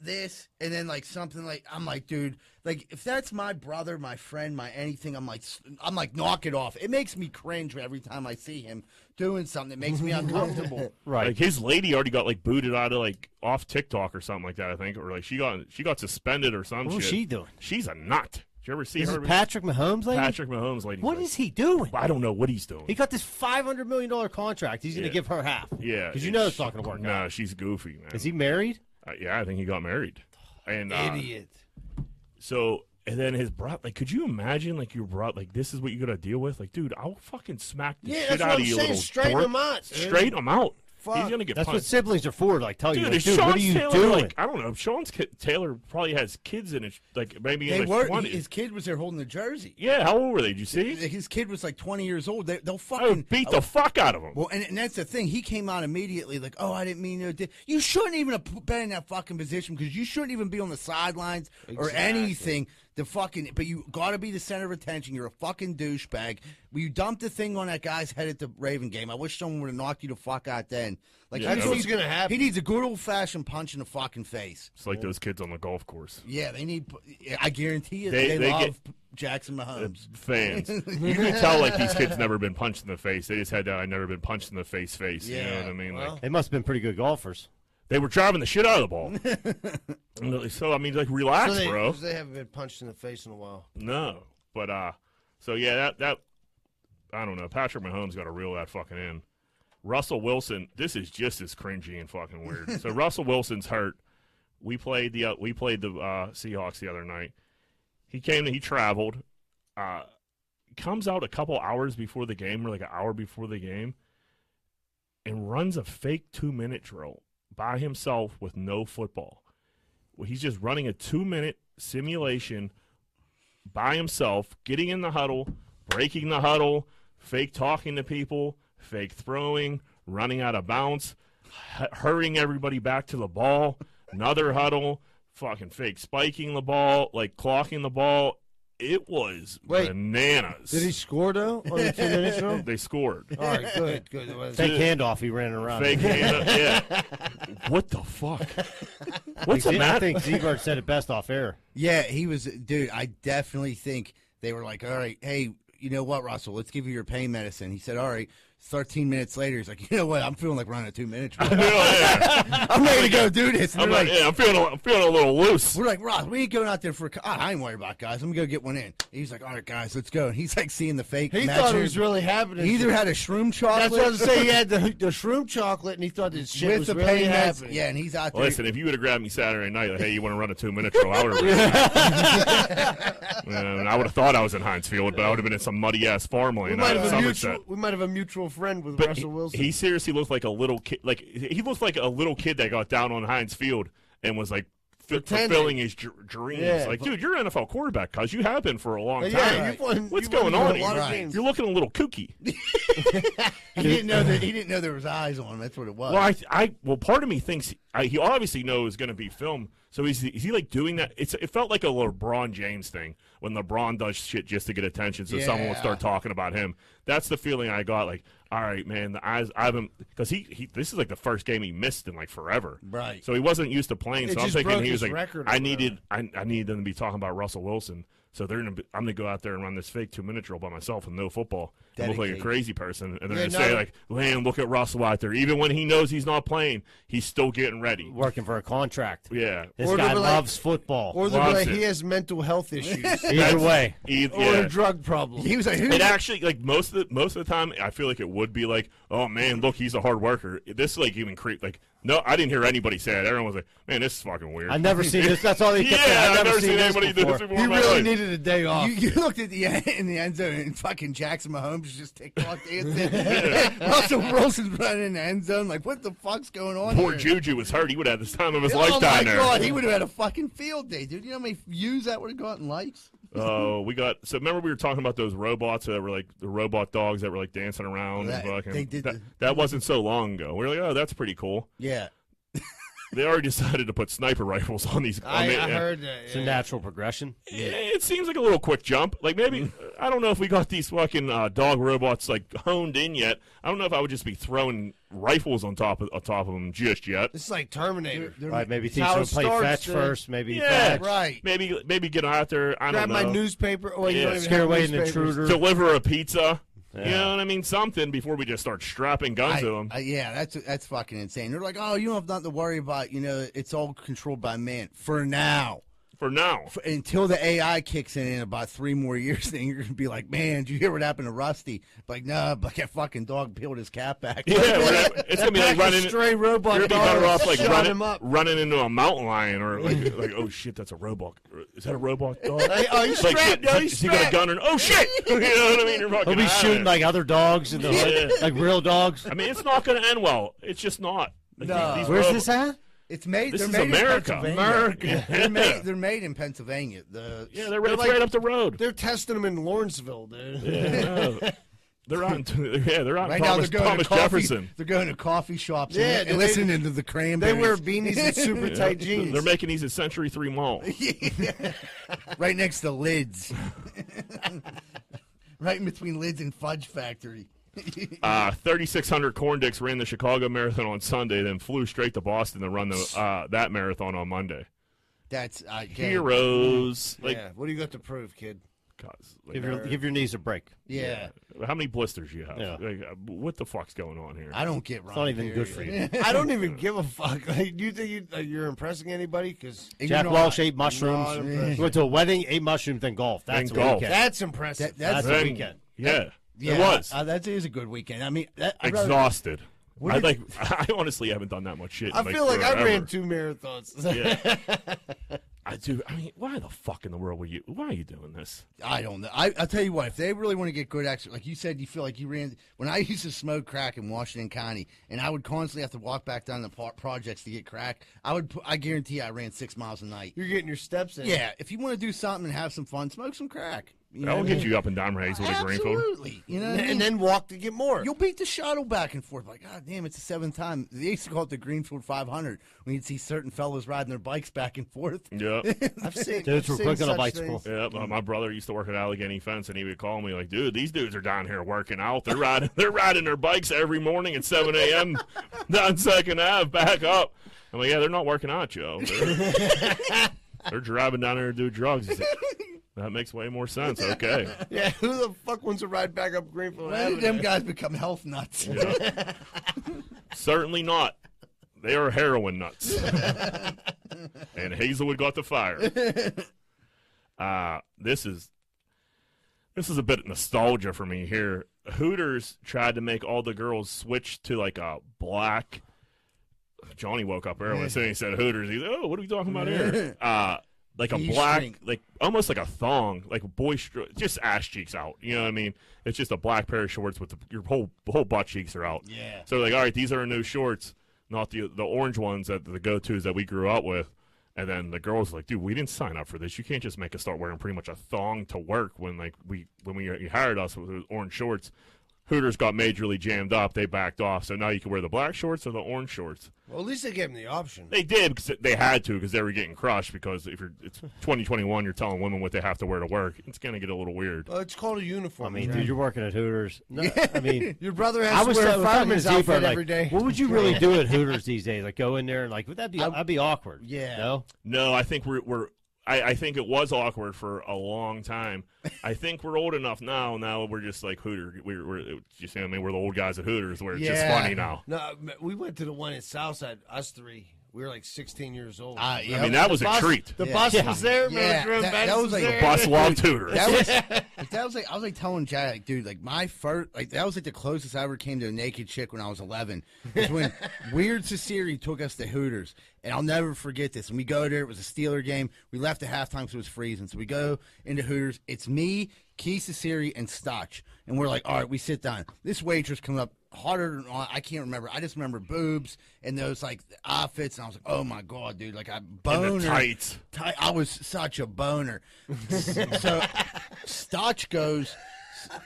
Speaker 2: this, and then like something like I'm like, dude, like if that's my brother, my friend, my anything, I'm like, s- I'm like, knock it off. It makes me cringe every time I see him doing something. It makes me uncomfortable.
Speaker 1: Like his lady already got like booted out of like off TikTok or something like that. I think or like she got she got suspended or some
Speaker 4: What
Speaker 1: shit.
Speaker 4: was she doing?
Speaker 1: She's a nut. Did you ever see
Speaker 4: Is
Speaker 1: her?
Speaker 4: it Patrick Mahomes, lady?
Speaker 1: Patrick Mahomes lady.
Speaker 4: What
Speaker 1: Like,
Speaker 4: is he doing?
Speaker 1: I don't know what he's doing.
Speaker 4: He got this five hundred million dollar contract. He's going to
Speaker 1: Yeah.
Speaker 4: give her half.
Speaker 1: Yeah,
Speaker 4: because you know it's not going to work
Speaker 1: No,
Speaker 4: out.
Speaker 1: she's goofy, man.
Speaker 4: Is he married?
Speaker 1: Uh, yeah, I think he got married. And uh,
Speaker 4: Idiot.
Speaker 1: So and then his brother, like, could you imagine, like, your brother, like, this is what you gotta deal with? Like, dude, I'll fucking smack the
Speaker 3: Yeah,
Speaker 1: shit
Speaker 3: that's what
Speaker 1: out of
Speaker 3: I'm
Speaker 1: you,
Speaker 3: saying.
Speaker 1: little
Speaker 3: Straighten
Speaker 1: dork.
Speaker 3: him out, dude.
Speaker 1: Straighten him out. He's
Speaker 3: Fuck.
Speaker 1: gonna get
Speaker 4: That's what
Speaker 1: punched.
Speaker 4: siblings are for. to, Like tell
Speaker 1: Dude,
Speaker 4: you,
Speaker 1: if
Speaker 4: Oh, like, dude,
Speaker 1: Sean
Speaker 4: what are you
Speaker 1: Taylor,
Speaker 4: doing?
Speaker 1: like, I don't know. Sean's ki- Taylor probably has kids in his, like, maybe
Speaker 2: They
Speaker 1: in
Speaker 2: were
Speaker 1: his
Speaker 2: he-
Speaker 1: 20s.
Speaker 2: his kid was there holding the jersey.
Speaker 1: yeah, how old were they? Did you see?
Speaker 2: His kid was like 20 years old. They, they'll
Speaker 1: I would
Speaker 2: fucking
Speaker 1: beat the fuck out of him.
Speaker 2: Well, and, and that's the thing. He came out immediately like, "Oh, I didn't mean to." do-" You shouldn't even have p- been in that fucking position because you shouldn't even be on the sidelines or anything. The fucking, but you got to be the center of attention. You're a fucking douchebag. Well, You dumped the thing on that guy's head at the Raven game. I wish someone would have knocked you the fuck out then. Like
Speaker 1: Yeah,
Speaker 2: he
Speaker 1: That's what's
Speaker 2: needs-
Speaker 3: gonna happen.
Speaker 2: He needs a good old fashioned punch in the fucking face.
Speaker 1: It's like those kids on the golf course.
Speaker 2: Yeah, they need. I guarantee you,
Speaker 1: They-
Speaker 2: they,
Speaker 1: they
Speaker 2: love
Speaker 1: get-
Speaker 2: Jackson Mahomes.
Speaker 1: fans. you can tell like these kids never been punched in the face. They just had that I never been punched in the face face. you know
Speaker 2: Yeah,
Speaker 1: what I mean? like
Speaker 3: well.
Speaker 4: They must have been pretty
Speaker 1: *laughs*
Speaker 4: good golfers.
Speaker 1: they were driving the shit out of the ball. And they're like, so I mean like relax,
Speaker 3: So they,
Speaker 1: bro.
Speaker 3: they haven't been punched in the face in a while.
Speaker 1: No. But uh so yeah, that that I don't know. Patrick Mahomes got to reel that fucking in. Russell Wilson, this is just as cringy and fucking weird. so Russell Wilson's hurt. We played the uh, we played the uh, Seahawks the other night. He came. He traveled. Uh, comes out a couple hours before the game, or like an hour before the game, and runs a fake two minute drill by himself with no football. Well, he's just running a two minute simulation by himself, getting in the huddle, breaking the huddle, fake talking to people, fake throwing, running out of bounds. hu- hurrying everybody back to the ball, another huddle, fucking fake spiking the ball, like clocking the ball. It was
Speaker 3: Wait.
Speaker 1: bananas.
Speaker 3: Did he Oh, score though on the two minutes drill?
Speaker 1: they
Speaker 3: *laughs*
Speaker 1: scored.
Speaker 3: All right, good, good.
Speaker 2: *laughs*
Speaker 4: *laughs*
Speaker 3: Well,
Speaker 4: Fake handoff. He ran around. *laughs*
Speaker 1: Fake hand, yeah. What the fuck? What's the
Speaker 4: I
Speaker 1: matter?
Speaker 4: think Ziegler said it best off air.
Speaker 2: Yeah, he was, dude. I definitely think they were like, all right, hey, you know what, Russell? Let's give you your pain medicine. He said, all right. Thirteen minutes later, he's like, you know what? I'm feeling like running a two minute
Speaker 3: *laughs*
Speaker 2: drill.
Speaker 1: *laughs* yeah,
Speaker 2: I'm ready to go do this. And
Speaker 1: I'm,
Speaker 2: they're
Speaker 1: like,
Speaker 2: like,
Speaker 1: yeah, I'm feeling, a, I'm feeling a little loose.
Speaker 2: We're like, Ross, we ain't going out there for a. co- Ah, I ain't worried about it, guys. I'm gonna go get one in. He's like, all right, guys, let's go. And he's like seeing the fake.
Speaker 3: he
Speaker 2: matches.
Speaker 3: thought it was really happening.
Speaker 2: He either had a shroom chocolate.
Speaker 3: That's what I was saying. He
Speaker 2: *laughs*
Speaker 3: had the, the shroom chocolate, and he thought this shit
Speaker 2: with
Speaker 3: was
Speaker 2: the
Speaker 3: really
Speaker 2: pain meds.
Speaker 3: happening.
Speaker 2: Yeah, and he's out there.
Speaker 1: Listen, if you would have grabbed me Saturday night, like, hey, you want to run a two minute drill? I would have. I would have thought I was in Hinesfield, but I would have been in some muddy ass
Speaker 3: we
Speaker 1: farmland out
Speaker 3: might
Speaker 1: in
Speaker 3: have a mutual.
Speaker 1: Somerset.
Speaker 3: We might have a mutual friend with
Speaker 1: But
Speaker 3: Russell
Speaker 1: he-
Speaker 3: Wilson.
Speaker 1: He, seriously looked like a little kid. Like he looked like a little kid that got down on Heinz Field and was like f-
Speaker 3: Pretending.
Speaker 1: fulfilling his dr- dreams.
Speaker 3: Yeah,
Speaker 1: like,
Speaker 3: but-
Speaker 1: dude, you're an NFL quarterback, cause you have been for a long
Speaker 3: But
Speaker 1: time.
Speaker 3: yeah, you won-
Speaker 1: What's
Speaker 3: you won
Speaker 1: going on?
Speaker 3: a
Speaker 1: here?
Speaker 3: lot of
Speaker 2: Right.
Speaker 3: games.
Speaker 1: You're looking a little kooky.
Speaker 2: he didn't know that. He didn't know there was eyes on him. That's what it was.
Speaker 1: Well, I, I, well, part of me thinks I, he obviously knows going to be filmed. So is he, is he like doing that? It's it felt like a LeBron James thing when LeBron does shit just to get attention, so someone will
Speaker 2: Yeah.
Speaker 1: start talking about him. That's the feeling I got. Like, all right, man, the eyes. I've been because he, he this is like the first game he missed in like forever.
Speaker 2: Right.
Speaker 1: So he wasn't used to playing.
Speaker 3: It
Speaker 1: so I'm
Speaker 3: just
Speaker 1: thinking
Speaker 3: broke
Speaker 1: he was
Speaker 3: his
Speaker 1: like,
Speaker 3: record or
Speaker 1: I needed I, I needed them to be talking about Russell Wilson. So they're gonna be, I'm gonna go out there and run this fake two minute drill by myself with no football and look like a
Speaker 2: Dedicated.
Speaker 1: crazy person. And they're
Speaker 3: Yeah,
Speaker 1: gonna say
Speaker 3: no.
Speaker 1: like, "Man, look at Russell out there. Even when he knows he's not playing, he's still getting ready."
Speaker 4: Working for a contract.
Speaker 1: Yeah.
Speaker 4: This
Speaker 3: Or
Speaker 4: guy
Speaker 3: they were like-
Speaker 4: loves football.
Speaker 3: or the,
Speaker 1: Loves
Speaker 3: like, he
Speaker 1: it.
Speaker 3: has mental
Speaker 2: *laughs*
Speaker 3: health issues
Speaker 4: Either way.
Speaker 1: Eith-
Speaker 3: or
Speaker 1: e- yeah.
Speaker 3: a drug problem.
Speaker 2: he was like, who?
Speaker 1: It actually like most of the most of the time, I feel like it would be like, "Oh man, look, he's a hard worker." This like even creep like. No, I didn't hear anybody say it. Everyone was like, "Man, this is fucking weird."
Speaker 4: I've never seen this. That's all they
Speaker 1: yeah,
Speaker 4: kept saying.
Speaker 1: I've never seen
Speaker 4: this
Speaker 1: anybody do this
Speaker 4: before.
Speaker 1: before.
Speaker 3: He
Speaker 1: in my
Speaker 3: really
Speaker 1: life.
Speaker 3: needed a day off.
Speaker 2: You, you looked at the in the *laughs* end zone and fucking Jackson Mahomes was just TikTok
Speaker 1: *laughs*
Speaker 2: dancing. Russell Wilson's running in the end zone. Like, what the fuck's going on?
Speaker 1: Poor
Speaker 2: here?
Speaker 1: Juju was hurt. He would have had the time of his
Speaker 2: oh
Speaker 1: life
Speaker 2: my
Speaker 1: down there.
Speaker 2: god, he would have had a fucking field day, dude. You know how many views that would have gotten likes?
Speaker 1: Oh, we got. So remember we were talking about those robots that were like the robot dogs that were like dancing around.
Speaker 2: That-
Speaker 1: and fucking,
Speaker 2: they did
Speaker 1: that,
Speaker 2: the-
Speaker 1: that wasn't so long ago. We were like, oh, that's pretty cool.
Speaker 2: Yeah.
Speaker 1: They already *laughs* decided to put sniper rifles on these. on
Speaker 3: I,
Speaker 1: the-
Speaker 3: I
Speaker 1: yeah.
Speaker 3: heard that.
Speaker 4: It's a
Speaker 3: Yeah.
Speaker 4: natural progression.
Speaker 1: It, it seems like a little quick jump. Like maybe I don't know if we got these fucking uh, dog robots like honed in yet. I don't know if I would just be throwing rifles on top of on top of them just yet.
Speaker 3: It's like Terminator.
Speaker 2: They're-
Speaker 4: Right, maybe teach
Speaker 3: how
Speaker 4: them
Speaker 3: it
Speaker 4: to play
Speaker 3: starts,
Speaker 4: fetch
Speaker 3: dude.
Speaker 4: first. Maybe
Speaker 1: Yeah.
Speaker 4: fetch.
Speaker 2: Right.
Speaker 1: Maybe maybe get out there. I
Speaker 3: Grab
Speaker 1: don't know.
Speaker 3: my newspaper. Oh, you
Speaker 1: Yeah.
Speaker 3: don't even
Speaker 4: Scare
Speaker 3: have
Speaker 4: away an
Speaker 3: newspapers.
Speaker 4: intruder.
Speaker 1: Deliver a pizza. You
Speaker 4: Yeah.
Speaker 1: know what I mean? Something before we just start strapping guns
Speaker 2: I-
Speaker 1: to them.
Speaker 2: I- yeah, that's that's fucking insane. They're like, oh, you don't have nothing to worry about. You know, it's all controlled by man for now.
Speaker 1: for now.
Speaker 2: For, until the AI kicks in in about three more years, *laughs* then you're gonna be like, man, did you hear what happened to Rusty? Like, nah, but that fucking dog peeled his cat back.
Speaker 1: *laughs* Yeah, we're not- it's gonna be like
Speaker 3: Pack of
Speaker 1: running.
Speaker 3: stray robot
Speaker 1: You're gonna be better
Speaker 3: dogs.
Speaker 1: off like
Speaker 3: Shut
Speaker 1: running,
Speaker 3: him up.
Speaker 1: running into a mountain lion or like, *laughs* like oh shit, that's a robot. Is that a robot dog?
Speaker 3: Hey, oh, he's
Speaker 1: like,
Speaker 3: strapped.
Speaker 1: shit,
Speaker 3: Yo,
Speaker 1: is *laughs*
Speaker 3: he's
Speaker 1: he got a
Speaker 3: strapped.
Speaker 1: gun or oh shit? *laughs* You know what I mean? You're fucking
Speaker 4: *laughs* He'll be
Speaker 1: outta
Speaker 4: shooting
Speaker 1: there.
Speaker 4: like other dogs in the hood, like real dogs.
Speaker 1: I mean, it's not gonna end well. It's just not. Like,
Speaker 2: No.
Speaker 4: Where's
Speaker 1: robo-
Speaker 4: this at?
Speaker 2: It's made.
Speaker 1: This
Speaker 2: they're
Speaker 1: is
Speaker 2: made in
Speaker 1: America.
Speaker 2: Pennsylvania.
Speaker 1: America.
Speaker 2: *laughs* They're made. They're made in Pennsylvania. The
Speaker 1: Yeah, they're, right- it's
Speaker 3: like-
Speaker 1: right up the
Speaker 3: *laughs*
Speaker 1: road.
Speaker 3: They're testing him in Lawrenceville, dude.
Speaker 1: Yeah, no. They're on. *laughs* Yeah, they're on
Speaker 2: right now
Speaker 1: Thomas,
Speaker 2: they're going
Speaker 1: Thomas
Speaker 2: to coffee,
Speaker 1: Jefferson.
Speaker 2: They're going to coffee shops.
Speaker 3: Yeah,
Speaker 2: and, and
Speaker 3: they-
Speaker 2: listening to the
Speaker 3: *laughs* They
Speaker 2: cranberries.
Speaker 3: wear beanies and super *laughs* tight jeans.
Speaker 1: They're making these at Century Three Mall.
Speaker 2: *laughs* right next to lids. *laughs* right in between lids and Fudge Factory.
Speaker 1: Uh, 3,600 corn dicks ran the Chicago Marathon on Sunday, then flew straight to Boston to run the, uh, that marathon on Monday.
Speaker 2: That's uh, yeah.
Speaker 1: Heroes. Like,
Speaker 3: yeah. What do you got to prove, kid?
Speaker 1: God, like,
Speaker 4: Give your give your knees a break.
Speaker 2: Yeah,
Speaker 1: how many blisters you have?
Speaker 4: Yeah.
Speaker 1: Like, uh, what the fuck's going on here?
Speaker 2: I don't get
Speaker 4: It's
Speaker 2: Ron.
Speaker 4: not even
Speaker 2: *laughs*
Speaker 4: good for you.
Speaker 3: I
Speaker 1: *laughs*
Speaker 3: don't even give a fuck. *laughs* Like, do you think you, uh, you're impressing anybody? Because
Speaker 4: Jack Walsh ate mushrooms.
Speaker 3: Not impressed.
Speaker 4: Went to a wedding, ate mushrooms, then golf. That's
Speaker 1: Then
Speaker 4: a
Speaker 1: golf.
Speaker 4: weekend.
Speaker 3: that's impressive.
Speaker 2: That- that's-
Speaker 4: That's a weekend.
Speaker 1: Yeah, it was.
Speaker 2: Uh, that is a good weekend. I mean, that, I'd rather-
Speaker 1: Exhausted. I
Speaker 2: did-
Speaker 1: like. *laughs* I honestly haven't done that much shit. in,
Speaker 3: I feel like I
Speaker 1: forever.
Speaker 3: ran two marathons. *laughs*
Speaker 1: Yeah. I do. I mean, why the fuck in the world were you? Why are you doing this?
Speaker 2: I don't know. I, I'll tell you what, if they really want to get good exercise, like you said, you feel like you ran. When I *laughs* used to smoke crack in Washington County, and I would constantly have to walk back down the par- projects to get crack, I would. pu- I guarantee I ran six miles a night.
Speaker 3: You're getting your steps in.
Speaker 2: Yeah, if you want to do something and have some fun, smoke some crack. You
Speaker 1: That'll
Speaker 2: what I
Speaker 1: get
Speaker 2: mean?
Speaker 1: you up and down Hazel to Greenfield.
Speaker 2: Absolutely. You know, what I mean?
Speaker 3: and then walk to get more.
Speaker 2: You'll beat the shuttle back and forth. Like, God damn, it's the seventh time. They used to call it the Greenfield 500 when you'd see certain fellows riding their bikes back and forth.
Speaker 1: Yep. *laughs*
Speaker 3: I've seen
Speaker 4: Dudes
Speaker 3: I've
Speaker 4: were quick
Speaker 3: seen
Speaker 4: on a
Speaker 3: such
Speaker 4: bicycle.
Speaker 3: things.
Speaker 1: Yep, uh, my brother used to work at Allegheny Fence, and he would call me like, "Dude, these dudes are down here working out. They're riding, *laughs* they're riding their bikes every morning at 7 a.m. *laughs* down Second Ave, back up." I'm like, "Yeah, they're not working out, Joe. They're, they're driving down there to do drugs." He said, that makes way more sense. Okay,
Speaker 3: Yeah, *laughs* who the fuck wants to ride back up Greenfield
Speaker 2: When
Speaker 3: Avenue?
Speaker 2: did them guys become health nuts?
Speaker 1: Yeah. certainly not. They are heroin nuts. *laughs* and Hazelwood got the fire. Uh, this is this is a bit of nostalgia for me here. Hooters tried to make all the girls switch to like a black. Johnny woke up early and he said Hooters. He's oh, what are we talking about here? Uh, like a
Speaker 2: G
Speaker 1: black,
Speaker 2: string.
Speaker 1: like almost like a thong, like a boy, str- just ass cheeks out. You know what I mean? It's just a black pair of shorts with the, your whole whole butt cheeks are out.
Speaker 2: Yeah.
Speaker 1: So like, all right, these are our new shorts, not the the orange ones that the go tos that we grew up with. And then the girls like, dude, we didn't sign up for this. You can't just make us start wearing pretty much a thong to work when like we when we you hired us with those orange shorts. Hooters got majorly jammed up. They backed off. So now you can wear the black shorts or the orange shorts.
Speaker 3: Well, at least they gave him the option.
Speaker 1: They did because they had to because they were getting crushed. Because if you're
Speaker 2: *laughs*
Speaker 1: it's 2021, you're telling women what they have to wear to work. It's gonna get a little weird.
Speaker 3: Well, it's called a uniform.
Speaker 4: I mean,
Speaker 3: right?
Speaker 4: dude, you're working at Hooters. No, I mean,
Speaker 3: your brother
Speaker 4: I
Speaker 3: has to
Speaker 4: was
Speaker 3: wear a
Speaker 4: if I was
Speaker 3: fireman's
Speaker 4: deeper,
Speaker 3: outfit
Speaker 4: like,
Speaker 3: every day.
Speaker 4: What
Speaker 3: *laughs*
Speaker 4: would you really do at Hooters these days? Like go in there and like would that be? I'd be awkward.
Speaker 3: yeah.
Speaker 4: No.
Speaker 1: No, I think we're we're. I, I think it was awkward for a long time. I think we're old enough now. Now we're just like Hooter. We're, we're you see, what I mean, we're the old guys at Hooters. Where it's just funny now.
Speaker 3: No, I mean, we went to the one in Southside. Us three, we were like 16 years old.
Speaker 2: *laughs* Ah,
Speaker 1: I
Speaker 2: yeah.
Speaker 1: mean, that was a treat.
Speaker 3: the
Speaker 2: Yeah.
Speaker 3: bus was there. remember
Speaker 2: Yeah,
Speaker 3: Jerome
Speaker 2: that- that
Speaker 3: Madison
Speaker 2: was like-
Speaker 3: there?
Speaker 1: Boss loved Hooters. *laughs*
Speaker 2: That was like, that was like I was like telling Jack like dude like my first like that was like the closest I ever came to a naked chick when I was eleven was when Weird Cesari took us to Hooters and I'll never forget this and we go there it was a Steeler game we left at halftime because it was freezing so we go into Hooters it's me Keith Cesari and Stotch and we're like all right we sit down this waitress comes up harder than all- I can't remember I just remember boobs and those like outfits and I was like oh my god dude like I boner
Speaker 1: in the tights.
Speaker 2: Ty- I was such a boner. so Stotch goes,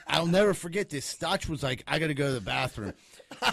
Speaker 2: I'll never forget this. Stotch was like, I got to go to the bathroom.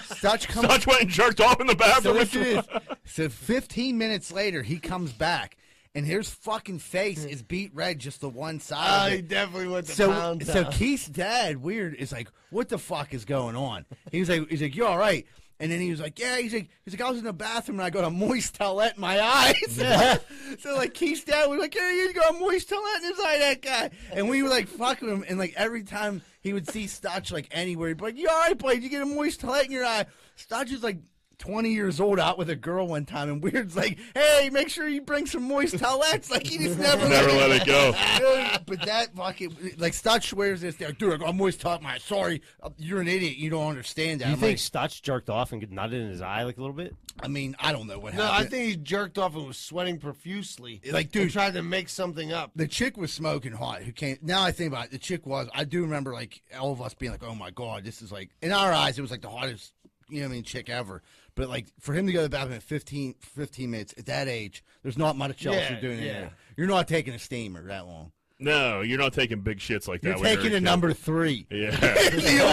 Speaker 2: Stotch comes
Speaker 1: Dutch went and jerked off in the
Speaker 2: so
Speaker 1: bathroom.
Speaker 2: this is so 15 minutes later he comes back and his fucking face is beat red just the one
Speaker 3: Oh,
Speaker 2: side. of
Speaker 3: he
Speaker 2: it.
Speaker 3: *laughs* definitely
Speaker 1: *laughs*
Speaker 3: went to
Speaker 2: So,
Speaker 3: pound
Speaker 2: so
Speaker 3: town.
Speaker 2: Keith's dad, weird, is like, "What the fuck is going on?" He was like, "He's like, you all right?" And then he was like, "Yeah." He's like, "He's like, I was in the bathroom and I got a moist towelette in my eyes." *laughs* so like Keith's dad was like, "Yeah, you got a moist towelette in his eye, that guy." And we were like fucking him, and like every time he would see Stotch like anywhere, he'd be like, "You all right, boy? Did you get a moist towelette in your eye?" Stotch is like. 20 years old out with a girl one time and Weird's like, hey, make sure you bring some moist towelettes. Like, he just
Speaker 1: *laughs*
Speaker 2: never,
Speaker 1: Never let it go.
Speaker 2: Dude, but that fucking like Stott swears this like, dude, I'm always talking my sorry, you're an idiot, you don't understand that.
Speaker 4: Do you
Speaker 2: I'm
Speaker 4: think Stotch jerked off and nodded in his eye like a little bit?
Speaker 2: like, I mean, I don't know what
Speaker 3: no, I
Speaker 2: happened.
Speaker 3: think he jerked off and was sweating profusely.
Speaker 2: Like,
Speaker 3: and
Speaker 2: dude-
Speaker 3: tried to make
Speaker 1: *laughs*
Speaker 3: something up.
Speaker 2: the chick was smoking hot. Who came? Now I think about it. The chick was. I do remember like all of us being like, "Oh my god, this is like." In our eyes, it was like the hottest, you know, what I mean, chick ever. But like for him to go to the bathroom at 15, 15 minutes at that age, there's not much else
Speaker 3: Yeah,
Speaker 2: you're doing in
Speaker 3: yeah.
Speaker 2: there. You're not taking a steamer that long.
Speaker 1: no, you're not taking big shits like
Speaker 2: You're
Speaker 1: that. when
Speaker 2: taking
Speaker 1: you're
Speaker 2: a
Speaker 1: kid.
Speaker 2: number three. *laughs*
Speaker 1: Yeah, *laughs*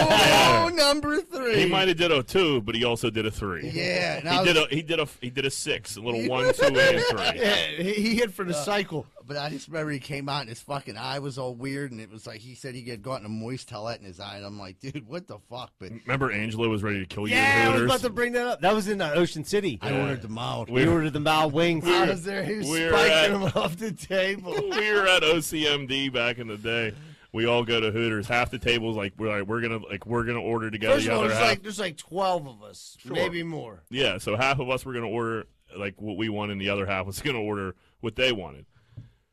Speaker 2: the old number three.
Speaker 1: he might have did a two, but he also did a three.
Speaker 2: Yeah, and I
Speaker 1: he
Speaker 2: was-
Speaker 1: did a he did a he did a six, a little one, two, and three.
Speaker 3: Yeah, he, he hit for the cycle.
Speaker 2: But I just remember he came out and his fucking eye was all weird, and it was like he said he had gotten a moist towelette in his eye, and I'm like, dude, what the fuck? But
Speaker 1: Remember, Angela was ready to kill you.
Speaker 4: Yeah,
Speaker 1: in
Speaker 4: I was
Speaker 1: Hooters?
Speaker 4: about to bring that up. That was in uh, Ocean City.
Speaker 2: I ordered the mild.
Speaker 1: We-
Speaker 4: We ordered the Mal wings.
Speaker 3: I was there. He was
Speaker 1: We're
Speaker 3: spiking
Speaker 1: at-
Speaker 3: him off
Speaker 1: *laughs*
Speaker 3: the table.
Speaker 1: we were at OCMD back in the day. We all go to Hooters. Half the tables like we're like we're gonna like we're gonna order together.
Speaker 3: First
Speaker 1: the
Speaker 3: of all,
Speaker 1: other
Speaker 3: there's
Speaker 1: half-
Speaker 3: like there's like 12 of us,
Speaker 1: Sure.
Speaker 3: maybe more.
Speaker 1: yeah, so half of us were gonna order like what we wanted, and the other half was *laughs* gonna order what they wanted.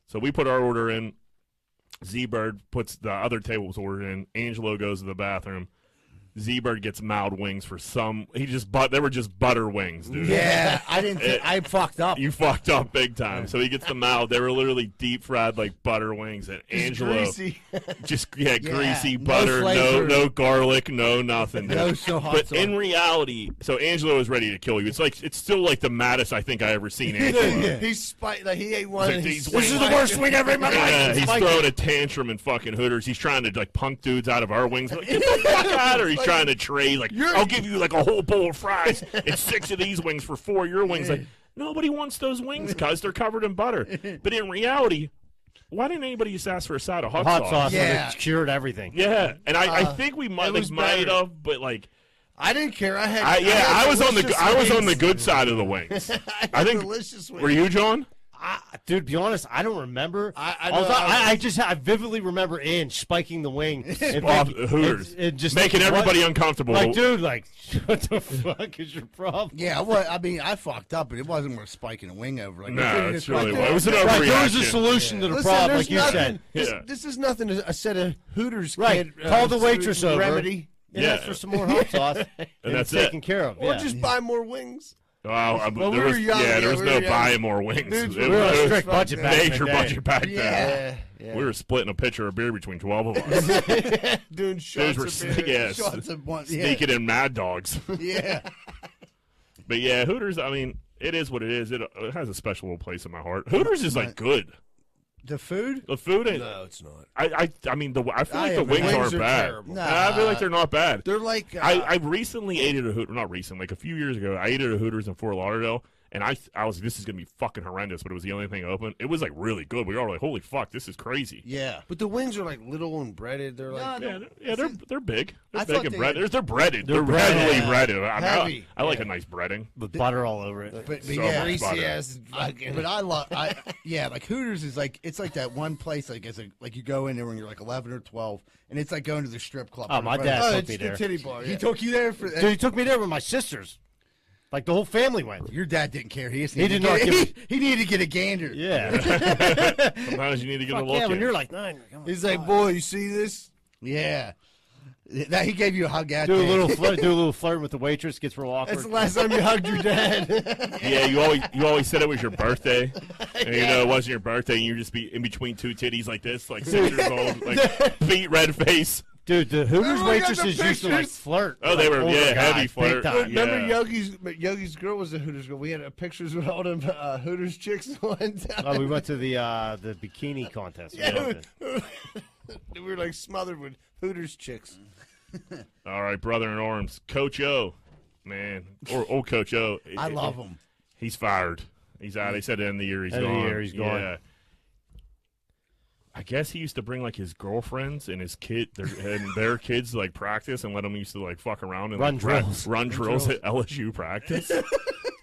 Speaker 1: So we put our order in. Z Bird puts the other table's order in. Angelo goes to the bathroom. Z Bird gets mild wings for some. He just but they were just butter wings, dude.
Speaker 3: *laughs*
Speaker 2: Yeah, I didn't. Think, I fucked
Speaker 1: *laughs*
Speaker 2: up.
Speaker 1: You fucked up big time. So he gets the mild. They were literally deep fried like butter wings. And Angelo, *laughs*
Speaker 3: Greasy. *laughs*
Speaker 1: just yeah,
Speaker 2: Yeah,
Speaker 1: greasy
Speaker 2: no
Speaker 1: butter, no,
Speaker 2: flavor.
Speaker 1: no garlic, no nothing. dude.
Speaker 2: No so hot
Speaker 1: but
Speaker 2: sauce.
Speaker 1: in reality, so Angelo is ready to kill you. It's like it's still like the maddest I think I ever
Speaker 2: *laughs*
Speaker 1: seen Angelo.
Speaker 3: He's spite like he ate one.
Speaker 1: Like,
Speaker 3: and
Speaker 1: he's
Speaker 3: he's
Speaker 1: wing like-
Speaker 3: wing ever in my
Speaker 1: Yeah,
Speaker 3: It's
Speaker 1: he's
Speaker 3: like-
Speaker 1: throwing a tantrum in fucking Hooters. He's trying to like punk dudes out of our wings. Like, get the
Speaker 3: *laughs*
Speaker 1: fuck out! Or he's trying to trade. Like, I'll give you like a whole bowl of fries and six of these wings for four of your wings. Like, nobody wants those wings because they're covered in
Speaker 3: *laughs*
Speaker 1: butter. But in reality, why didn't anybody just ask for a side of hot,
Speaker 4: Hot sauce would
Speaker 2: Yeah.
Speaker 4: have cured everything.
Speaker 1: Yeah, and I, I think we
Speaker 3: Uh, it
Speaker 1: might
Speaker 3: was
Speaker 1: they might
Speaker 3: better.
Speaker 1: have, but like,
Speaker 3: I didn't care. I had.
Speaker 1: I, yeah,
Speaker 3: had
Speaker 1: I was on
Speaker 3: *laughs*
Speaker 1: the
Speaker 3: delicious
Speaker 1: I was on the
Speaker 3: wings.
Speaker 1: good side of the
Speaker 3: *laughs*
Speaker 1: wings.
Speaker 3: I,
Speaker 1: I
Speaker 3: had
Speaker 1: think-
Speaker 3: delicious wings.
Speaker 1: Were you, John?
Speaker 4: I, dude, be honest, I don't remember.
Speaker 3: I- I
Speaker 4: All
Speaker 3: know-
Speaker 4: the-
Speaker 3: I-
Speaker 4: I- I just I vividly remember Ange spiking the
Speaker 3: *laughs*
Speaker 4: wing and
Speaker 1: Off
Speaker 4: making-
Speaker 1: Hooters,
Speaker 4: and- and just
Speaker 1: making
Speaker 4: like,
Speaker 1: everybody
Speaker 4: what?
Speaker 1: uncomfortable.
Speaker 4: Like, dude, like, *laughs* what the fuck is your problem?
Speaker 2: Yeah, well, I mean, I fucked up, but it wasn't worth spiking a wing over. Like, we
Speaker 1: Nah,
Speaker 2: could've
Speaker 1: it's
Speaker 2: just like-
Speaker 1: really it was an
Speaker 4: Right,
Speaker 1: overreaction.
Speaker 4: there was a solution to the
Speaker 3: Listen,
Speaker 4: problem,
Speaker 3: there's
Speaker 4: like you
Speaker 3: nothing,
Speaker 4: said.
Speaker 3: This,
Speaker 1: Yeah.
Speaker 3: this is nothing. A set of Hooters.
Speaker 4: Right,
Speaker 3: Kid, uh,
Speaker 4: call the waitress over.
Speaker 3: Remedy.
Speaker 4: And
Speaker 1: Yeah.
Speaker 4: ask for some more hot sauce, and,
Speaker 1: that's
Speaker 4: it's
Speaker 1: it.
Speaker 4: taken care of. *laughs*
Speaker 3: Or
Speaker 4: yeah.
Speaker 3: just buy more wings.
Speaker 1: Oh, I,
Speaker 3: Well,
Speaker 1: there
Speaker 3: we
Speaker 1: was,
Speaker 3: were young,
Speaker 1: yeah,
Speaker 3: yeah,
Speaker 1: there was
Speaker 3: we
Speaker 1: no
Speaker 3: were young.
Speaker 1: buying more wings.
Speaker 3: Dudes
Speaker 1: it
Speaker 4: we were on
Speaker 1: was, it
Speaker 4: a
Speaker 1: was
Speaker 4: strict budget back in
Speaker 1: major
Speaker 4: the day.
Speaker 1: budget back then.
Speaker 3: Yeah, yeah.
Speaker 1: We were splitting a pitcher of beer between twelve of us.
Speaker 3: doing shots
Speaker 1: were *laughs*
Speaker 3: of beer.
Speaker 1: sick ass.
Speaker 2: Shots of one. Yeah.
Speaker 1: Sneaking in Mad Dogs. *laughs*
Speaker 2: yeah.
Speaker 1: But yeah, Hooters. I mean, it is what it is. It, it has a special little place in my heart. Hooters is like good.
Speaker 2: The food?
Speaker 1: The food ain't.
Speaker 3: No, it's not.
Speaker 1: I, I I mean the I feel
Speaker 2: I
Speaker 1: like the
Speaker 2: haven't-
Speaker 1: wings,
Speaker 2: Wings
Speaker 1: aren't
Speaker 3: are
Speaker 1: bad.
Speaker 3: terrible.
Speaker 1: Nah, I feel like
Speaker 2: Nah.
Speaker 1: they're not bad.
Speaker 3: They're like uh,
Speaker 1: I, I recently ate at a Hooters, not recently, like a few years ago. I ate at a Hooters in Fort Lauderdale, and I I was this is gonna be fucking horrendous, but it was the only thing open. It was like really good. We were all like, holy fuck, this is crazy.
Speaker 2: Yeah.
Speaker 3: But the wings are like little and breaded. They're like
Speaker 1: Yeah, they're, yeah, they're they're big. They're
Speaker 2: I
Speaker 1: big
Speaker 2: thought
Speaker 1: and
Speaker 2: they
Speaker 1: breaded.
Speaker 2: had-
Speaker 1: They're, breaded. They're, heavily breaded. I, mean, I-
Speaker 3: Heavy.
Speaker 1: I, like a nice
Speaker 4: *laughs*
Speaker 1: breading.
Speaker 4: with butter all over it.
Speaker 2: But, but
Speaker 1: So
Speaker 2: yeah.
Speaker 1: much butter.
Speaker 3: greasy ass.
Speaker 2: I-
Speaker 3: fucking-
Speaker 2: but I love, I yeah, like Hooters is like it's like that one place like as a like you go in there when you're like eleven or twelve, and it's like going to the strip club.
Speaker 4: Oh, my
Speaker 2: Right.
Speaker 4: dad
Speaker 3: oh,
Speaker 4: took
Speaker 3: it's
Speaker 4: me
Speaker 3: the
Speaker 4: there.
Speaker 3: titty bar.
Speaker 2: he
Speaker 3: yeah.
Speaker 2: took you there for
Speaker 4: Dude, he took me there with my sisters. Like the whole family went.
Speaker 2: Your dad didn't care. He just
Speaker 4: He
Speaker 2: needed
Speaker 4: did
Speaker 2: to
Speaker 4: not
Speaker 2: get- *laughs* he, he needed to get a gander.
Speaker 4: *laughs* Yeah.
Speaker 1: Sometimes you need to get a look.
Speaker 4: yeah, when
Speaker 1: in.
Speaker 4: you're like nine, come on.
Speaker 3: He's like, boy, you see this?
Speaker 2: yeah. That he gave you a hug. that
Speaker 4: do a
Speaker 2: day. *laughs*
Speaker 4: *laughs* little flirt, do a little flirt with the waitress, gets real
Speaker 3: That's
Speaker 4: awkward.
Speaker 3: the last time
Speaker 1: *laughs*
Speaker 3: you hugged
Speaker 4: *laughs*
Speaker 3: your dad.
Speaker 1: yeah, you always you always said it was your birthday, and you know it wasn't your birthday. And you just be in between two titties like this, like six years old,
Speaker 4: *laughs*
Speaker 1: like beat red face.
Speaker 4: Dude, Oh, the Hooters
Speaker 3: Remember we got the
Speaker 4: waitresses used to like
Speaker 3: pictures?
Speaker 4: flirt.
Speaker 1: Oh, they
Speaker 4: like,
Speaker 1: were-
Speaker 4: older
Speaker 1: yeah, heavy
Speaker 4: guys, big
Speaker 1: flirt.
Speaker 4: time.
Speaker 1: Yeah.
Speaker 3: Remember Yogi's Yogi's girl was a Hooters girl. We had uh, pictures with all them uh, Hooters chicks *laughs* one time.
Speaker 4: Oh, we went to the uh, the bikini contest.
Speaker 1: Oh,
Speaker 4: or
Speaker 3: Yeah,
Speaker 4: something.
Speaker 3: we, *laughs* we were like smothered with Hooters chicks.
Speaker 1: All right, brother in arms, Coach O, man, or old Coach
Speaker 4: *laughs*
Speaker 1: O.
Speaker 2: I love him.
Speaker 1: He's fired. He's out. They said end of the year he's
Speaker 4: End of
Speaker 1: gone.
Speaker 4: the year, he's gone.
Speaker 1: Yeah. I guess he used to bring like his girlfriends and his kid their,
Speaker 4: *laughs*
Speaker 1: and their kids to, like practice and let them used to like fuck around and
Speaker 4: Run
Speaker 1: like, pra-
Speaker 4: drills.
Speaker 1: run drills at LSU
Speaker 4: *laughs*
Speaker 1: practice.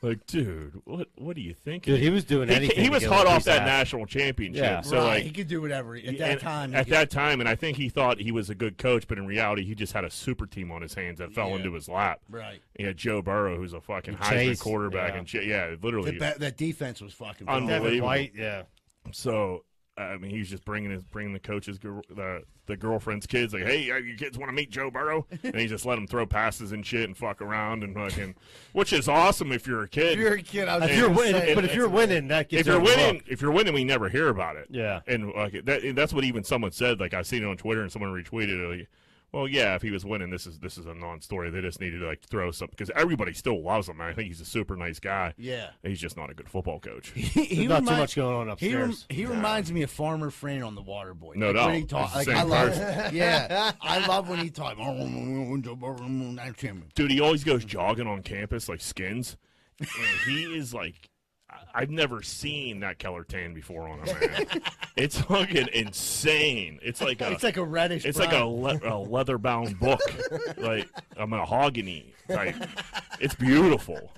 Speaker 1: like, dude, what what are you thinking?
Speaker 4: Dude, he was doing
Speaker 1: He-
Speaker 4: anything.
Speaker 1: he,
Speaker 4: to
Speaker 1: was
Speaker 4: get
Speaker 1: hot
Speaker 4: a
Speaker 1: off
Speaker 4: piece
Speaker 1: that
Speaker 4: ass.
Speaker 1: national championship.
Speaker 4: Yeah.
Speaker 1: So
Speaker 2: Right,
Speaker 1: like
Speaker 2: he could do whatever he- at that
Speaker 1: and
Speaker 2: time. he
Speaker 1: at
Speaker 2: could-
Speaker 1: that time, and I think he thought he was a good coach, but in reality, he just had a super team on his hands that fell
Speaker 2: Yeah.
Speaker 1: into his lap.
Speaker 2: right.
Speaker 1: He had Joe Burrow, who's a fucking Heisman
Speaker 4: Chase,
Speaker 1: quarterback,
Speaker 4: yeah.
Speaker 1: and shit. yeah,
Speaker 2: The
Speaker 1: literally.
Speaker 2: ba- that defense was fucking.
Speaker 1: Unbelievable.
Speaker 4: Devin White, yeah.
Speaker 1: So I mean, he was just bringing his bringing the coaches, gir- the the girlfriend's kids, like, hey, uh, you kids want to meet Joe
Speaker 2: *laughs*
Speaker 1: Burrow, and he just let them throw passes and shit and fuck around and fucking, which is awesome if you're a kid.
Speaker 3: If you're a kid, I was
Speaker 4: If you're
Speaker 3: gonna
Speaker 4: winning,
Speaker 3: say,
Speaker 4: but if you're winning, that gets
Speaker 1: if you're
Speaker 4: overlooked.
Speaker 1: winning, if you're winning, we never hear about it.
Speaker 4: Yeah.
Speaker 1: and like that, that's what even someone said. Like I've seen it on Twitter, and someone retweeted it. Like, well, yeah, if he was winning, this is this is a non-story. They just needed to like throw something because everybody still loves him. I think he's a super nice guy. *laughs*
Speaker 2: Yeah.
Speaker 1: he's just not a good football
Speaker 2: *laughs*
Speaker 1: coach.
Speaker 2: He, he
Speaker 4: There's not
Speaker 2: remind-
Speaker 4: too much going on
Speaker 2: He, rem-
Speaker 4: upstairs.
Speaker 2: he reminds me of Farmer Fran on The Water Boy.
Speaker 1: No
Speaker 2: like
Speaker 1: doubt.
Speaker 2: When he
Speaker 1: It's
Speaker 2: talk,
Speaker 1: the
Speaker 2: like,
Speaker 1: same
Speaker 2: I love, *laughs* yeah,
Speaker 1: *laughs*
Speaker 2: I love when he "Oh, talks. oh, That's
Speaker 1: dude, he always goes jogging on campus like skins, and he *laughs* is like, I- I've never seen that color tan before on a
Speaker 2: *laughs*
Speaker 1: man. it's fucking insane. It's like a,
Speaker 2: It's like a reddish.
Speaker 1: it's like a, le- a leather bound book, *laughs* like a mahogany. Like it's beautiful,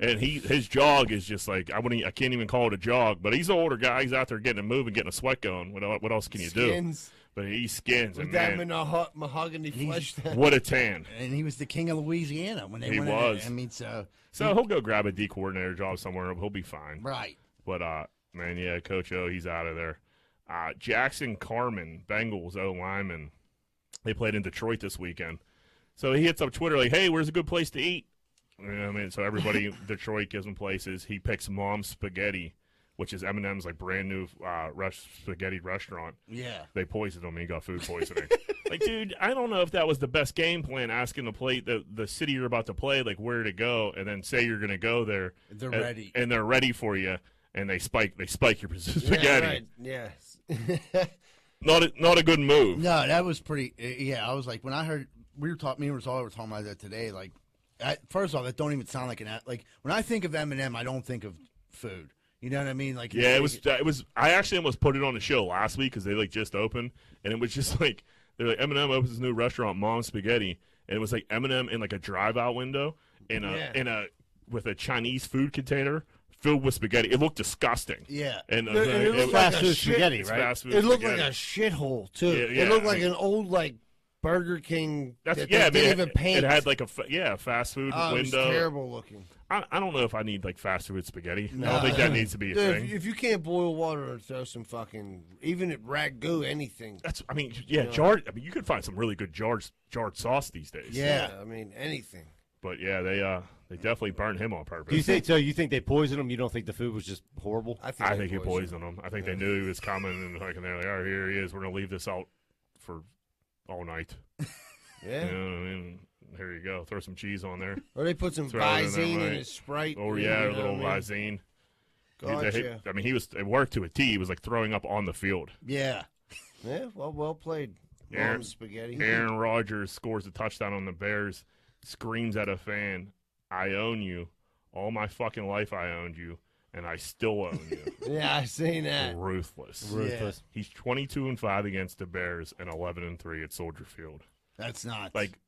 Speaker 1: and he his jog is just like I wouldn't e, I can't even call it a jog, but he's an older guy. He's out there getting a move and getting a sweat going. What, el- what else can you
Speaker 3: skins
Speaker 1: do? But he skins and
Speaker 3: with that
Speaker 1: man,
Speaker 3: maho- mahogany flesh.
Speaker 1: what a tan.
Speaker 2: and he was the king of Louisiana when they
Speaker 1: He
Speaker 2: went in
Speaker 1: was.
Speaker 2: there. I mean, so
Speaker 1: So he'll go grab a D coordinator job somewhere. He'll be fine.
Speaker 2: right.
Speaker 1: But uh, man, yeah, Coach O, he's out of there. Uh, Jackson Carmen, Bengals O lineman. They played in Detroit this weekend. So he hits up Twitter like, "Hey, where's a good place to eat?" You know what I mean, so everybody in Detroit gives him places. He picks Mom's Spaghetti, which is Eminem's like brand new uh, rush spaghetti restaurant.
Speaker 2: Yeah.
Speaker 1: They poisoned him and he got food poisoning. like, dude, I don't know if that was the best game plan. Asking the play the the city you're about to play, like where to go, and then say you're going to go there.
Speaker 2: They're
Speaker 1: and,
Speaker 2: ready.
Speaker 1: and they're ready for you, and they spike they spike your *laughs*
Speaker 3: Yeah,
Speaker 1: *laughs* spaghetti.
Speaker 3: right. Yes.
Speaker 1: Not a, not a good move.
Speaker 2: No, that was pretty. uh, Yeah, I was like when I heard we were talking. Me and Rosario were talking about that today. Like, at, first off, that don't even sound like an ad- like. When I think of Eminem, I don't think of food. You know what I mean? Like,
Speaker 1: Yeah, it was. It was. I actually almost put it on the show last week because they like just opened, and it was just *laughs* like they're like Eminem opens his new restaurant, Mom Spaghetti, and it was like Eminem in like a drive-out window in a
Speaker 3: Yeah.
Speaker 1: in a with a Chinese food container filled with spaghetti. It looked disgusting.
Speaker 2: Yeah.
Speaker 1: and uh,
Speaker 3: No, and it looked like
Speaker 4: Fast
Speaker 3: a
Speaker 4: food
Speaker 3: shit-
Speaker 4: spaghetti,
Speaker 1: it's
Speaker 4: right?
Speaker 1: fast food
Speaker 3: It looked like a
Speaker 1: spaghetti.
Speaker 3: shithole too.
Speaker 1: Yeah, yeah,
Speaker 3: it looked
Speaker 1: I
Speaker 3: like
Speaker 1: mean-
Speaker 3: an old like Burger King.
Speaker 1: That's,
Speaker 3: that they
Speaker 1: yeah, I mean,
Speaker 3: didn't
Speaker 1: it,
Speaker 3: even
Speaker 1: it
Speaker 3: paint.
Speaker 1: had like a fa- yeah fast food
Speaker 3: oh, it was
Speaker 1: window.
Speaker 3: terrible looking.
Speaker 1: I, I don't know if I need like fast food spaghetti. I don't think that needs to be a
Speaker 3: *laughs* Dude,
Speaker 1: thing.
Speaker 3: if, if you can't boil water and throw some fucking even at ragu
Speaker 1: *laughs*
Speaker 3: anything.
Speaker 1: That's I mean yeah, jarred. I mean you could find some really good jarred jarred sauce these days.
Speaker 2: Yeah.
Speaker 3: I mean anything.
Speaker 1: But yeah, they uh they definitely burned him on purpose.
Speaker 4: Do you think so? You think they poisoned him? You don't think the food was just horrible?
Speaker 3: I think
Speaker 1: I
Speaker 3: they
Speaker 1: think he poisoned
Speaker 3: poisoned.
Speaker 1: him. I think they knew he was coming, and like, and they're like, "All right, here he is. We're gonna leave this out for all night."
Speaker 3: Yeah.
Speaker 1: You know what I mean? Here you go. Throw some cheese on
Speaker 3: *laughs*
Speaker 1: there.
Speaker 3: Or they put some
Speaker 1: Throw it in there,
Speaker 3: Visine in
Speaker 1: right.
Speaker 3: his Sprite.
Speaker 1: Oh
Speaker 3: you
Speaker 1: yeah,
Speaker 3: know
Speaker 1: a little
Speaker 3: what I mean?
Speaker 1: Visine. He- they- he-
Speaker 3: Gotcha.
Speaker 1: I mean, he was it worked to a T. He was like throwing up on the field.
Speaker 2: yeah,
Speaker 3: Yeah. Well, well played.
Speaker 1: Yeah.
Speaker 3: Mom's spaghetti.
Speaker 1: Aaron Rodgers scores a touchdown on the Bears, screams at a fan, "I own you. All my fucking life, I owned you, and I still own
Speaker 3: *laughs*
Speaker 1: you."
Speaker 3: *laughs* Yeah, I seen that.
Speaker 1: Ruthless.
Speaker 4: Ruthless.
Speaker 1: He's 22 and 5 against the Bears and 11 and 3 at Soldier Field.
Speaker 2: that's not
Speaker 1: Like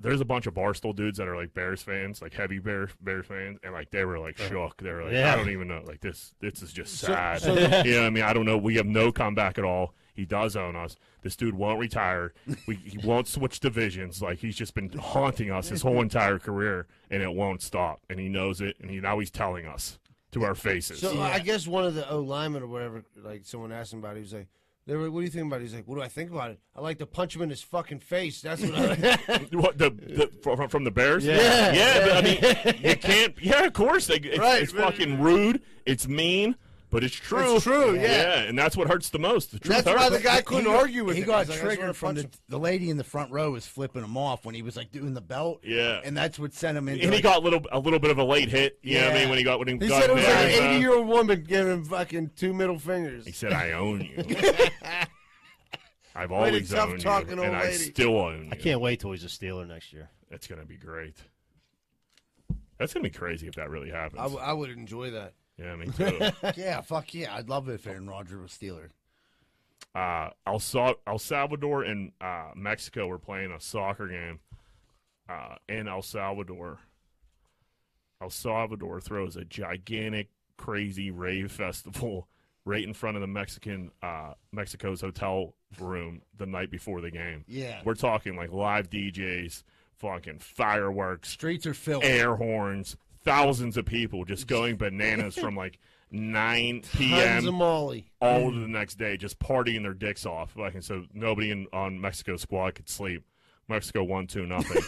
Speaker 1: there's a bunch of Barstool dudes that are like Bears fans, like heavy Bear Bears fans, and like they were like shook. They were like,
Speaker 4: Yeah.
Speaker 1: I don't even know. Like this, this is just sad. *laughs* you know what I mean? I don't know. We have no comeback at all. He does own us. This dude won't retire. We, he won't switch divisions. Like he's just been haunting us his whole entire career, and it won't stop. And he knows it. And he now he's telling us to our faces.
Speaker 3: So uh, I guess one of the O linemen or whatever, like someone asked him about, it, he was like, they were, "What do you think about it?" He's like, "What do I think about it? I like to punch him in his fucking face." That's
Speaker 1: *laughs*
Speaker 3: what I. *laughs*
Speaker 1: What the, the
Speaker 3: Uh,
Speaker 1: from, from the Bears?
Speaker 4: Yeah.
Speaker 1: yeah. but
Speaker 3: *laughs*
Speaker 1: I mean, you can't. Yeah, of course. Like, it's,
Speaker 3: Right.
Speaker 1: it's fucking rude. It's mean, but it's true.
Speaker 3: It's true, yeah.
Speaker 1: and that's what hurts the most. The truth
Speaker 3: That's why
Speaker 1: hurts.
Speaker 3: the guy couldn't argue with
Speaker 2: he
Speaker 3: it.
Speaker 2: got
Speaker 3: He's like, "I just wanna
Speaker 2: triggered from
Speaker 3: punch
Speaker 2: the,
Speaker 3: him."
Speaker 2: the lady in the front row was flipping him off when he was like doing the belt.
Speaker 1: Yeah.
Speaker 2: and that's what sent him into.
Speaker 1: and he
Speaker 2: like,
Speaker 1: got a little a little bit of a late hit. You know what I mean? When he got when he,
Speaker 3: He
Speaker 1: got
Speaker 3: said it was
Speaker 1: there,
Speaker 3: like an
Speaker 1: uh,
Speaker 3: eighty-year-old woman giving him fucking two middle fingers.
Speaker 1: He said, "I own
Speaker 3: *laughs*
Speaker 1: you. I've
Speaker 3: Way to
Speaker 1: always
Speaker 3: tough
Speaker 1: owned you,
Speaker 3: talking
Speaker 1: and
Speaker 3: old
Speaker 1: I
Speaker 3: lady.
Speaker 1: still own you."
Speaker 4: I can't wait till he's a Steeler next year.
Speaker 1: That's gonna be great. That's gonna be crazy if that really happens.
Speaker 3: I, w- I would enjoy that.
Speaker 1: yeah, me too.
Speaker 2: *laughs* yeah, fuck yeah, I'd love it if Aaron Rodgers was Steeler.
Speaker 1: uh, El, Sa- El Salvador and uh, Mexico were playing a soccer game uh, in El Salvador. El Salvador throws a gigantic, crazy rave festival *laughs* right in front of the Mexican uh, Mexico's hotel room the night before the game.
Speaker 2: Yeah.
Speaker 1: we're talking like live DJs, fucking fireworks,
Speaker 2: Streets are filled.
Speaker 1: air horns, thousands of people
Speaker 3: *laughs*
Speaker 1: just going bananas from like. 9 p.m
Speaker 3: Tons of Molly.
Speaker 1: all of the next day, just partying their dicks off. Like, and so nobody in, on Mexico's squad could sleep. Mexico won two nothing,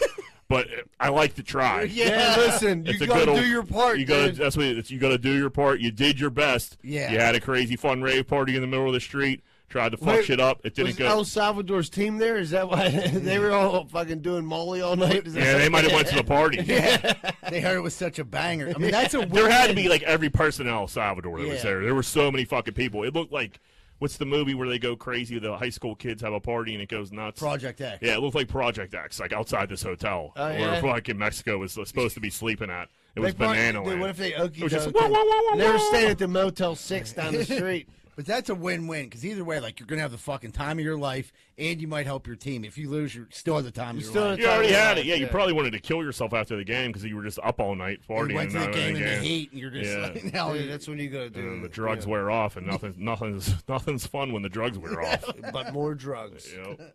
Speaker 1: but uh, I like to try.
Speaker 3: Yeah, listen, you
Speaker 1: It's a
Speaker 3: gotta
Speaker 1: good old-
Speaker 3: do your part.
Speaker 1: You gotta,
Speaker 3: dude.
Speaker 1: that's what it is. You gotta do your part. You did your best.
Speaker 2: Yeah.
Speaker 1: You had a crazy fun rave party in the middle of the street. Tried to fuck
Speaker 3: Wait,
Speaker 1: shit up. It didn't
Speaker 3: was
Speaker 1: go.
Speaker 3: El Salvador's team there? Is that why *laughs*
Speaker 4: Mm.
Speaker 3: they were all fucking doing Molly all night? Is that-
Speaker 1: yeah, they might have went to the
Speaker 3: *laughs*
Speaker 1: party.
Speaker 2: they heard it was such a banger. I mean, that's a
Speaker 1: There
Speaker 2: weird.
Speaker 1: had to be like every person in El Salvador that
Speaker 2: Yeah.
Speaker 1: was there. There were so many fucking people. It looked like what's the movie where they go crazy? The high school kids have a party and it goes nuts.
Speaker 2: Project X.
Speaker 1: Yeah, it looked like Project X, like outside this hotel
Speaker 3: Oh,
Speaker 1: where
Speaker 3: yeah?
Speaker 1: fucking Mexico was supposed to be sleeping at. It
Speaker 3: They
Speaker 1: was
Speaker 3: probably-
Speaker 1: banana
Speaker 3: dude,
Speaker 1: land.
Speaker 3: What if they
Speaker 1: it
Speaker 3: okie
Speaker 1: was just
Speaker 3: doke?
Speaker 1: whoa, whoa, whoa, whoa,
Speaker 3: They were
Speaker 1: whoa.
Speaker 3: staying at the Motel Six
Speaker 1: *laughs*
Speaker 3: down the street.
Speaker 2: *laughs* But that's a win-win because either way, like you're gonna have the fucking time of your life, and you might help your team. If you lose, you still have the time of your
Speaker 3: still
Speaker 2: life.
Speaker 1: You already had it.
Speaker 3: Yeah.
Speaker 1: Yeah, you probably wanted to kill yourself after the game because you were just up all night
Speaker 2: You
Speaker 1: partying.
Speaker 2: went to the
Speaker 1: and
Speaker 2: game in the
Speaker 1: everything.
Speaker 2: heat, and you're just
Speaker 1: Yeah.
Speaker 2: like, *laughs* hell,
Speaker 3: Dude, *laughs* that's when you gotta do.
Speaker 1: And the
Speaker 3: it,
Speaker 1: drugs
Speaker 3: yeah.
Speaker 1: wear off, and nothing, *laughs* nothing's, nothing's fun when the drugs
Speaker 3: *laughs*
Speaker 1: wear off.
Speaker 3: but more *laughs* drugs.
Speaker 1: you know? *laughs*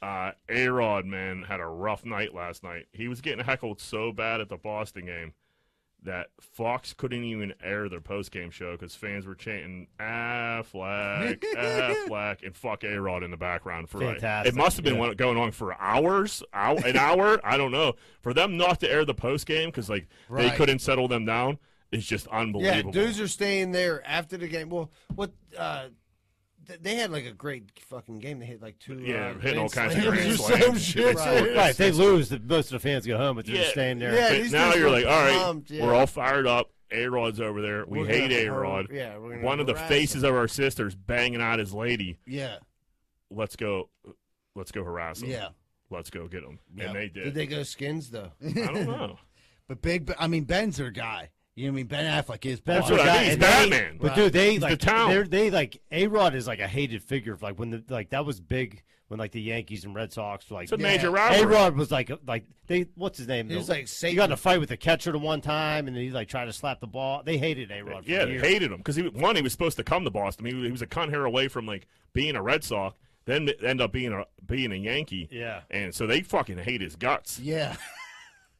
Speaker 1: Uh, A Rod, man, had a rough night last night. He was getting heckled so bad at the Boston game. that Fox couldn't even air their post game show because fans were chanting
Speaker 3: *laughs*
Speaker 1: Affleck, Affleck, and fuck A Rod in the background for like-
Speaker 4: Fantastic,
Speaker 1: it must have been
Speaker 4: yeah.
Speaker 1: what- going on for hours, hour,
Speaker 3: *laughs*
Speaker 1: an hour. I don't know for them not to air the post game because like
Speaker 3: Right.
Speaker 1: they couldn't settle them down. It's just
Speaker 3: Yeah,
Speaker 1: unbelievable.
Speaker 3: dudes are staying there after the game. Well, what uh, th- they had like a great fucking game. They hit like two.
Speaker 1: Yeah,
Speaker 3: uh,
Speaker 1: hitting all
Speaker 3: grand
Speaker 1: kinds of
Speaker 3: slams
Speaker 1: grand
Speaker 3: or
Speaker 1: slams.
Speaker 3: some
Speaker 1: It's-
Speaker 3: shit.
Speaker 1: it's-
Speaker 3: Right.
Speaker 4: Right, if they lose, the, most of the fans go home, but they're just
Speaker 1: Yeah.
Speaker 4: staying there.
Speaker 3: Yeah,
Speaker 1: But
Speaker 3: these
Speaker 1: now
Speaker 3: dudes
Speaker 1: you're
Speaker 3: were
Speaker 1: like, all right,
Speaker 3: pumped, yeah.
Speaker 1: we're all fired up. A Rod's over there. We
Speaker 3: We're
Speaker 1: hate
Speaker 3: gonna
Speaker 1: A
Speaker 3: hurt-
Speaker 1: Rod.
Speaker 3: yeah, we're gonna
Speaker 1: One of the
Speaker 3: harass
Speaker 1: faces of our sisters banging out his lady.
Speaker 2: Yeah.
Speaker 1: Let's go. Let's go harass him.
Speaker 2: Yeah.
Speaker 1: Let's go get him.
Speaker 2: Yeah.
Speaker 1: And they did.
Speaker 3: Did they go
Speaker 4: *laughs*
Speaker 3: skins though?
Speaker 1: I don't know.
Speaker 2: But Big, Ben- I mean, Ben's their guy. You know what I mean? Ben Affleck is
Speaker 1: That's
Speaker 4: That's
Speaker 2: Bond.
Speaker 1: what
Speaker 4: what
Speaker 1: I
Speaker 4: I-
Speaker 1: mean. He's
Speaker 4: and they-
Speaker 1: Batman.
Speaker 4: But dude, they like
Speaker 1: the town.
Speaker 4: they're they like A Rod is like a hated figure. Like when the like that was big when like the Yankees and Red Sox were like
Speaker 1: it's a
Speaker 4: yeah.
Speaker 1: major rivalry.
Speaker 4: A Rod was like a- like they what's his name?
Speaker 3: He was
Speaker 4: The-
Speaker 3: like
Speaker 4: he
Speaker 3: Satan.
Speaker 4: got in a fight with the catcher the one time, and then he like tried to slap the ball. They hated A Rod.
Speaker 1: yeah, they hated him because he one he was supposed to come to Boston. He, he was a cunt hair away from like being a Red Sox, then end up being a being a Yankee.
Speaker 4: Yeah.
Speaker 1: and so they fucking hate his guts,
Speaker 2: *laughs* Yeah.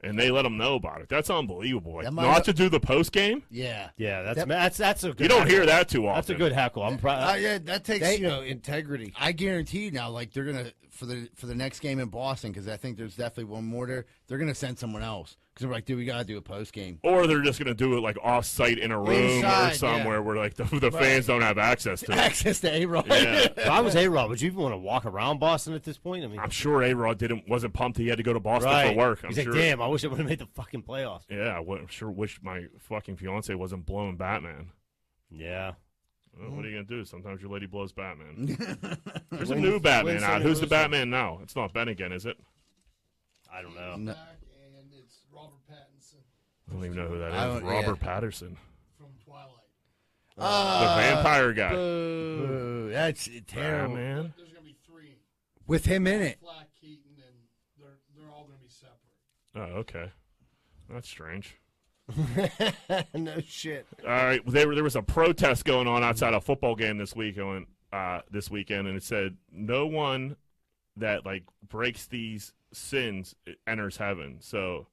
Speaker 1: and they let him know about it. That's unbelievable. Like,
Speaker 2: That might
Speaker 1: not
Speaker 2: have-
Speaker 1: to do the post game,
Speaker 2: Yeah.
Speaker 4: Yeah, that's
Speaker 2: That-
Speaker 4: that's that's a good
Speaker 1: you don't
Speaker 4: heckle.
Speaker 1: hear that too often.
Speaker 4: That's a good heckle. I'm
Speaker 3: *laughs*
Speaker 4: proud.
Speaker 3: Uh, yeah, that takes
Speaker 2: They-
Speaker 3: you know integrity.
Speaker 2: I guarantee you now, like they're gonna for the for the next game in Boston because I think there's definitely one more there. They're gonna send someone else because they're like, dude, we gotta do a post game.
Speaker 1: Or they're just gonna do it like off site in a room
Speaker 3: Inside,
Speaker 1: or somewhere where like the, the fans don't have access
Speaker 4: *laughs*
Speaker 1: to. it.
Speaker 2: *laughs* Access to A Rod.
Speaker 1: Yeah.
Speaker 4: if I was A Rod, would you even want to walk around Boston at this point? I mean,
Speaker 1: I'm sure A Rod didn't wasn't pumped. He had to go to Boston
Speaker 4: right.
Speaker 1: for work. I'm
Speaker 4: He's
Speaker 1: sure.
Speaker 4: like, damn, I wish I would have made the fucking playoffs.
Speaker 1: Yeah, I wa- I'm sure wish my fucking fiance wasn't blowing Batman.
Speaker 4: Yeah.
Speaker 1: Well, What are you gonna do? Sometimes your lady blows Batman. There's a new Batman
Speaker 3: win some
Speaker 1: out.
Speaker 3: and
Speaker 1: Who's the
Speaker 3: lose some.
Speaker 1: Batman now? It's not Ben again, is it?
Speaker 4: I don't know.
Speaker 2: *laughs* No.
Speaker 5: back, and it's
Speaker 3: *laughs*
Speaker 5: Robert Pattinson
Speaker 1: I don't even know who that
Speaker 2: I
Speaker 1: is.
Speaker 2: don't- yeah.
Speaker 1: Robert Patterson,
Speaker 5: from Twilight.
Speaker 1: the vampire guy.
Speaker 2: Ooh, that's terrible.
Speaker 1: Batman.
Speaker 5: There's gonna be three:
Speaker 2: With him in it,
Speaker 5: Flack, Keaton, and they're they're all gonna be separate.
Speaker 1: Oh, okay. That's strange.
Speaker 3: no shit.
Speaker 1: All right, well, there were- there was a protest going on outside a football game this week on uh, this weekend, and it said no one that like breaks these sins enters heaven. So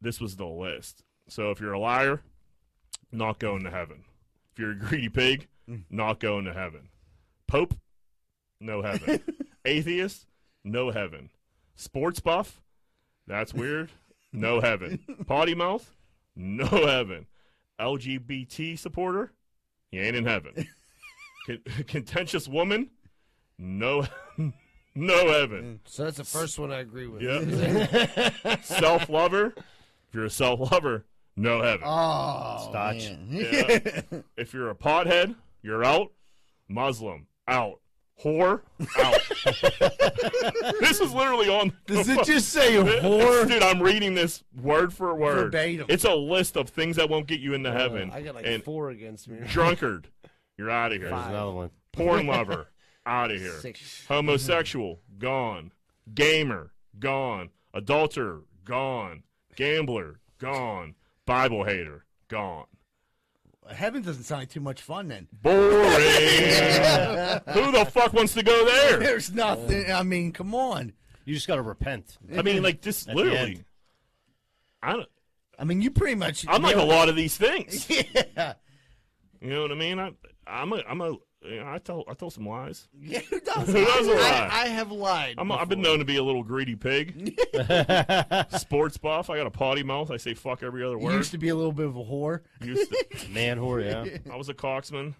Speaker 1: this was the list. So if you're a liar, not going to heaven. If you're a greedy pig, not going to heaven. Pope, no heaven. Atheist, no heaven. Sports buff, that's weird, no heaven. Potty mouth, no heaven. LGBT supporter, he ain't in heaven. Con- *laughs* contentious woman, no, *laughs* no heaven.
Speaker 3: So that's the first one I agree with.
Speaker 1: Yeah. *laughs* self lover, if you're a self lover, no heaven.
Speaker 3: Uh,
Speaker 2: oh,
Speaker 4: Stotch.
Speaker 2: man.
Speaker 1: Yeah. if you're a pothead, you're out. Muslim, out. Whore, out.
Speaker 3: *laughs*
Speaker 1: this is literally on.
Speaker 3: Does it just say whore?
Speaker 1: Dude, I'm reading this word for word.
Speaker 3: Verbatim. Uh,
Speaker 1: It's a list of things that won't get you into heaven.
Speaker 3: I got like
Speaker 1: and
Speaker 3: four against me.
Speaker 1: drunkard, you're out of here.
Speaker 4: There's another one.
Speaker 1: Porn lover, out of here.
Speaker 3: *laughs* Six.
Speaker 1: Homosexual, gone. Gamer, gone. Adulterer, gone. Gambler, gone. Bible hater, gone.
Speaker 2: *laughs* Heaven doesn't sound like too much fun then.
Speaker 1: Boring. Who the fuck wants to go there?
Speaker 2: There's nothing.
Speaker 1: Oh.
Speaker 2: I mean, come on.
Speaker 4: You just got to repent.
Speaker 1: I mean, like just
Speaker 4: the
Speaker 1: literally.
Speaker 4: end.
Speaker 1: I don't,
Speaker 2: I mean, you pretty much.
Speaker 1: I'm like a lot of these
Speaker 4: *laughs*
Speaker 1: things.
Speaker 2: Yeah.
Speaker 1: You know what I mean? I, I'm a, I'm a, you know, I tell, I tell some
Speaker 4: *laughs*
Speaker 1: lies.
Speaker 2: Yeah. Who does?
Speaker 1: Who does a lie?
Speaker 3: I, I have lied.
Speaker 1: I'm a, I've been known to be a little greedy
Speaker 2: *laughs*
Speaker 1: pig. Sports buff. I got a potty mouth. I say fuck every other
Speaker 2: You
Speaker 1: word.
Speaker 2: used to be a little bit of a whore.
Speaker 1: Used to-
Speaker 4: Man whore, yeah.
Speaker 1: I was a *laughs* coxman.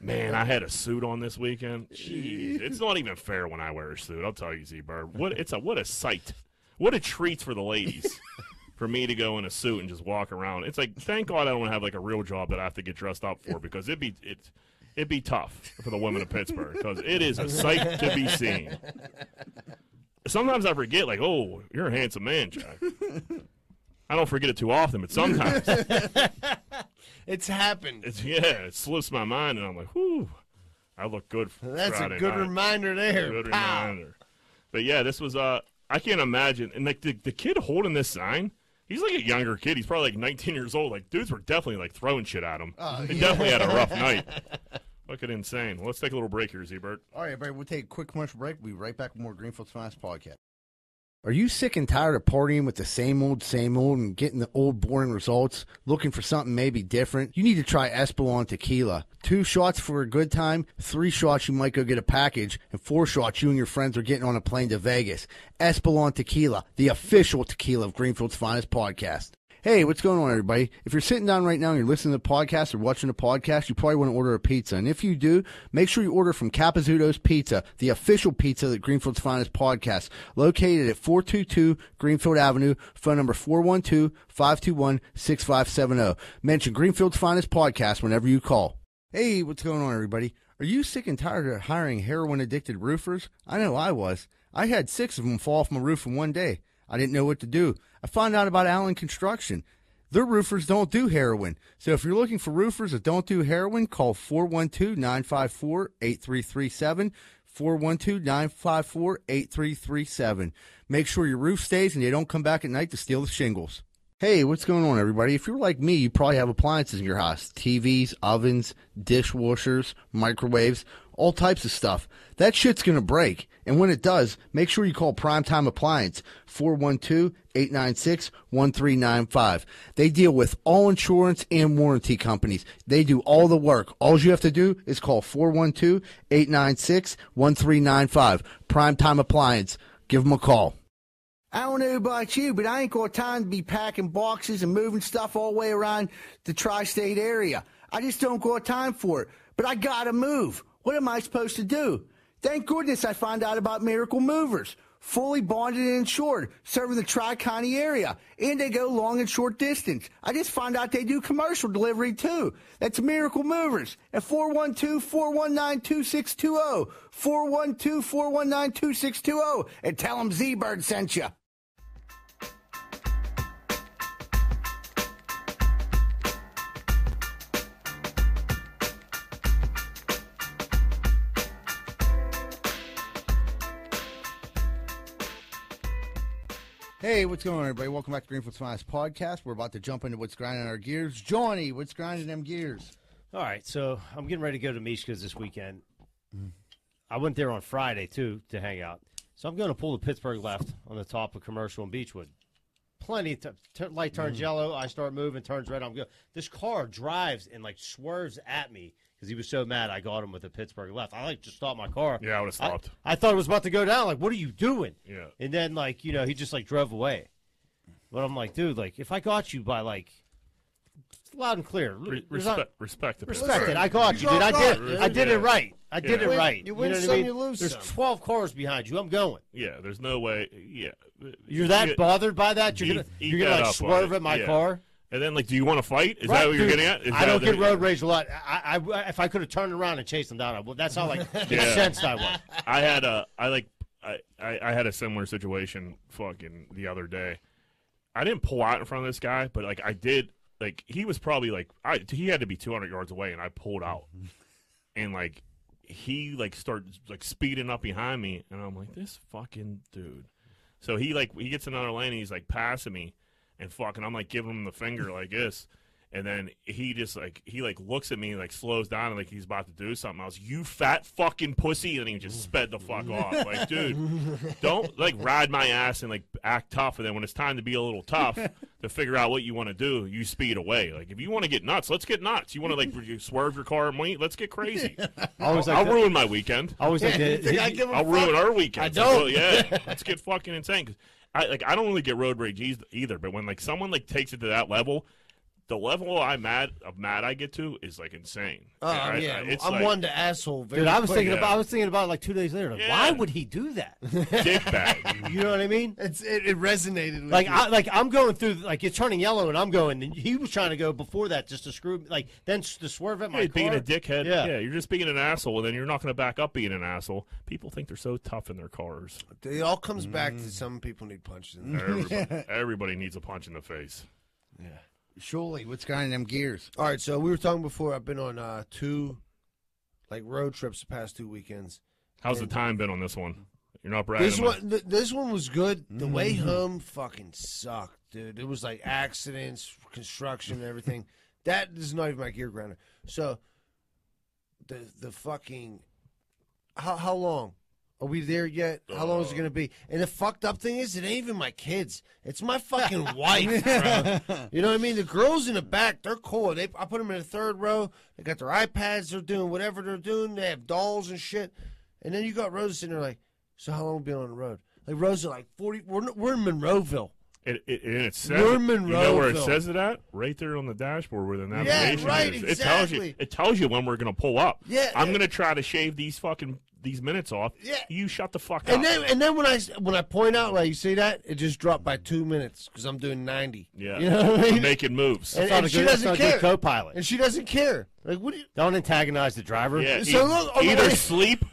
Speaker 1: Man, I had a suit on this weekend. Jeez, it's not even fair when I wear a suit. I'll tell you, Z Bird. What it's a what a sight. What a treat for the *laughs* ladies. For me to go in a suit and just walk around, it's like thank God I don't have like a real job that I have to get dressed up for because it'd be it, it'd be tough for the women of Pittsburgh because it is a sight to be seen. Sometimes I forget, like, oh, you're a handsome man, Jack. I don't forget it too often, but sometimes
Speaker 3: It's happened.
Speaker 1: it's, *laughs* yeah, it slips my mind, and I'm like, whew, I look good. For
Speaker 3: That's
Speaker 1: Friday
Speaker 3: a good
Speaker 1: night.
Speaker 3: reminder there.
Speaker 1: Good
Speaker 3: Pow.
Speaker 1: reminder. But yeah, this was. Uh, I can't imagine. And like the, the kid holding this sign, he's like a younger kid. He's probably like 19 years old. Like dudes were definitely like throwing shit at him.
Speaker 4: Oh,
Speaker 1: they definitely had a
Speaker 4: *laughs*
Speaker 1: rough night. Fucking insane. Well, let's take a little break here, Zbert.
Speaker 2: All right, everybody. We'll take a quick commercial break. We'll be right back with more Greenfield's Finest podcast. Are you sick and tired of partying with the same old, same old and getting the old boring results? Looking for something maybe different? You need to try Espolon Tequila. Two shots for a good time, three shots you might go get a package, and four shots you and your friends are getting on a plane to Vegas. Espolon Tequila, the official tequila of Greenfield's Finest Podcast. Hey, what's going on, everybody? If you're sitting down right now and you're listening to the podcast or watching the podcast, you probably want to order a pizza. And if you do, make sure you order from Capizzuto's Pizza, the official pizza that Greenfield's Finest podcast, located at 422 Greenfield Avenue, phone number 412 521 6570. Mention Greenfield's Finest podcast whenever you call. Hey, what's going on, everybody? Are you sick and tired of hiring heroin addicted roofers? I know I was. I had six of them fall off my roof in one day. I didn't know what to do. I found out about Allen Construction. Their roofers don't do heroin. So if you're looking for roofers that don't do heroin, call 412 954 8337. 412 954 8337. Make sure your roof stays and they don't come back at night to steal the shingles. Hey, what's going on, everybody? If you're like me, you probably have appliances in your house TVs, ovens, dishwashers, microwaves, all types of stuff. That shit's going to break. And when it does, make sure you call Primetime Appliance 412 896 1395. They deal with all insurance and warranty companies. They do all the work. All you have to do is call 412 896 1395. Primetime Appliance. Give them a call. I don't know about you, but I ain't got time to be packing boxes and moving stuff all the way around the tri state area. I just don't got time for it. But I gotta move. What am I supposed to do? Thank goodness I found out about Miracle Movers. Fully bonded and insured, serving the Tri County area. And they go long and short distance. I just found out they do commercial delivery too. That's Miracle Movers at 412 419 2620. 412 419 2620. oh. And tell them Z Bird sent you. Hey, what's going on, everybody? Welcome back to Greenfield's Finest Podcast. We're about to jump into what's grinding our gears. Johnny, what's grinding them gears?
Speaker 4: All right, so I'm getting ready to go to Mishka's this weekend.
Speaker 1: Mm.
Speaker 4: I went there on Friday too to hang out. So I'm going to pull the Pittsburgh left on the top of Commercial and Beechwood. Plenty of t- t- light turns
Speaker 1: Mm.
Speaker 4: yellow. I start moving, turns red. I'm good. This car drives and like swerves at me because he was so mad. I got him with the Pittsburgh left. I like just stopped my car.
Speaker 1: Yeah, I would've
Speaker 4: I-
Speaker 1: stopped.
Speaker 4: I, thought it was about to go down. Like, what are you doing?
Speaker 1: Yeah.
Speaker 4: And then like you know he just like drove away. But I'm like, dude, like if I got you by like loud and clear,
Speaker 1: Re-
Speaker 4: there's not-
Speaker 1: respect, respect, the
Speaker 4: Respect
Speaker 1: Pittsburgh.
Speaker 4: it. I got you,
Speaker 3: You
Speaker 4: dude. I
Speaker 3: got
Speaker 4: did.
Speaker 3: it.
Speaker 4: I did it right. I did
Speaker 1: You
Speaker 4: it
Speaker 1: win-
Speaker 4: right.
Speaker 3: you win
Speaker 4: know what I
Speaker 3: some,
Speaker 4: mean?
Speaker 3: you lose
Speaker 4: There's
Speaker 3: some.
Speaker 4: 12 cars behind you. I'm going.
Speaker 1: Yeah, there's no way. Yeah,
Speaker 4: You're that
Speaker 1: Yeah.
Speaker 4: bothered by that? You're
Speaker 1: Eat-
Speaker 4: gonna
Speaker 1: eat
Speaker 4: you're gonna
Speaker 1: that
Speaker 4: like
Speaker 1: up on
Speaker 4: swerve
Speaker 1: it.
Speaker 4: at my
Speaker 1: Yeah.
Speaker 4: car.
Speaker 1: And then, like, do you want to fight? Is
Speaker 4: Right,
Speaker 1: that what you're
Speaker 4: dude.
Speaker 1: getting at? Is
Speaker 4: I
Speaker 1: that
Speaker 4: don't
Speaker 1: the-
Speaker 4: get road rage a lot. I, I, if I could have turned around and chased them down, I would. That's
Speaker 1: *laughs*
Speaker 4: how like
Speaker 1: Yeah.
Speaker 4: incensed I was.
Speaker 1: *laughs* I had a, I like, I, I, I had a similar situation fucking the other day. I didn't pull out in front of this guy, but like I did, like he was probably like, I he had to be 200 yards away, and I pulled out, and like he like started like speeding up behind me, and I'm like, this fucking dude. So he like he gets another lane, and he's like passing me, and fucking I'm like giving him the finger like this. And then he just like he like looks at me like slows down and like he's about to do something. I was you fat fucking pussy, and he just sped the fuck off. Like, dude, don't like ride my ass and like act tough. And then when it's time to be a little tough to figure out what you want to do, you speed away. Like, if you want to get nuts, let's get nuts. You want to like *laughs* you swerve your car and wait, let's get crazy.
Speaker 4: I always like
Speaker 1: I'll
Speaker 4: to-
Speaker 1: ruin my weekend.
Speaker 4: I always
Speaker 1: *laughs*
Speaker 4: like to-
Speaker 1: I'll ruin our weekend.
Speaker 4: I don't.
Speaker 1: yeah, let's get fucking insane. 'Cause I like I don't really get road rage eith- either, but when like someone like takes it to that level, the level I'm mad of mad I get to is like insane.
Speaker 3: Oh,
Speaker 1: I- I-
Speaker 3: yeah.
Speaker 1: it's
Speaker 3: I'm
Speaker 1: like
Speaker 3: one to asshole. Very
Speaker 4: Dude, I was
Speaker 3: quick.
Speaker 4: thinking
Speaker 1: Yeah.
Speaker 4: about. I was thinking about it like two days later. Like,
Speaker 1: Yeah.
Speaker 4: Why would he
Speaker 1: *laughs*
Speaker 4: do that?
Speaker 1: dickbag.
Speaker 4: You know what I mean?
Speaker 3: It's, it, it resonated with
Speaker 4: Like
Speaker 3: me.
Speaker 4: I like I'm going through like it's turning yellow and I'm going and he was trying to go before that just to screw like then s- to swerve at my
Speaker 1: Yeah,
Speaker 4: car.
Speaker 1: being a dickhead.
Speaker 4: Yeah.
Speaker 1: Yeah. you're just being an asshole, and then you're not going to back up being an asshole. People think they're so tough in their cars.
Speaker 3: it all comes back
Speaker 4: Mm.
Speaker 3: to some people need punches. In there.
Speaker 1: Everybody, everybody needs a punch in the face.
Speaker 2: Surely, what's grinding them gears?
Speaker 3: All right, so we were talking before. I've been on uh, two, like road trips the past two weekends.
Speaker 1: How's the time been on this one? You're not bragging.
Speaker 3: This
Speaker 1: am I?
Speaker 3: one, th- this one was good. The way home fucking sucked, dude. It was like accidents, construction, and everything. that is not even my gear grinder. So, the the fucking, how how long? Are we there yet? How long is it gonna be? And the fucked up thing is, it ain't even my kids. It's my fucking wife. bro. You know what I mean? The girls in the back, they're cool. They, I put them in the third row. They got their iPads. They're doing whatever they're doing. They have dolls and shit. And then you got Rosa sitting there like, so how long we been on the road? Like Rosa, like forty. We're, n- we're in Monroeville.
Speaker 1: It, it, and it says
Speaker 3: We're
Speaker 1: it- you know where it
Speaker 3: Monroeville.
Speaker 1: says it at? Right there on the dashboard where the navigation
Speaker 3: right,
Speaker 1: is. It tells you.
Speaker 3: exactly.
Speaker 1: It tells you when we're gonna pull up.
Speaker 3: Yeah,
Speaker 1: I'm
Speaker 3: yeah.
Speaker 1: gonna try to shave these fucking these minutes off.
Speaker 3: Yeah.
Speaker 1: You shut the fuck up.
Speaker 3: And then and then when I s- when I point out like you see that it just dropped by two minutes because I'm doing ninety.
Speaker 1: yeah.
Speaker 3: you know what I
Speaker 1: I'm
Speaker 3: mean.
Speaker 1: Making moves.
Speaker 3: And-
Speaker 4: It's not
Speaker 3: and
Speaker 4: a
Speaker 3: she
Speaker 4: good, that's
Speaker 3: doesn't
Speaker 4: not a good
Speaker 3: care.
Speaker 4: co-pilot.
Speaker 3: And she doesn't care. Like what? Do you,
Speaker 4: Don't antagonize the driver.
Speaker 1: yeah.
Speaker 3: so
Speaker 1: e-
Speaker 3: look, on the
Speaker 1: either
Speaker 3: way-
Speaker 1: sleep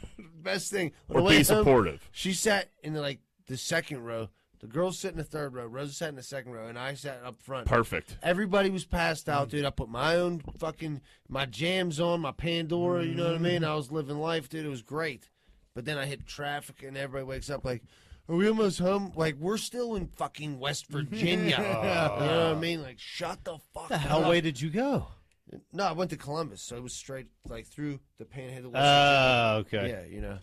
Speaker 3: best thing on
Speaker 1: or
Speaker 3: the way
Speaker 1: be
Speaker 3: home,
Speaker 1: supportive.
Speaker 3: She sat in like the second row. The girls sit in the third row. Rosa sat in the second row, and I sat up front.
Speaker 1: Perfect.
Speaker 3: Everybody was passed
Speaker 4: Mm.
Speaker 3: out, dude. I put my own fucking my jams on, my Pandora. You know what I mean?
Speaker 4: Mm.
Speaker 3: I was living life, dude. It was great. But then I hit traffic, and everybody wakes up like, "Are we almost home?" Like we're still in fucking
Speaker 4: *laughs*
Speaker 3: West Virginia. you know what I mean? Like shut the fuck
Speaker 4: Oh. The hell
Speaker 3: up.
Speaker 4: way did you go?
Speaker 3: No, I went to Columbus, so it was straight like through the Panhandle.
Speaker 4: Oh,
Speaker 3: West
Speaker 4: okay.
Speaker 3: Virginia. yeah, you know.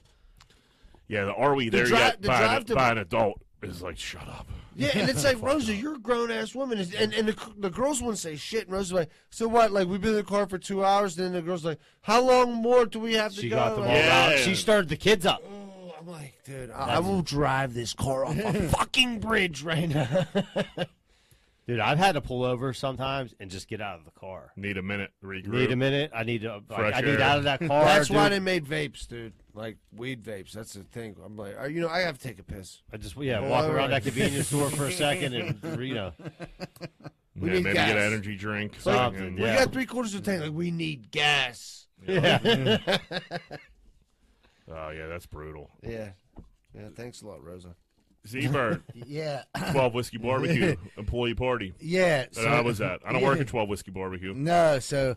Speaker 1: Yeah. The, are we there
Speaker 3: dri-
Speaker 1: yet?
Speaker 3: the
Speaker 1: by,
Speaker 3: drive
Speaker 1: an,
Speaker 3: to-
Speaker 1: by an adult is like shut up.
Speaker 3: Yeah, and it's
Speaker 1: *laughs*
Speaker 3: like Rosa, you're a grown ass woman, and and, and the, the girls wouldn't say shit. And Rosa's like, so what? Like we've been in the car for two hours. Then the girls like, how long more do we have to
Speaker 4: She
Speaker 3: go?
Speaker 4: got them all
Speaker 3: Like,
Speaker 1: Yeah.
Speaker 4: out. She started the kids up.
Speaker 3: "Oh," I'm like, dude, I, I will drive this car
Speaker 1: *laughs*
Speaker 3: off a fucking bridge right now.
Speaker 4: Dude, I've had to pull over sometimes and just get out of the car.
Speaker 1: Need a minute. to Regroup.
Speaker 4: Need a minute. I need to. Like,
Speaker 1: Fresh
Speaker 4: I need
Speaker 1: air. *laughs*
Speaker 4: out of that car.
Speaker 3: That's why
Speaker 4: dude.
Speaker 3: they made vapes, dude. Like weed vapes. That's the thing. I'm like, uh, you know, I have to take a piss.
Speaker 4: I just yeah
Speaker 3: Pull
Speaker 4: walk
Speaker 3: over.
Speaker 4: around that convenience store for
Speaker 1: *laughs*
Speaker 4: a second and you know
Speaker 1: Yeah,
Speaker 3: need
Speaker 1: maybe get
Speaker 3: gas.
Speaker 1: an energy drink.
Speaker 4: Something,
Speaker 1: fucking-
Speaker 4: yeah.
Speaker 3: We got three quarters of the tank. Like we need gas.
Speaker 4: yeah.
Speaker 1: Oh yeah, that's brutal.
Speaker 3: Yeah. Yeah. Thanks a lot, Rosa.
Speaker 1: Z Bird, *laughs*
Speaker 2: *coughs*
Speaker 6: Yeah.
Speaker 1: twelve whiskey
Speaker 3: *laughs*
Speaker 1: barbecue employee party.
Speaker 6: Yeah.
Speaker 1: That I Uh, was at. I don't
Speaker 6: *laughs*
Speaker 1: work at twelve whiskey barbecue.
Speaker 6: No, so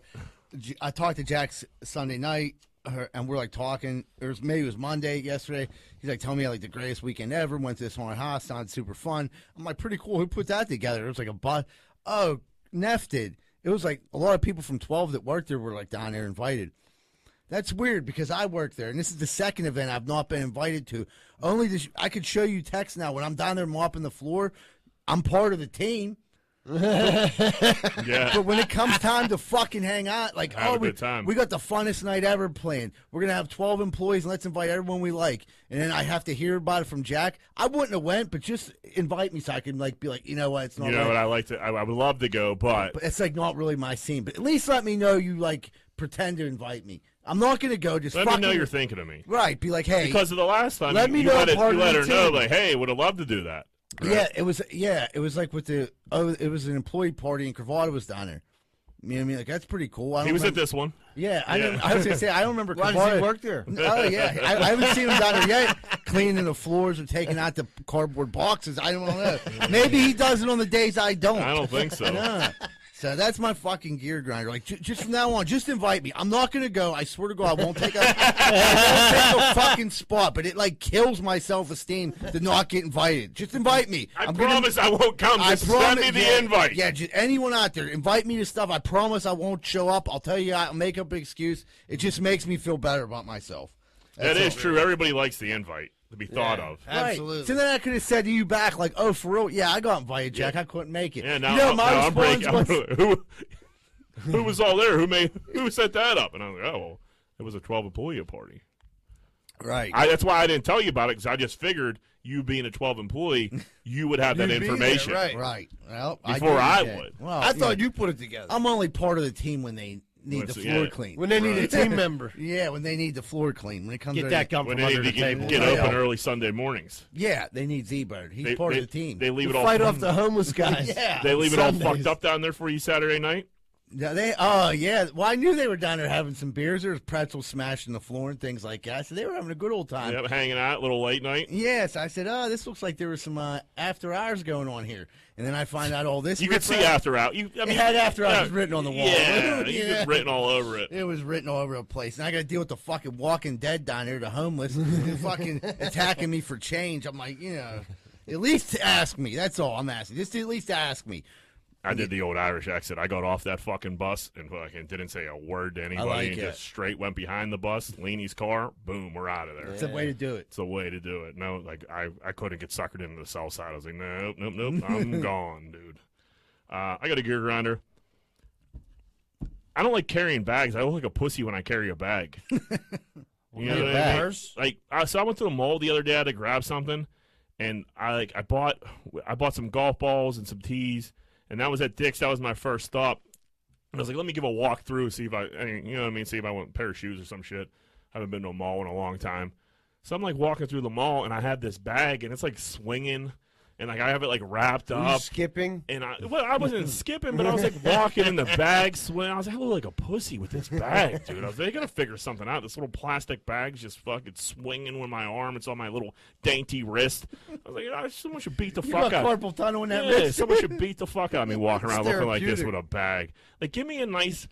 Speaker 6: J- I talked to Jack S- Sunday night, her, and we're like talking. It was maybe it was Monday yesterday. He's like telling me like the greatest weekend ever. Went to this haunted house, sounded super fun. I'm like, pretty cool. Who put that together? It was like a bus. Oh, Neff did. It was like a lot of people from 12 that worked there were like down there invited. That's weird because I work there, and this is the second event I've not been invited to. Only this, I could show you text now when I'm down there mopping the floor. I'm part of the team.
Speaker 1: Yeah.
Speaker 6: But when
Speaker 1: *laughs*
Speaker 6: it comes time to fucking hang out, like
Speaker 1: Have
Speaker 6: oh,
Speaker 1: a
Speaker 6: we,
Speaker 1: good time.
Speaker 6: we got the funnest night ever planned. We're gonna have twelve employees and let's invite everyone we like. And then I have to hear about it from Jack. I wouldn't have went, but just invite me so I can like be like, you know what, it's not.
Speaker 1: You know
Speaker 6: really-
Speaker 1: what I like to? I, I would love to go, but
Speaker 6: but it's like not really my scene. But at least let me know you like pretend to invite me. I'm not gonna go. Just
Speaker 1: let me
Speaker 6: fucking,
Speaker 1: know you're thinking of me
Speaker 6: right. Be like, hey,
Speaker 1: because of the last time.
Speaker 6: Let
Speaker 1: you,
Speaker 6: me
Speaker 1: you
Speaker 6: know
Speaker 1: Let,
Speaker 6: I'm
Speaker 1: it,
Speaker 6: part
Speaker 1: you
Speaker 6: of
Speaker 1: let
Speaker 6: the
Speaker 1: her know,
Speaker 6: team.
Speaker 1: like, hey, would have loved to do that. right?
Speaker 6: yeah, it was yeah, it was like with the oh, it was an employee party and Cravata was down there. You know what I mean? Like that's pretty cool. I don't
Speaker 1: he was
Speaker 6: remember-
Speaker 1: at this one.
Speaker 6: Yeah, I, don't I was gonna say I don't remember.
Speaker 3: Why does he
Speaker 6: Cavada-
Speaker 3: work there?
Speaker 6: *laughs* Oh yeah, I, I haven't seen him down there yet, cleaning the floors or taking out the cardboard boxes. I don't know. Maybe he does it on the days I don't.
Speaker 1: I don't think
Speaker 6: *laughs*
Speaker 1: so.
Speaker 6: Yeah. So that's my fucking gear grinder. Like, j- just from now on, just invite me. I'm not gonna go. I swear to God, I won't take a, *laughs* I won't take a fucking spot. But it like kills my self esteem to not get invited. Just invite me.
Speaker 1: I
Speaker 6: I'm gonna-
Speaker 1: promise I won't come.
Speaker 6: I
Speaker 1: Just
Speaker 6: promise.
Speaker 1: send me the
Speaker 6: yeah,
Speaker 1: invite.
Speaker 6: Yeah, just anyone out there, invite me to stuff. I promise I won't show up. I'll tell you, I'll make up an excuse. It just makes me feel better about myself.
Speaker 1: that
Speaker 6: That's
Speaker 1: is
Speaker 6: all.
Speaker 1: true. Everybody likes the invite to be thought of.
Speaker 6: Right.
Speaker 3: Absolutely.
Speaker 6: So then I could have said to you back, like, "Oh, for real? Yeah, I got invited, Jack. I couldn't make it."
Speaker 1: Yeah, now,
Speaker 6: you know,
Speaker 1: I'm-
Speaker 6: my
Speaker 1: now I'm
Speaker 6: response
Speaker 1: breaking.
Speaker 6: was,
Speaker 1: *laughs* who, who was all there? Who made? Who set that up? And I'm like, oh, well, it was a 12 employee party.
Speaker 6: "Right,
Speaker 1: I, that's why I didn't tell you about it because I just figured you being a 12
Speaker 3: *laughs*
Speaker 1: employee, you would have that
Speaker 3: You'd be there,
Speaker 1: information.
Speaker 3: right.
Speaker 6: right." Well,
Speaker 1: Before
Speaker 6: do
Speaker 1: I
Speaker 6: that.
Speaker 1: would.
Speaker 6: Well,
Speaker 3: I thought you put it together.
Speaker 6: I'm only part of the team when they need
Speaker 1: Once
Speaker 6: the
Speaker 1: again.
Speaker 6: floor clean.
Speaker 3: when they need a team member.
Speaker 6: yeah, when they need the floor clean. When it comes
Speaker 4: get
Speaker 6: to
Speaker 4: that gum
Speaker 1: When
Speaker 4: from
Speaker 1: they
Speaker 4: under the
Speaker 1: they get,
Speaker 4: table.
Speaker 1: get
Speaker 6: Yeah.
Speaker 1: open early Sunday mornings,
Speaker 6: yeah, they need Z Bird. He's
Speaker 1: they,
Speaker 6: part
Speaker 1: they,
Speaker 6: of the team.
Speaker 1: They leave it all.
Speaker 3: Fight off the
Speaker 1: *laughs*
Speaker 3: homeless guys.
Speaker 6: *laughs* yeah,
Speaker 1: They leave it all fucked
Speaker 3: Sundays.
Speaker 1: up down there for you Saturday night.
Speaker 6: Yeah, they. Oh, yeah. Well, I knew they were down there having some beers. There was pretzels smashed in the floor and things like that. So they were having a good old time.
Speaker 1: Yep, hanging out, little late night.
Speaker 6: Yes, I said, oh, this looks like there was some uh, after hours going on here, and then I find out all this.
Speaker 1: You could see
Speaker 6: riffraff-
Speaker 1: after out. You, I mean,
Speaker 6: had after hours
Speaker 1: yeah,
Speaker 6: written on the wall. *laughs*
Speaker 1: Yeah, you
Speaker 6: Yeah.
Speaker 1: just written all over it.
Speaker 6: It was written all over the place, and I got to deal with the fucking Walking Dead down there, the homeless,
Speaker 1: *laughs*
Speaker 6: who fucking attacking me for change. I'm like, you know, at least ask me. That's all I'm asking. Just at least ask me.
Speaker 1: I did the old Irish exit. I got off that fucking bus and fucking didn't say a word to anybody.
Speaker 6: like
Speaker 1: and
Speaker 6: it.
Speaker 1: just straight went behind the bus, Leanie's car, boom, we're out of there.
Speaker 6: It's the way to do it.
Speaker 1: It's a way to do it. No, like I, I couldn't get suckered into the south side. I was like, nope, nope, nope. I'm gone, dude. Uh, I got a gear grinder. I don't like carrying bags. I look like a pussy when I carry a bag. you know
Speaker 6: Your
Speaker 1: what I mean?
Speaker 3: Purse?
Speaker 1: Like, I, so I went to the mall the other day I had to grab something, and I like I bought I bought some golf balls and some tees, and that was at Dick's. That was my first stop. And I was like, let me give a walk through, see if I, I mean, you know what I mean, see if I want a pair of shoes or some shit. I haven't been to a mall in a long time. So I'm like walking through the mall, and I have this bag, and it's like swinging, and like I have it like wrapped
Speaker 3: Were you
Speaker 1: up.
Speaker 3: skipping?
Speaker 1: And I, well, I
Speaker 3: *laughs*
Speaker 1: wasn't skipping, but I was like walking in the bag, swing. I was like, I look like a pussy with this bag, dude. I was like, they gotta figure something out. This little plastic bag's just fucking swinging with my arm. It's on my little dainty wrist. I was like, "Ah, someone should beat the fuck out.
Speaker 6: carpal tunnel in that
Speaker 1: yeah, someone
Speaker 3: *laughs*
Speaker 1: should beat the fuck out of me walking around
Speaker 3: It's
Speaker 1: looking like this
Speaker 3: therapeutic.
Speaker 1: with a bag. Like, give me a nice,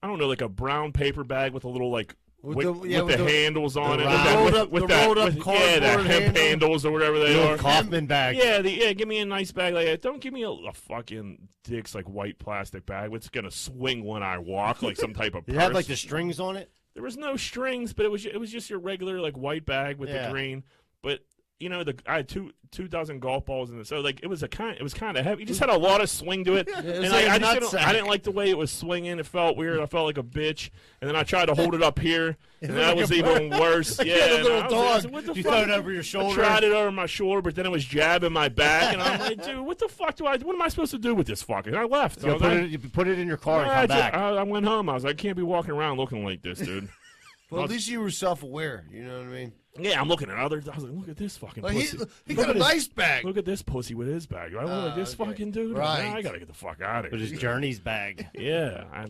Speaker 1: I don't know, like a brown paper bag with a little like. With,
Speaker 3: With the-
Speaker 1: with
Speaker 3: yeah,
Speaker 1: the,
Speaker 3: with the-
Speaker 1: handles on
Speaker 3: the
Speaker 1: it,
Speaker 3: round-
Speaker 1: with,
Speaker 3: rolled
Speaker 1: that-
Speaker 3: up-
Speaker 1: with
Speaker 3: the
Speaker 1: that,
Speaker 3: rolled up
Speaker 1: with, yeah, the
Speaker 3: cardboard
Speaker 1: hemp
Speaker 3: handle.
Speaker 1: handles or whatever they
Speaker 4: Little
Speaker 1: are.
Speaker 4: Kaufman bag.
Speaker 1: Yeah, the, yeah. Give me a nice bag like that. Don't give me a, a fucking dick's like white plastic bag. It's gonna swing when I walk like some type
Speaker 4: *laughs*
Speaker 1: of.
Speaker 4: Did it have like the
Speaker 1: purse.
Speaker 4: strings on it?
Speaker 1: there was no strings, but it was it was just your regular like white bag with
Speaker 4: Yeah.
Speaker 1: the green. But you know, the I had two two dozen golf balls in it, so like it was a kind it was kind of heavy. You just had a lot of swing
Speaker 4: *laughs*
Speaker 1: to it, and
Speaker 3: like
Speaker 1: I,
Speaker 3: a
Speaker 1: I just didn't,
Speaker 3: nutsack.
Speaker 1: I didn't like the way it was swinging. It felt weird. I felt like a bitch, and then I tried to hold it up
Speaker 4: *laughs*
Speaker 1: here, and that was even worse. yeah,
Speaker 3: had a
Speaker 1: and
Speaker 3: little
Speaker 1: I was like,
Speaker 3: dog.
Speaker 1: what the
Speaker 4: You
Speaker 1: fuck?
Speaker 4: throw it over your
Speaker 1: I
Speaker 4: shoulder.
Speaker 1: tried it over my shoulder, but then it was jabbing my back, and I'm
Speaker 4: *laughs*
Speaker 1: like, dude, what the fuck do I? What am I supposed to do with this fucking? And I left.
Speaker 4: You
Speaker 1: I
Speaker 4: know,
Speaker 1: was
Speaker 4: put,
Speaker 1: like,
Speaker 4: it, you put it in your car and
Speaker 1: "Ah, I
Speaker 4: come
Speaker 1: ju-
Speaker 4: back.
Speaker 1: I, I went home. I was like, I can't be walking around looking like this, dude.
Speaker 3: Well, at least you were self-aware. You know what I mean?
Speaker 1: yeah, I'm looking at other. I was like, look at this fucking
Speaker 3: Like,
Speaker 1: pussy.
Speaker 3: he he
Speaker 1: look,
Speaker 3: got
Speaker 1: at
Speaker 3: a
Speaker 1: his-
Speaker 3: nice bag.
Speaker 1: look at this pussy with his bag. Do I look like
Speaker 3: Ah,
Speaker 1: this
Speaker 3: okay.
Speaker 1: fucking dude?
Speaker 3: Right.
Speaker 1: Nah, I gotta get the fuck out of
Speaker 4: But
Speaker 1: here.
Speaker 4: his journey's bag.
Speaker 1: *laughs* Yeah, I,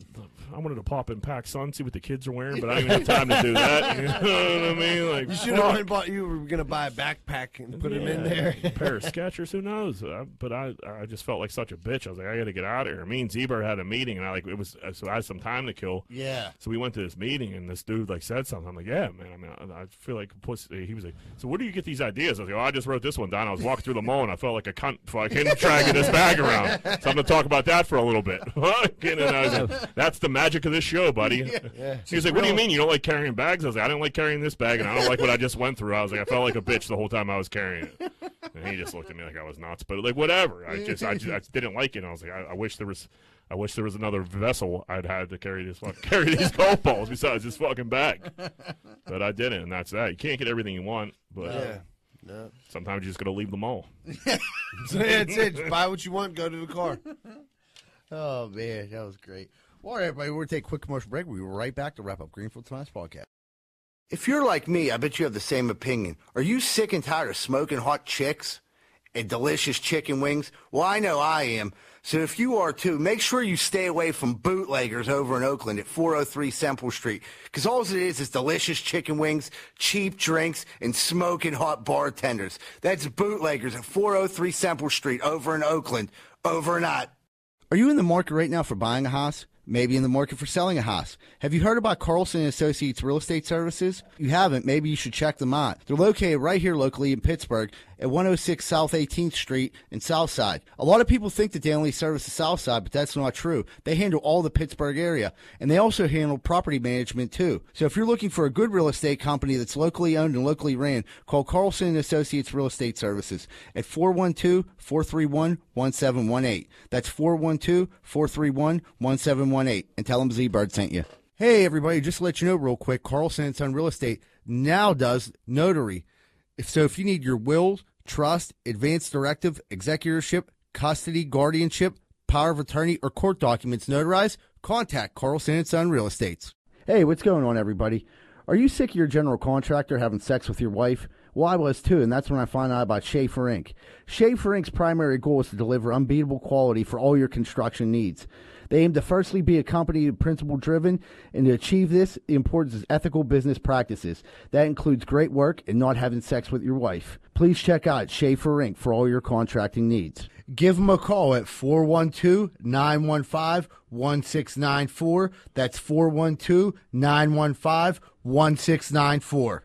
Speaker 1: I wanted to pop in pack sun, see what the kids are wearing, but I didn't even have time to do that. *laughs* You know what I mean? Like,
Speaker 3: You should have bought. You were gonna buy a backpack and put him in
Speaker 1: Yeah,
Speaker 4: *laughs*
Speaker 3: there.
Speaker 1: a pair of Skechers, who knows? Uh, but I, I just felt like such a bitch. I was like, I got to get out of here. Me and Zebra had a meeting, and I like it was uh, so I had some time to kill.
Speaker 6: Yeah.
Speaker 1: So we went to this meeting, and this dude like said something. I'm like, yeah, man. I mean, I, I feel like a pussy. He was like, so where do you get these ideas? I was like, oh, I just wrote this one down. I was walking through the mall, and I felt like a cunt fucking dragging this bag around. So I'm gonna talk about that for a little bit. *laughs* Fucking, and I was like, that's the magic of this show, buddy. He was like, "What do you mean you don't like carrying bags?" I was like, "I didn't like carrying this bag, and I don't like what I just went through." I was like, "I felt like a bitch the whole time I was carrying it." And he just looked at me like I was nuts, but like whatever. I just, I just, I just didn't like it. And I was like, I, I wish there was, I wish there was another vessel I'd had to carry this fuck, *laughs* carry these golf balls besides this fucking bag. But I didn't, and that's that. You can't get everything you want, but
Speaker 3: Yeah. No.
Speaker 1: sometimes you just gotta leave them all.
Speaker 3: So yeah, that's it. Just buy what you want. Go to the car.
Speaker 6: Oh man, that was great. Well, all right, everybody, we're gonna take a quick commercial break. We'll be right back to wrap up Greenfield Tonight's podcast. If you're like me, I bet you have the same opinion. Are you sick and tired of smoking hot chicks and delicious chicken wings? Well, I know I am. So if you are too, make sure you stay away from bootleggers over in Oakland at 403 Semple Street. Because all it is is delicious chicken wings, cheap drinks, and smoking hot bartenders. That's bootleggers at 403 Semple Street over in Oakland overnight. Are you in the market right now for buying a house? Maybe in the market for selling a house. Have you heard about Carlson and Associates Real Estate Services? If you haven't, maybe you should check them out. They're located right here locally in Pittsburgh at 106 South 18th Street in Southside. A lot of people think that they only service the Southside, but that's not true. They handle all the Pittsburgh area and they also handle property management too. So if you're looking for a good real estate company that's locally owned and locally ran, call Carlson and Associates Real Estate Services at 412-431-1718. That's 412-431-1718 and tell them Z-Bird sent you. Hey everybody, just to let you know real quick, Carlson and Son Real Estate now does notary. If so, if you need your will, trust, advance directive, executorship, custody, guardianship, power of attorney, or court documents notarized, contact Carlson and Son Real Estates. Hey, what's going on, everybody? Are you sick of your general contractor having sex with your wife? Well, I was too, and that's when I found out about Schaefer Inc. Schaefer Inc.'s primary goal is to deliver unbeatable quality for all your construction needs. They aim to firstly be a company principle driven, and to achieve this, the importance is ethical business practices. That includes great work and not having sex with your wife. Please check out Schaefer Inc. for all your contracting needs. Give them a call at 412 915 1694. That's 412 915 1694.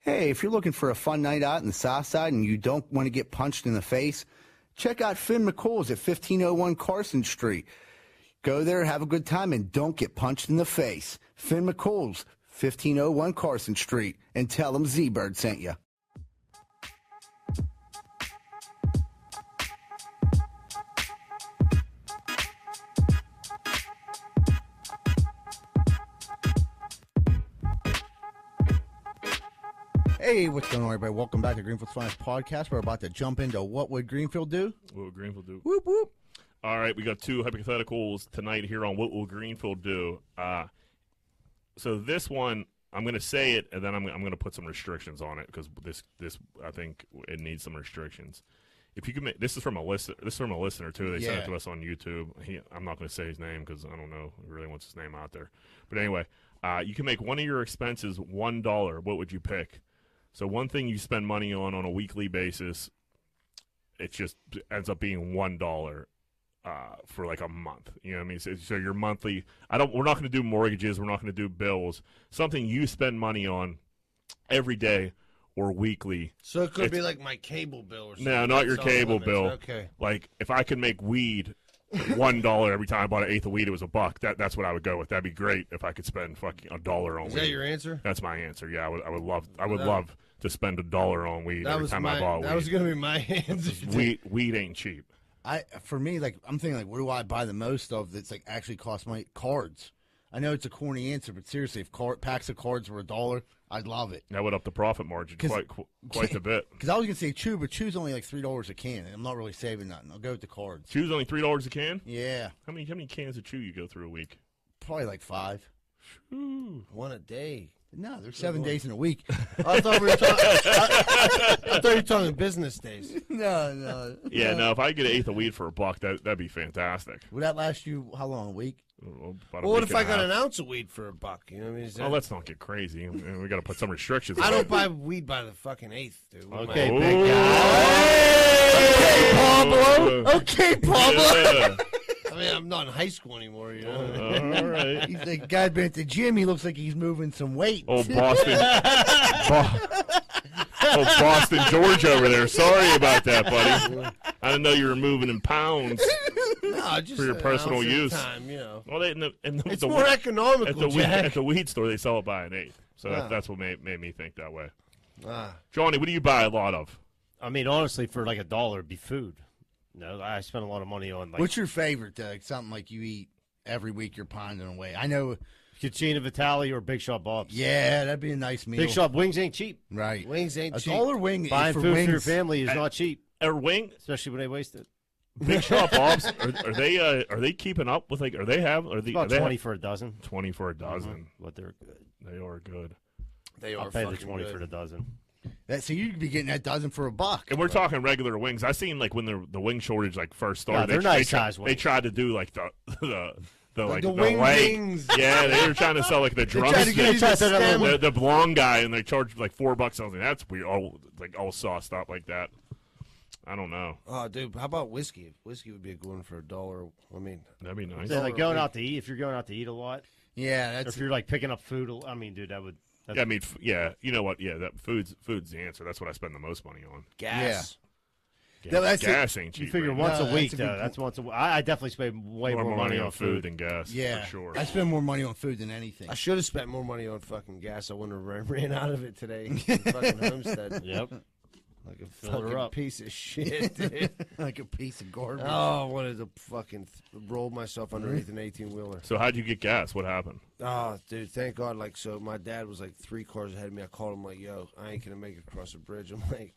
Speaker 6: Hey, if you're looking for a fun night out in the South Side and you don't want to get punched in the face, check out Finn McCool's at 1501 Carson Street. Go there, have a good time, and don't get punched in the face. Finn McCool's, 1501 Carson Street, and tell them Z-Bird sent you. Hey, what's going on, everybody? Welcome back to Greenfield's Finest Podcast. We're about to jump into What Would Greenfield Do?
Speaker 1: What would Greenfield do?
Speaker 6: Whoop, whoop.
Speaker 1: All right, we got two hypotheticals tonight here on what will Greenfield do. Uh, so this one, I'm going to say it, and then I'm, I'm going to put some restrictions on it because this this I think it needs some restrictions. If you can, make, this is from a listener. This is from a listener too. They sent
Speaker 6: Yeah.
Speaker 1: it to us on YouTube. He, I'm not going to say his name because I don't know. He really wants his name out there. But anyway, uh, you can make one of your expenses one dollar. What would you pick? So one thing you spend money on on a weekly basis, it just ends up being one dollar uh, for like a month. You know what I mean? So, so your monthly. I don't. We're not going to do mortgages. We're not going to do bills. Something you spend money on every day or weekly.
Speaker 3: So it could
Speaker 1: It's-
Speaker 3: be like my cable bill or something.
Speaker 1: No, not your
Speaker 3: That's all
Speaker 1: cable
Speaker 3: limits.
Speaker 1: bill.
Speaker 3: Okay.
Speaker 1: Like if I could make weed one dollar every time I bought an eighth of weed, it was a buck. That that's what I would go with. That'd be great if I could spend fucking a dollar on
Speaker 3: Is
Speaker 1: weed.
Speaker 3: that your answer?
Speaker 1: that's my answer. Yeah, I would. I would love. I would
Speaker 3: That-
Speaker 1: love to spend a dollar on weed
Speaker 3: That
Speaker 1: every
Speaker 3: was
Speaker 1: time
Speaker 3: my.
Speaker 1: I bought
Speaker 3: that was
Speaker 1: weed.
Speaker 3: gonna be my *laughs* answer.
Speaker 1: weed weed ain't cheap.
Speaker 6: I for me like I'm thinking like what do I buy the most of that's like actually cost my cards. I know it's a corny answer, but seriously, if card, packs of cards were a dollar, I'd love it.
Speaker 1: That would up the profit margin
Speaker 6: 'Cause-
Speaker 1: quite
Speaker 3: *laughs*
Speaker 1: qu- quite a bit.
Speaker 6: Because I was gonna say chew, but chew's only like three dollars a can, and I'm not really saving nothing. I'll go with the cards.
Speaker 1: Chew's only three dollars a can.
Speaker 6: Yeah,
Speaker 1: How many how many cans of chew you go through a week?
Speaker 6: probably like five.
Speaker 3: One a day.
Speaker 6: No, there's seven days in a week.
Speaker 3: I thought we were talking. I, I thought you were *laughs* talking business days.
Speaker 6: *laughs* no, no.
Speaker 1: Yeah, no. If I could get an eighth of weed for a buck, that that'd be fantastic.
Speaker 6: Would that last you how long? A week?
Speaker 1: Well, about a
Speaker 3: Well, what
Speaker 1: week
Speaker 3: if
Speaker 1: and
Speaker 3: I
Speaker 1: a
Speaker 3: got
Speaker 1: half.
Speaker 3: an ounce of weed for a buck? You know what I mean? Is
Speaker 1: Oh,
Speaker 3: that-
Speaker 1: let's not get crazy. We got to put some restrictions.
Speaker 3: I
Speaker 1: on
Speaker 3: don't
Speaker 1: it.
Speaker 3: buy weed by the fucking eighth, dude. What am I-
Speaker 4: Okay,
Speaker 1: Ooh.
Speaker 4: big guy.
Speaker 1: Pablo.
Speaker 6: *laughs* Okay, Pablo.
Speaker 3: I mean, I'm not in high school anymore. You know.
Speaker 1: All right.
Speaker 6: He's the guy been at the gym. He looks like he's moving some weight.
Speaker 4: Oh,
Speaker 3: *laughs*
Speaker 1: Old Boston. Bo- Old Boston, George over there. Sorry about that, buddy. I didn't know you were moving in pounds.
Speaker 3: No, just
Speaker 1: For your
Speaker 3: an
Speaker 1: personal
Speaker 3: ounce at a
Speaker 1: use.
Speaker 3: Time, you know.
Speaker 1: Well, they, in the, in the,
Speaker 3: It's
Speaker 1: the
Speaker 3: more
Speaker 1: weed-
Speaker 3: economical,
Speaker 1: at the weed,
Speaker 3: Jack.
Speaker 1: at the weed store, they sell it by an eighth. So
Speaker 3: Ah.
Speaker 1: that, that's what made, made me think that way.
Speaker 3: Ah,
Speaker 1: Johnny, what do you buy a lot of?
Speaker 4: I mean, honestly, for like a dollar, it'd be food. No, I spent a lot of money on like
Speaker 6: What's your favorite, Doug? Something like you eat every week. You're ponding away. I know.
Speaker 4: Cucina Vitale or Big Shot Bob's.
Speaker 6: Yeah, that'd be a nice meal.
Speaker 4: Big Shot wings ain't cheap.
Speaker 6: right?
Speaker 3: wings ain't
Speaker 6: A
Speaker 3: cheap.
Speaker 6: dollar wing
Speaker 4: Buying
Speaker 6: for
Speaker 4: food
Speaker 6: wings.
Speaker 4: for your family is not cheap,
Speaker 1: Or wing?
Speaker 4: especially when they waste it.
Speaker 1: Big Shot Bob's are, are they uh, are they keeping up with like are they have are they,
Speaker 4: About
Speaker 1: are they have-
Speaker 4: twenty for a dozen.
Speaker 1: 20 for a dozen
Speaker 4: But they're good.
Speaker 1: they are good
Speaker 3: They
Speaker 4: I'll
Speaker 3: are
Speaker 4: pay the
Speaker 3: fucking
Speaker 4: twenty
Speaker 3: good.
Speaker 4: for the dozen.
Speaker 6: That, so you'd be getting that dozen for a buck.
Speaker 1: and we're talking regular wings i seen like when the the wing shortage like first started
Speaker 4: they're
Speaker 1: they, they,
Speaker 4: nice size
Speaker 1: they
Speaker 4: wings.
Speaker 1: tried to do like the *laughs* the the like
Speaker 3: the
Speaker 1: the,
Speaker 3: wing
Speaker 1: leg.
Speaker 3: wings.
Speaker 1: *laughs* yeah they were trying to sell like the drum
Speaker 3: tried to get
Speaker 1: stick.
Speaker 3: you to stem-
Speaker 1: the, the long guy and they charged like four bucks i was like that's weird all like all sauced up like that i don't know
Speaker 3: Oh, dude, how about whiskey? Whiskey would be a good one for a dollar. I mean,
Speaker 1: that'd be nice
Speaker 4: So,
Speaker 1: yeah,
Speaker 4: like going out to eat, if you're going out to eat a lot,
Speaker 6: Yeah,
Speaker 4: or
Speaker 6: that's
Speaker 4: if you're like picking up food, a- I mean, dude, that would. That's,
Speaker 1: i mean f- yeah you know what yeah that food's food's the answer that's what i spend the most money on
Speaker 3: gas.
Speaker 1: gas,
Speaker 6: No, that's it.
Speaker 1: gas ain't cheap
Speaker 4: you figure
Speaker 1: right
Speaker 4: once
Speaker 6: No,
Speaker 4: a week,
Speaker 6: that's a
Speaker 4: though.
Speaker 6: good
Speaker 4: that's once a week. I, I definitely spend way
Speaker 1: now. more
Speaker 4: more,
Speaker 1: money on food
Speaker 4: food.
Speaker 1: than gas
Speaker 6: yeah.
Speaker 1: for sure
Speaker 6: I spend more money on food than anything.
Speaker 3: I should have
Speaker 4: *laughs*
Speaker 3: spent *laughs* more money on fucking gas. I wouldn't have ran, ran out of it today. in fucking homestead.
Speaker 4: Yep.
Speaker 3: Like a
Speaker 4: Fill her
Speaker 3: fucking
Speaker 4: up.
Speaker 3: piece of shit, dude.
Speaker 6: *laughs*
Speaker 2: like a piece of garbage.
Speaker 3: oh, I wanted to fucking th- roll myself underneath an 18 wheeler.
Speaker 1: So how'd you get gas? What happened?
Speaker 3: Oh, dude, thank God. Like, so my dad was like three cars ahead of me. I called him, like, yo, I ain't going to make it across the bridge. I'm like,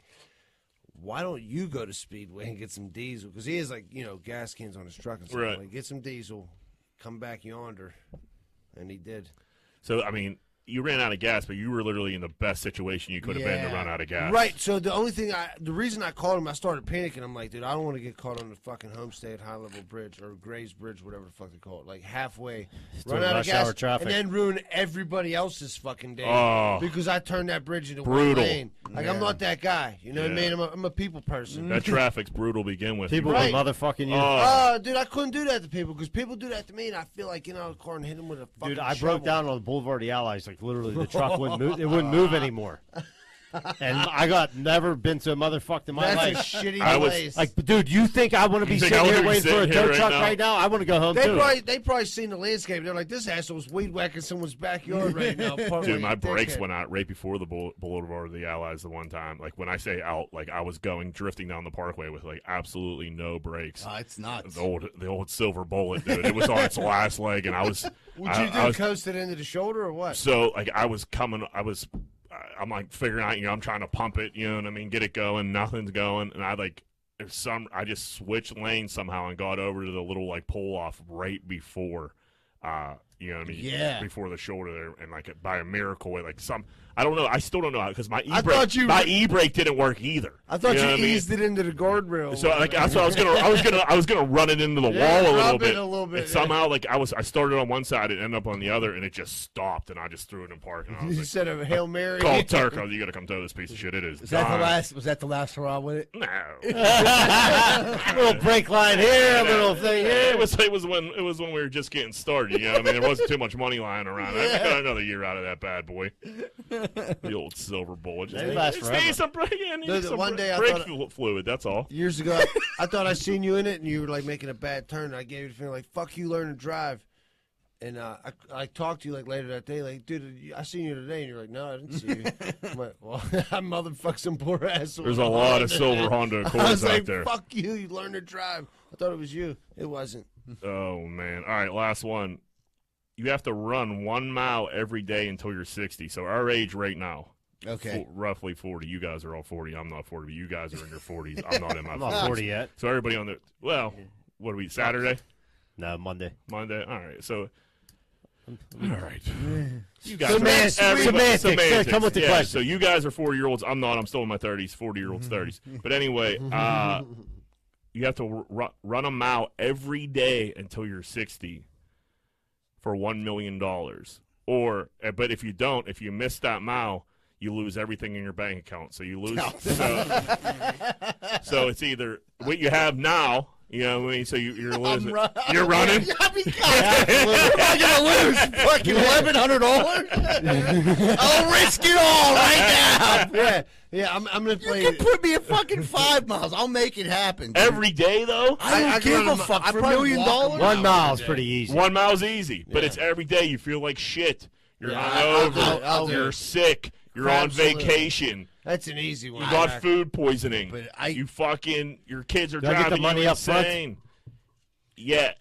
Speaker 3: why don't you go to Speedway and get some diesel? Because he has, like, you know, gas cans on his truck and stuff. I'm
Speaker 1: Right.
Speaker 3: Like, get some diesel, come back yonder. And he did.
Speaker 1: So I mean, you ran out of gas, but you were literally in the best situation you could have been
Speaker 2: Yeah.
Speaker 1: to run out of gas.
Speaker 3: Right. So the only thing I, the reason I called him, I started panicking. I'm like, dude, I don't want to get caught on the fucking homestay at High Level Bridge or Gray's Bridge, whatever the fuck they call it, like halfway, run
Speaker 4: doing
Speaker 3: out of
Speaker 4: rush
Speaker 3: gas,
Speaker 4: hour traffic.
Speaker 3: and then ruin everybody else's fucking day
Speaker 1: Oh.
Speaker 3: because I turned that bridge into
Speaker 1: Brutal.
Speaker 3: one lane. Like I'm not that guy. You know what I
Speaker 1: Yeah.
Speaker 3: mean? I'm a, I'm a people person. *laughs*
Speaker 1: That traffic's brutal to begin with.
Speaker 4: People
Speaker 3: Right.
Speaker 4: were motherfucking you.
Speaker 1: Oh,
Speaker 3: Oh, dude, I couldn't do that to people because people do that to me, and I feel like getting out of the car and hit them with a
Speaker 1: Oh,
Speaker 3: fucking.
Speaker 4: Dude, I
Speaker 3: shovel.
Speaker 4: broke down on Boulevard of the Allies. Like literally, the truck wouldn't move. It wouldn't move anymore. And I got never been to a motherfucked in my
Speaker 3: That's a
Speaker 4: life.
Speaker 3: shitty
Speaker 1: I was-
Speaker 3: place.
Speaker 4: like, dude, you think I want to be
Speaker 1: think
Speaker 4: sitting
Speaker 1: I
Speaker 4: here
Speaker 1: wanna be
Speaker 4: waiting for a
Speaker 1: sitting
Speaker 4: tow
Speaker 1: here right
Speaker 4: truck
Speaker 1: now?
Speaker 4: right now? I want to go home
Speaker 3: They
Speaker 4: too.
Speaker 3: probably they probably seen the landscape. They're like, this asshole's weed whacking someone's backyard right now. Part
Speaker 1: Dude, my brakes went out right before the Boul- Boulevard of the Allies the one time. Like when I say out, like I was going drifting down the parkway with like absolutely no brakes.
Speaker 6: Oh,
Speaker 2: Uh, it's nuts.
Speaker 1: the old the old silver bullet, dude. It was on its last leg, and I was.
Speaker 3: Would
Speaker 1: I-
Speaker 3: you do
Speaker 1: I was-
Speaker 3: coast it into the shoulder or what?
Speaker 1: so like I was coming, I was, I- I'm like figuring out, you know, I'm trying to pump it, you know what I mean, get it going, nothing's going, and I like, there's some, I just switched lanes somehow and got over to the little like pull off right before, uh, you know what I mean,
Speaker 2: Yeah.
Speaker 1: before the shoulder there, and like by a miracle, it, like some, I don't know, I still don't know how because my e
Speaker 3: I
Speaker 1: brake,
Speaker 3: thought you-
Speaker 1: my e brake didn't work either.
Speaker 3: I thought you,
Speaker 1: know what mean?
Speaker 3: eased it into the guardrail.
Speaker 1: So like that's what I was gonna I was gonna I was gonna run it into the
Speaker 3: *laughs* Yeah,
Speaker 1: wall a little
Speaker 3: rub it
Speaker 1: bit.
Speaker 3: a little bit,
Speaker 1: and
Speaker 3: yeah.
Speaker 1: somehow like I was I started on one side and ended up on the other and it just stopped and I just threw it in park and I was
Speaker 3: *laughs* you
Speaker 1: like
Speaker 3: said a hail mary.
Speaker 1: Call Turk, oh, you gotta come tow this piece of shit. It is.
Speaker 2: Is that the
Speaker 1: gone."
Speaker 2: last? *laughs* Was that the last hurrah with it?
Speaker 1: No.
Speaker 3: *laughs*
Speaker 4: *laughs* little brake line here, a little thing
Speaker 1: Yeah,
Speaker 4: here.
Speaker 1: *laughs* it was it was when it was when we were just getting started. You know, what I mean, there wasn't too much money lying around. I got another year out of that bad boy. The old silver bullet. Just
Speaker 4: They last
Speaker 1: just need
Speaker 4: forever.
Speaker 1: some, bra- yeah, need
Speaker 3: Dude,
Speaker 1: some
Speaker 3: one
Speaker 1: bra-
Speaker 3: day I
Speaker 1: brake
Speaker 3: thought-
Speaker 1: flu- fluid. That's all.
Speaker 3: Years ago, I thought I seen you in it, and you were like making a bad turn. I gave you the feeling like, "Fuck you, learn to drive." And uh, I, I talked to you like later that day, like, "Dude, you- I seen you today," and you're like, "No, I didn't
Speaker 1: *laughs*
Speaker 3: see you." I'm like, well, *laughs* I motherfucked some poor asshole.
Speaker 1: There's a lot of silver Honda
Speaker 3: *laughs* I
Speaker 1: Accords
Speaker 3: was like,
Speaker 1: out there.
Speaker 3: "Fuck you, you learn to drive." I thought it was you. It wasn't.
Speaker 1: Oh man! All right, last one. You have to run one mile every day until you're 60. So our age right now,
Speaker 2: Okay.
Speaker 1: fo- roughly 40. You guys are all 40. I'm not 40. But you guys are in your 40s. I'm not in my
Speaker 4: *laughs* I'm not
Speaker 1: 40s.
Speaker 4: forty yet.
Speaker 1: So everybody on the well, what are we? Saturday,
Speaker 4: No, Monday.
Speaker 1: Monday. All right. So all right. You guys
Speaker 4: Semantics.
Speaker 1: are everybody-
Speaker 4: Semantics. Come with the
Speaker 1: yeah,
Speaker 4: question.
Speaker 1: So you guys are 40 year olds. I'm not. I'm still in my 30s. 40 year olds, 30s. But anyway, uh, you have to r- run a mile every day until you're 60 for one million dollars. Or, uh, but if you don't, if you miss that mile, you lose everything in your bank account. So you lose. so, so it's either what you have now. You know what I mean? So you, you're losing.
Speaker 2: run-
Speaker 1: you're running.
Speaker 2: I mean, God, what am I gonna lose? Fucking eleven hundred dollars? I'll risk it all right now.
Speaker 3: Yeah, yeah. I'm, I'm gonna play.
Speaker 2: You can put me in fucking five miles. I'll make it happen. dude.
Speaker 1: Every day though,
Speaker 2: I don't
Speaker 3: I- I can
Speaker 2: give
Speaker 3: run
Speaker 2: a
Speaker 3: a mi-
Speaker 2: fuck
Speaker 3: I
Speaker 2: for a
Speaker 3: probably
Speaker 2: million
Speaker 3: walk a
Speaker 2: dollars.
Speaker 4: One mile's pretty easy.
Speaker 1: One mile's easy, but it's every day. You feel like shit. You're
Speaker 3: Yeah, I- I'll
Speaker 1: hungover.
Speaker 3: do it, I'll do
Speaker 1: you're
Speaker 3: it.
Speaker 1: sick. You're on
Speaker 3: Absolutely.
Speaker 1: vacation.
Speaker 3: That's an easy one.
Speaker 1: You got food poisoning.
Speaker 2: But I-
Speaker 1: you fucking your kids are
Speaker 4: Do I get the
Speaker 1: driving
Speaker 4: money
Speaker 1: you
Speaker 4: up front?
Speaker 1: insane. Yeah.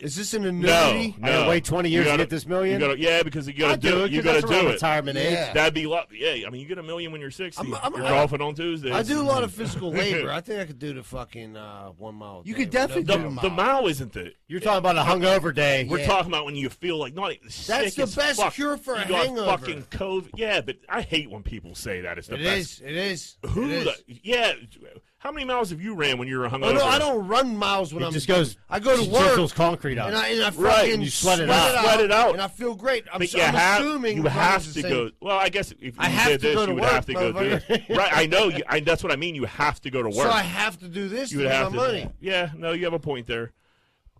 Speaker 3: Is this an
Speaker 1: No.
Speaker 3: annuity?
Speaker 1: no.
Speaker 4: I gotta wait 20 years
Speaker 1: You
Speaker 4: to
Speaker 1: gotta-
Speaker 4: get this million?
Speaker 1: You gotta, yeah, because you gotta
Speaker 4: I do it.
Speaker 1: You
Speaker 4: 'cause that's
Speaker 1: gotta
Speaker 4: around
Speaker 1: do it.
Speaker 4: retirement
Speaker 2: Yeah.
Speaker 4: age.
Speaker 1: That'd be lo- yeah. I mean, you get a million when you're 60
Speaker 3: I'm- I'm-
Speaker 1: you're
Speaker 3: I-
Speaker 1: golfing on Tuesdays.
Speaker 3: I do a lot
Speaker 1: *laughs*
Speaker 3: of physical labor. I think I could do the fucking uh, one mile. a
Speaker 2: You
Speaker 3: day
Speaker 2: could definitely
Speaker 1: The,
Speaker 3: without-
Speaker 2: do
Speaker 1: the mile isn't it?
Speaker 4: You're talking about a hungover day.
Speaker 1: We're
Speaker 2: Yeah.
Speaker 1: talking about when you feel like not.
Speaker 3: That's
Speaker 1: sick
Speaker 3: the
Speaker 1: as
Speaker 3: best
Speaker 1: fuck.
Speaker 3: cure for
Speaker 1: you
Speaker 3: a
Speaker 1: got
Speaker 3: hangover.
Speaker 1: Fucking COVID. Yeah, but I hate when people say that it's the
Speaker 3: It
Speaker 1: best
Speaker 3: is. It is.
Speaker 1: Who
Speaker 3: It is.
Speaker 1: the? Yeah. How many miles have you ran when you were hungover?
Speaker 3: Oh no, I don't run miles when
Speaker 4: It
Speaker 3: I'm.
Speaker 4: just goes.
Speaker 3: I go to
Speaker 4: just
Speaker 3: work
Speaker 4: Jizzles concrete out.
Speaker 3: and I and I fucking
Speaker 1: Right, and
Speaker 4: you sweat it out.
Speaker 1: Sweat it out.
Speaker 3: and I feel great. I'm,
Speaker 1: But
Speaker 3: so,
Speaker 1: you
Speaker 3: I'm
Speaker 1: have,
Speaker 3: assuming
Speaker 1: you
Speaker 3: running's
Speaker 1: have to
Speaker 3: the same.
Speaker 1: go. Well, I guess if you
Speaker 3: I have
Speaker 1: did
Speaker 3: to
Speaker 1: this,
Speaker 3: go
Speaker 1: you
Speaker 3: to
Speaker 1: would
Speaker 3: work,
Speaker 1: have to go do
Speaker 3: motherfucker.
Speaker 1: it. Right.
Speaker 3: *laughs*
Speaker 1: I know. You, I, that's what I mean. You have to go to work.
Speaker 3: So I have to do this
Speaker 1: you
Speaker 3: to
Speaker 1: would
Speaker 3: get
Speaker 1: have
Speaker 3: my
Speaker 1: to.
Speaker 3: money.
Speaker 1: Yeah. No, you have a point there.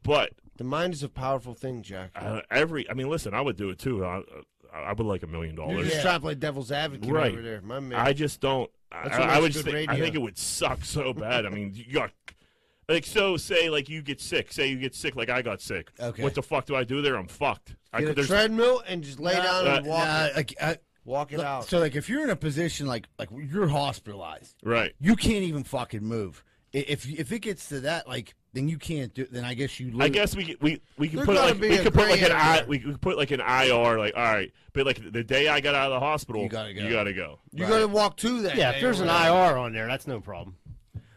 Speaker 1: But
Speaker 3: The mind is a powerful thing, Jack.
Speaker 1: uh, every. I mean, listen. I would do it too. I, I I would like a million
Speaker 3: You're
Speaker 1: dollars.
Speaker 3: just trying to play devil's advocate
Speaker 1: Right.
Speaker 3: over there, my man.
Speaker 1: I just don't. I,
Speaker 3: That's what
Speaker 1: I would
Speaker 3: makes
Speaker 1: just
Speaker 3: good
Speaker 1: think, I
Speaker 3: radio.
Speaker 1: think it would suck so bad. I mean, you got like so. Say like you get sick. Say you get sick, like I got sick.
Speaker 2: Okay.
Speaker 1: What the fuck do I do there? I'm fucked. I
Speaker 3: Get
Speaker 1: could-
Speaker 3: a
Speaker 1: there's-
Speaker 3: treadmill and just lay down and
Speaker 1: uh,
Speaker 3: walk.
Speaker 2: Nah, I, I,
Speaker 3: Walk it out.
Speaker 6: So like if you're in a position like like you're hospitalized,
Speaker 1: Right.
Speaker 6: you can't even fucking move. I- If if it gets to that, like then you can't do. Then I guess you.
Speaker 1: I
Speaker 6: literally-
Speaker 1: guess we we we can
Speaker 3: There
Speaker 1: put
Speaker 3: gotta
Speaker 1: like
Speaker 3: be
Speaker 1: we
Speaker 3: a
Speaker 1: could put like
Speaker 3: gray
Speaker 1: an I,
Speaker 3: area.
Speaker 1: we could put like an IR like all right, but like the day I got out of the hospital,
Speaker 6: You gotta go.
Speaker 1: You gotta go.
Speaker 3: you got to walk to that.
Speaker 4: Yeah,
Speaker 3: day
Speaker 4: if there's
Speaker 3: or
Speaker 4: an
Speaker 3: whatever.
Speaker 4: IR on there, that's no problem.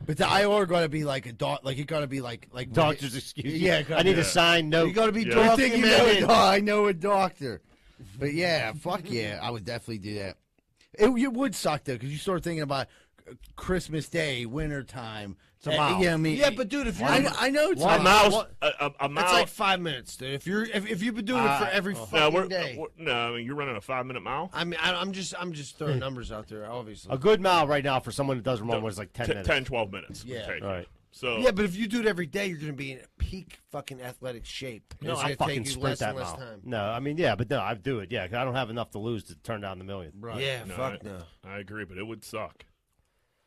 Speaker 6: But the IR got to be like a doc. Like it got to be like like
Speaker 4: Doctor's excuse. you.
Speaker 6: Yeah,
Speaker 4: I need
Speaker 1: yeah.
Speaker 4: a sign. No,
Speaker 3: You got to be
Speaker 1: Yeah.
Speaker 6: I
Speaker 3: documented.
Speaker 6: think you know a doc- I know a doctor.
Speaker 1: *laughs*
Speaker 6: But yeah, fuck yeah, I would definitely do that. It, it would suck though because you start thinking about uh, Christmas Day, winter time.
Speaker 4: a mile.
Speaker 6: Yeah, I mean,
Speaker 3: Yeah, but dude, if you're
Speaker 6: I, I know it's
Speaker 1: A
Speaker 6: a
Speaker 1: mouse,
Speaker 3: what-
Speaker 1: a, a, a mouse.
Speaker 3: That's like five minutes, dude. If you're if, if you've been doing it for every
Speaker 1: no,
Speaker 3: fucking
Speaker 1: we're,
Speaker 3: day,
Speaker 1: we're- no, I mean you're running a five minute mile.
Speaker 3: I mean, I, I'm just I'm just
Speaker 4: Hmm.
Speaker 3: throwing numbers out there, obviously.
Speaker 4: a good mile right now for someone that does Ramon was like ten
Speaker 1: T-
Speaker 4: minutes.
Speaker 1: 10, 12 minutes. would
Speaker 6: Yeah.
Speaker 1: take.
Speaker 4: All right.
Speaker 1: So
Speaker 3: Yeah, but if you do it every day, you're going to be in peak fucking athletic shape.
Speaker 4: No,
Speaker 3: It's
Speaker 4: I
Speaker 3: gonna
Speaker 4: fucking
Speaker 3: take you
Speaker 4: sprint
Speaker 3: less
Speaker 4: that
Speaker 3: and less
Speaker 4: mile.
Speaker 3: time.
Speaker 4: No, I mean yeah, but no, I do it. Yeah, 'cause I don't have enough to lose to turn down the million.
Speaker 6: Right.
Speaker 3: Yeah,
Speaker 1: No,
Speaker 3: fuck
Speaker 1: I,
Speaker 3: no.
Speaker 1: I agree, but it would suck.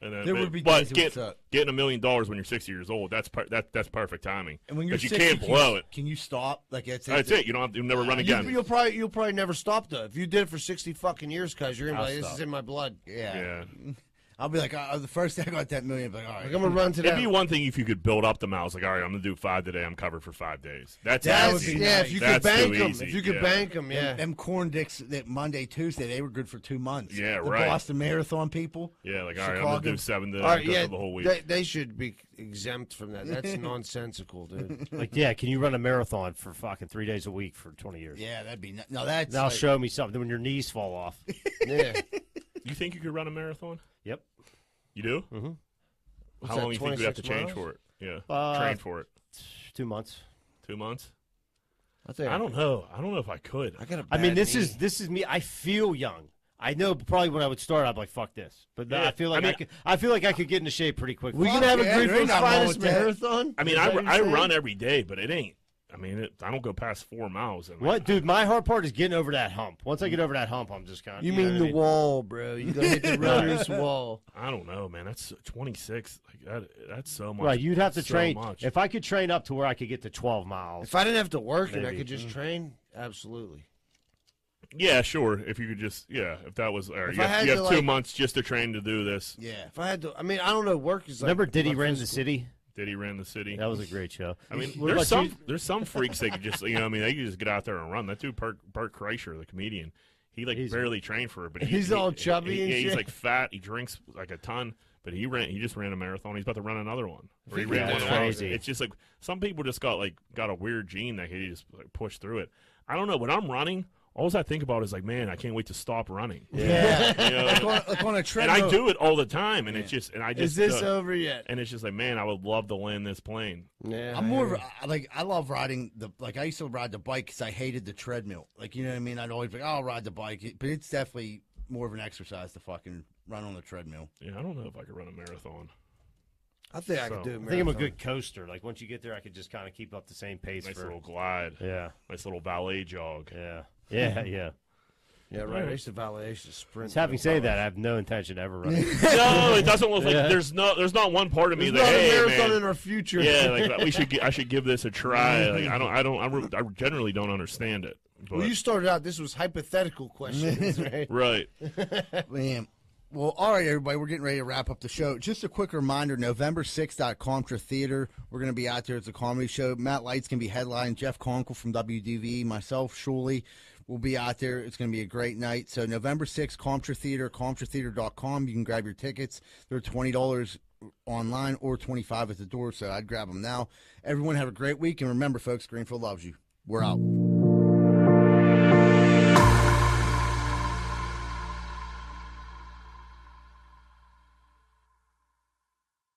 Speaker 1: And then,
Speaker 6: There
Speaker 1: but-
Speaker 6: would be
Speaker 1: but
Speaker 6: days it would
Speaker 1: get,
Speaker 6: suck.
Speaker 1: getting a million dollars when you're 60 years old. That's per, that that's perfect timing.
Speaker 6: And when you're
Speaker 1: but you
Speaker 6: 60,
Speaker 1: can't
Speaker 6: can
Speaker 1: blow
Speaker 6: you,
Speaker 1: it.
Speaker 6: Can you stop? Like that's,
Speaker 1: That's it. You don't have, you never run again.
Speaker 3: You, will probably you'll probably never stop though. If you did it for sixty fucking years, cause you're gonna be
Speaker 4: I'll
Speaker 3: like, this
Speaker 4: stop.
Speaker 3: is in my blood.
Speaker 6: Yeah.
Speaker 1: yeah.
Speaker 6: I'll be like, uh, the first day I got that million, but all
Speaker 3: Like,
Speaker 6: right.
Speaker 3: I'm gonna run to
Speaker 1: It'd
Speaker 3: that.
Speaker 4: *laughs*
Speaker 1: be one thing if you could build up the miles. Like, all right, I'm gonna do five today. I'm covered for five days. That's
Speaker 3: That's-
Speaker 1: easy.
Speaker 3: yeah, if you could
Speaker 1: That's
Speaker 3: bank
Speaker 1: too
Speaker 3: them,
Speaker 1: easy,
Speaker 3: if you could
Speaker 1: yeah.
Speaker 3: bank them, yeah.
Speaker 6: Them corn dicks that Monday, Tuesday, they were good for two months.
Speaker 1: Yeah,
Speaker 6: the
Speaker 1: right.
Speaker 6: Boston Marathon people.
Speaker 1: Yeah, like all right, I'm gonna
Speaker 6: Chicago.
Speaker 1: do seven today.
Speaker 3: All right,
Speaker 1: I'm good
Speaker 3: yeah,
Speaker 1: for the whole week.
Speaker 3: They, they should be exempt from that. That's nonsensical, dude.
Speaker 4: Like yeah, can you run a marathon for fucking three days a week for twenty years?
Speaker 6: Yeah, that'd be nu- no. That's
Speaker 4: Now
Speaker 6: like,
Speaker 4: show me something when your knees fall off.
Speaker 3: Yeah,
Speaker 1: you think you could run a marathon?
Speaker 4: yep.
Speaker 1: You do? How
Speaker 3: that,
Speaker 1: long do you think you'd have to
Speaker 3: 26
Speaker 1: change
Speaker 3: miles?
Speaker 1: for it? Yeah,
Speaker 4: Uh,
Speaker 1: train for it.
Speaker 4: Two months.
Speaker 1: Two months?
Speaker 3: I, think
Speaker 1: I don't know. I don't know if I could.
Speaker 3: I got a
Speaker 4: I mean,
Speaker 3: bad
Speaker 4: this
Speaker 3: knee.
Speaker 4: is this is me. I feel young. I know probably when I would start, I'd be like, "Fuck this," but now
Speaker 1: Yeah,
Speaker 4: I feel
Speaker 1: I
Speaker 4: like I,
Speaker 1: mean-
Speaker 4: could. I feel like I could get into shape pretty quickly.
Speaker 3: We can have
Speaker 6: yeah,
Speaker 3: a
Speaker 6: there ain't
Speaker 3: Greenfield's
Speaker 6: nothing wrong
Speaker 3: finest
Speaker 6: with that.
Speaker 3: marathon.
Speaker 1: I mean,
Speaker 3: Is
Speaker 1: I,
Speaker 3: that what you're
Speaker 1: I
Speaker 3: saying?
Speaker 1: run every day, but it ain't. I mean, it, I don't go past four miles. And
Speaker 4: what, dude? My hard part is getting over that hump. Once I get over that hump, I'm just kind of.
Speaker 3: You mean the wall, bro? You gotta hit
Speaker 1: *laughs*
Speaker 3: the runner's wall.
Speaker 1: I don't know, man. That's 26. Like that, that's so much.
Speaker 4: Right, you'd have to
Speaker 1: so
Speaker 4: train.
Speaker 1: Much.
Speaker 4: If I could train up to where I could get to 12 miles,
Speaker 3: If I didn't have to work and I
Speaker 4: Maybe.
Speaker 3: could
Speaker 1: Mm.
Speaker 3: just train, absolutely.
Speaker 1: yeah, sure. If you could just, yeah, if that was, all right,
Speaker 3: If
Speaker 1: you
Speaker 3: I
Speaker 1: have,
Speaker 3: had
Speaker 1: you have
Speaker 3: to,
Speaker 1: two
Speaker 3: like-
Speaker 1: months just to train to do this.
Speaker 6: Yeah,
Speaker 3: If I had to, I mean, I don't know. Work is like.
Speaker 4: remember Diddy
Speaker 3: my
Speaker 4: ran the
Speaker 3: physical-
Speaker 4: city?
Speaker 1: Did he ran the city?
Speaker 4: That was a great show.
Speaker 1: I
Speaker 3: *laughs*
Speaker 1: mean,
Speaker 4: What
Speaker 1: there's
Speaker 4: about
Speaker 1: some
Speaker 4: you?
Speaker 1: *laughs* there's some freaks that could just you know I mean they could just get out there and run. That dude Bert, Bert Kreischer, the comedian, he like
Speaker 4: He's-
Speaker 1: barely trained for it, but he-
Speaker 3: He's
Speaker 1: he-
Speaker 3: all chubby
Speaker 1: he-
Speaker 3: and
Speaker 1: yeah, he's
Speaker 3: shit.
Speaker 1: like fat. He drinks like a ton, but he ran. He just ran a marathon. He's about to run another one. Or he
Speaker 3: Freaking
Speaker 1: ran one
Speaker 4: that's
Speaker 1: of ours.
Speaker 4: crazy.
Speaker 1: It's just like some people just got like got a weird gene that he just like push through it. I don't know. When I'm running, all I think about is like, man, I can't wait to stop running.
Speaker 6: *laughs* yeah.
Speaker 1: You
Speaker 3: *laughs*
Speaker 1: know?
Speaker 6: like, on, like on a
Speaker 1: and
Speaker 6: treadmill.
Speaker 1: I do it all the time, and it's just and I just
Speaker 3: Is this
Speaker 1: uh,
Speaker 3: over yet?
Speaker 1: and it's just like, man, I would love to land this plane.
Speaker 3: Yeah.
Speaker 6: I'm more of a- I- like I love riding the like I used to ride the bike because I hated the treadmill. Like you know what I mean? I'd always be like, "Oh, I'll ride the bike, It- but it's definitely more of an exercise to fucking run on the treadmill.
Speaker 1: Yeah, I don't know if I could run a marathon.
Speaker 3: I think I
Speaker 1: So,
Speaker 3: could do.
Speaker 1: I
Speaker 3: it.
Speaker 4: I think I'm a good coaster. Like, once you get there, I could just kind of keep up the same pace
Speaker 1: Nice
Speaker 4: for.
Speaker 1: little glide. *laughs*
Speaker 4: Yeah,
Speaker 1: Nice little ballet
Speaker 3: *laughs*
Speaker 1: jog.
Speaker 4: yeah. Yeah, yeah.
Speaker 3: Yeah, right. I used to valet. I used to sprint.
Speaker 4: Just having said that, I have no intention of ever running.
Speaker 1: no, it doesn't look like
Speaker 4: Yeah.
Speaker 1: there's no there's not one part of me
Speaker 3: There's
Speaker 1: that
Speaker 3: not a
Speaker 1: hey
Speaker 3: marathon in
Speaker 1: man,
Speaker 3: our
Speaker 1: *laughs*
Speaker 3: future.
Speaker 1: yeah, like
Speaker 3: *laughs*
Speaker 1: we should gi- I should give this a try. Like I don't I don't I, re- I generally don't understand it. But,
Speaker 3: Well, you started out. This was hypothetical
Speaker 1: *laughs*
Speaker 3: questions, right?
Speaker 1: right.
Speaker 6: Man. Well, all right, everybody, we're getting ready to wrap up the show. Just a quick reminder November 6th at Comtra Theater. We're going to be out there. It's a comedy show. Matt Light's going to be headline. Jeff Conkle from WDVE, myself, Shuley, will be out there. It's going to be a great night. So, November 6th, Comtra Theater, ComtraTheater.com. You can grab your tickets. They're $20 online or 25 at the door, so I'd grab them now. Everyone have a great week. And remember, folks, Greenfield loves you. We're out.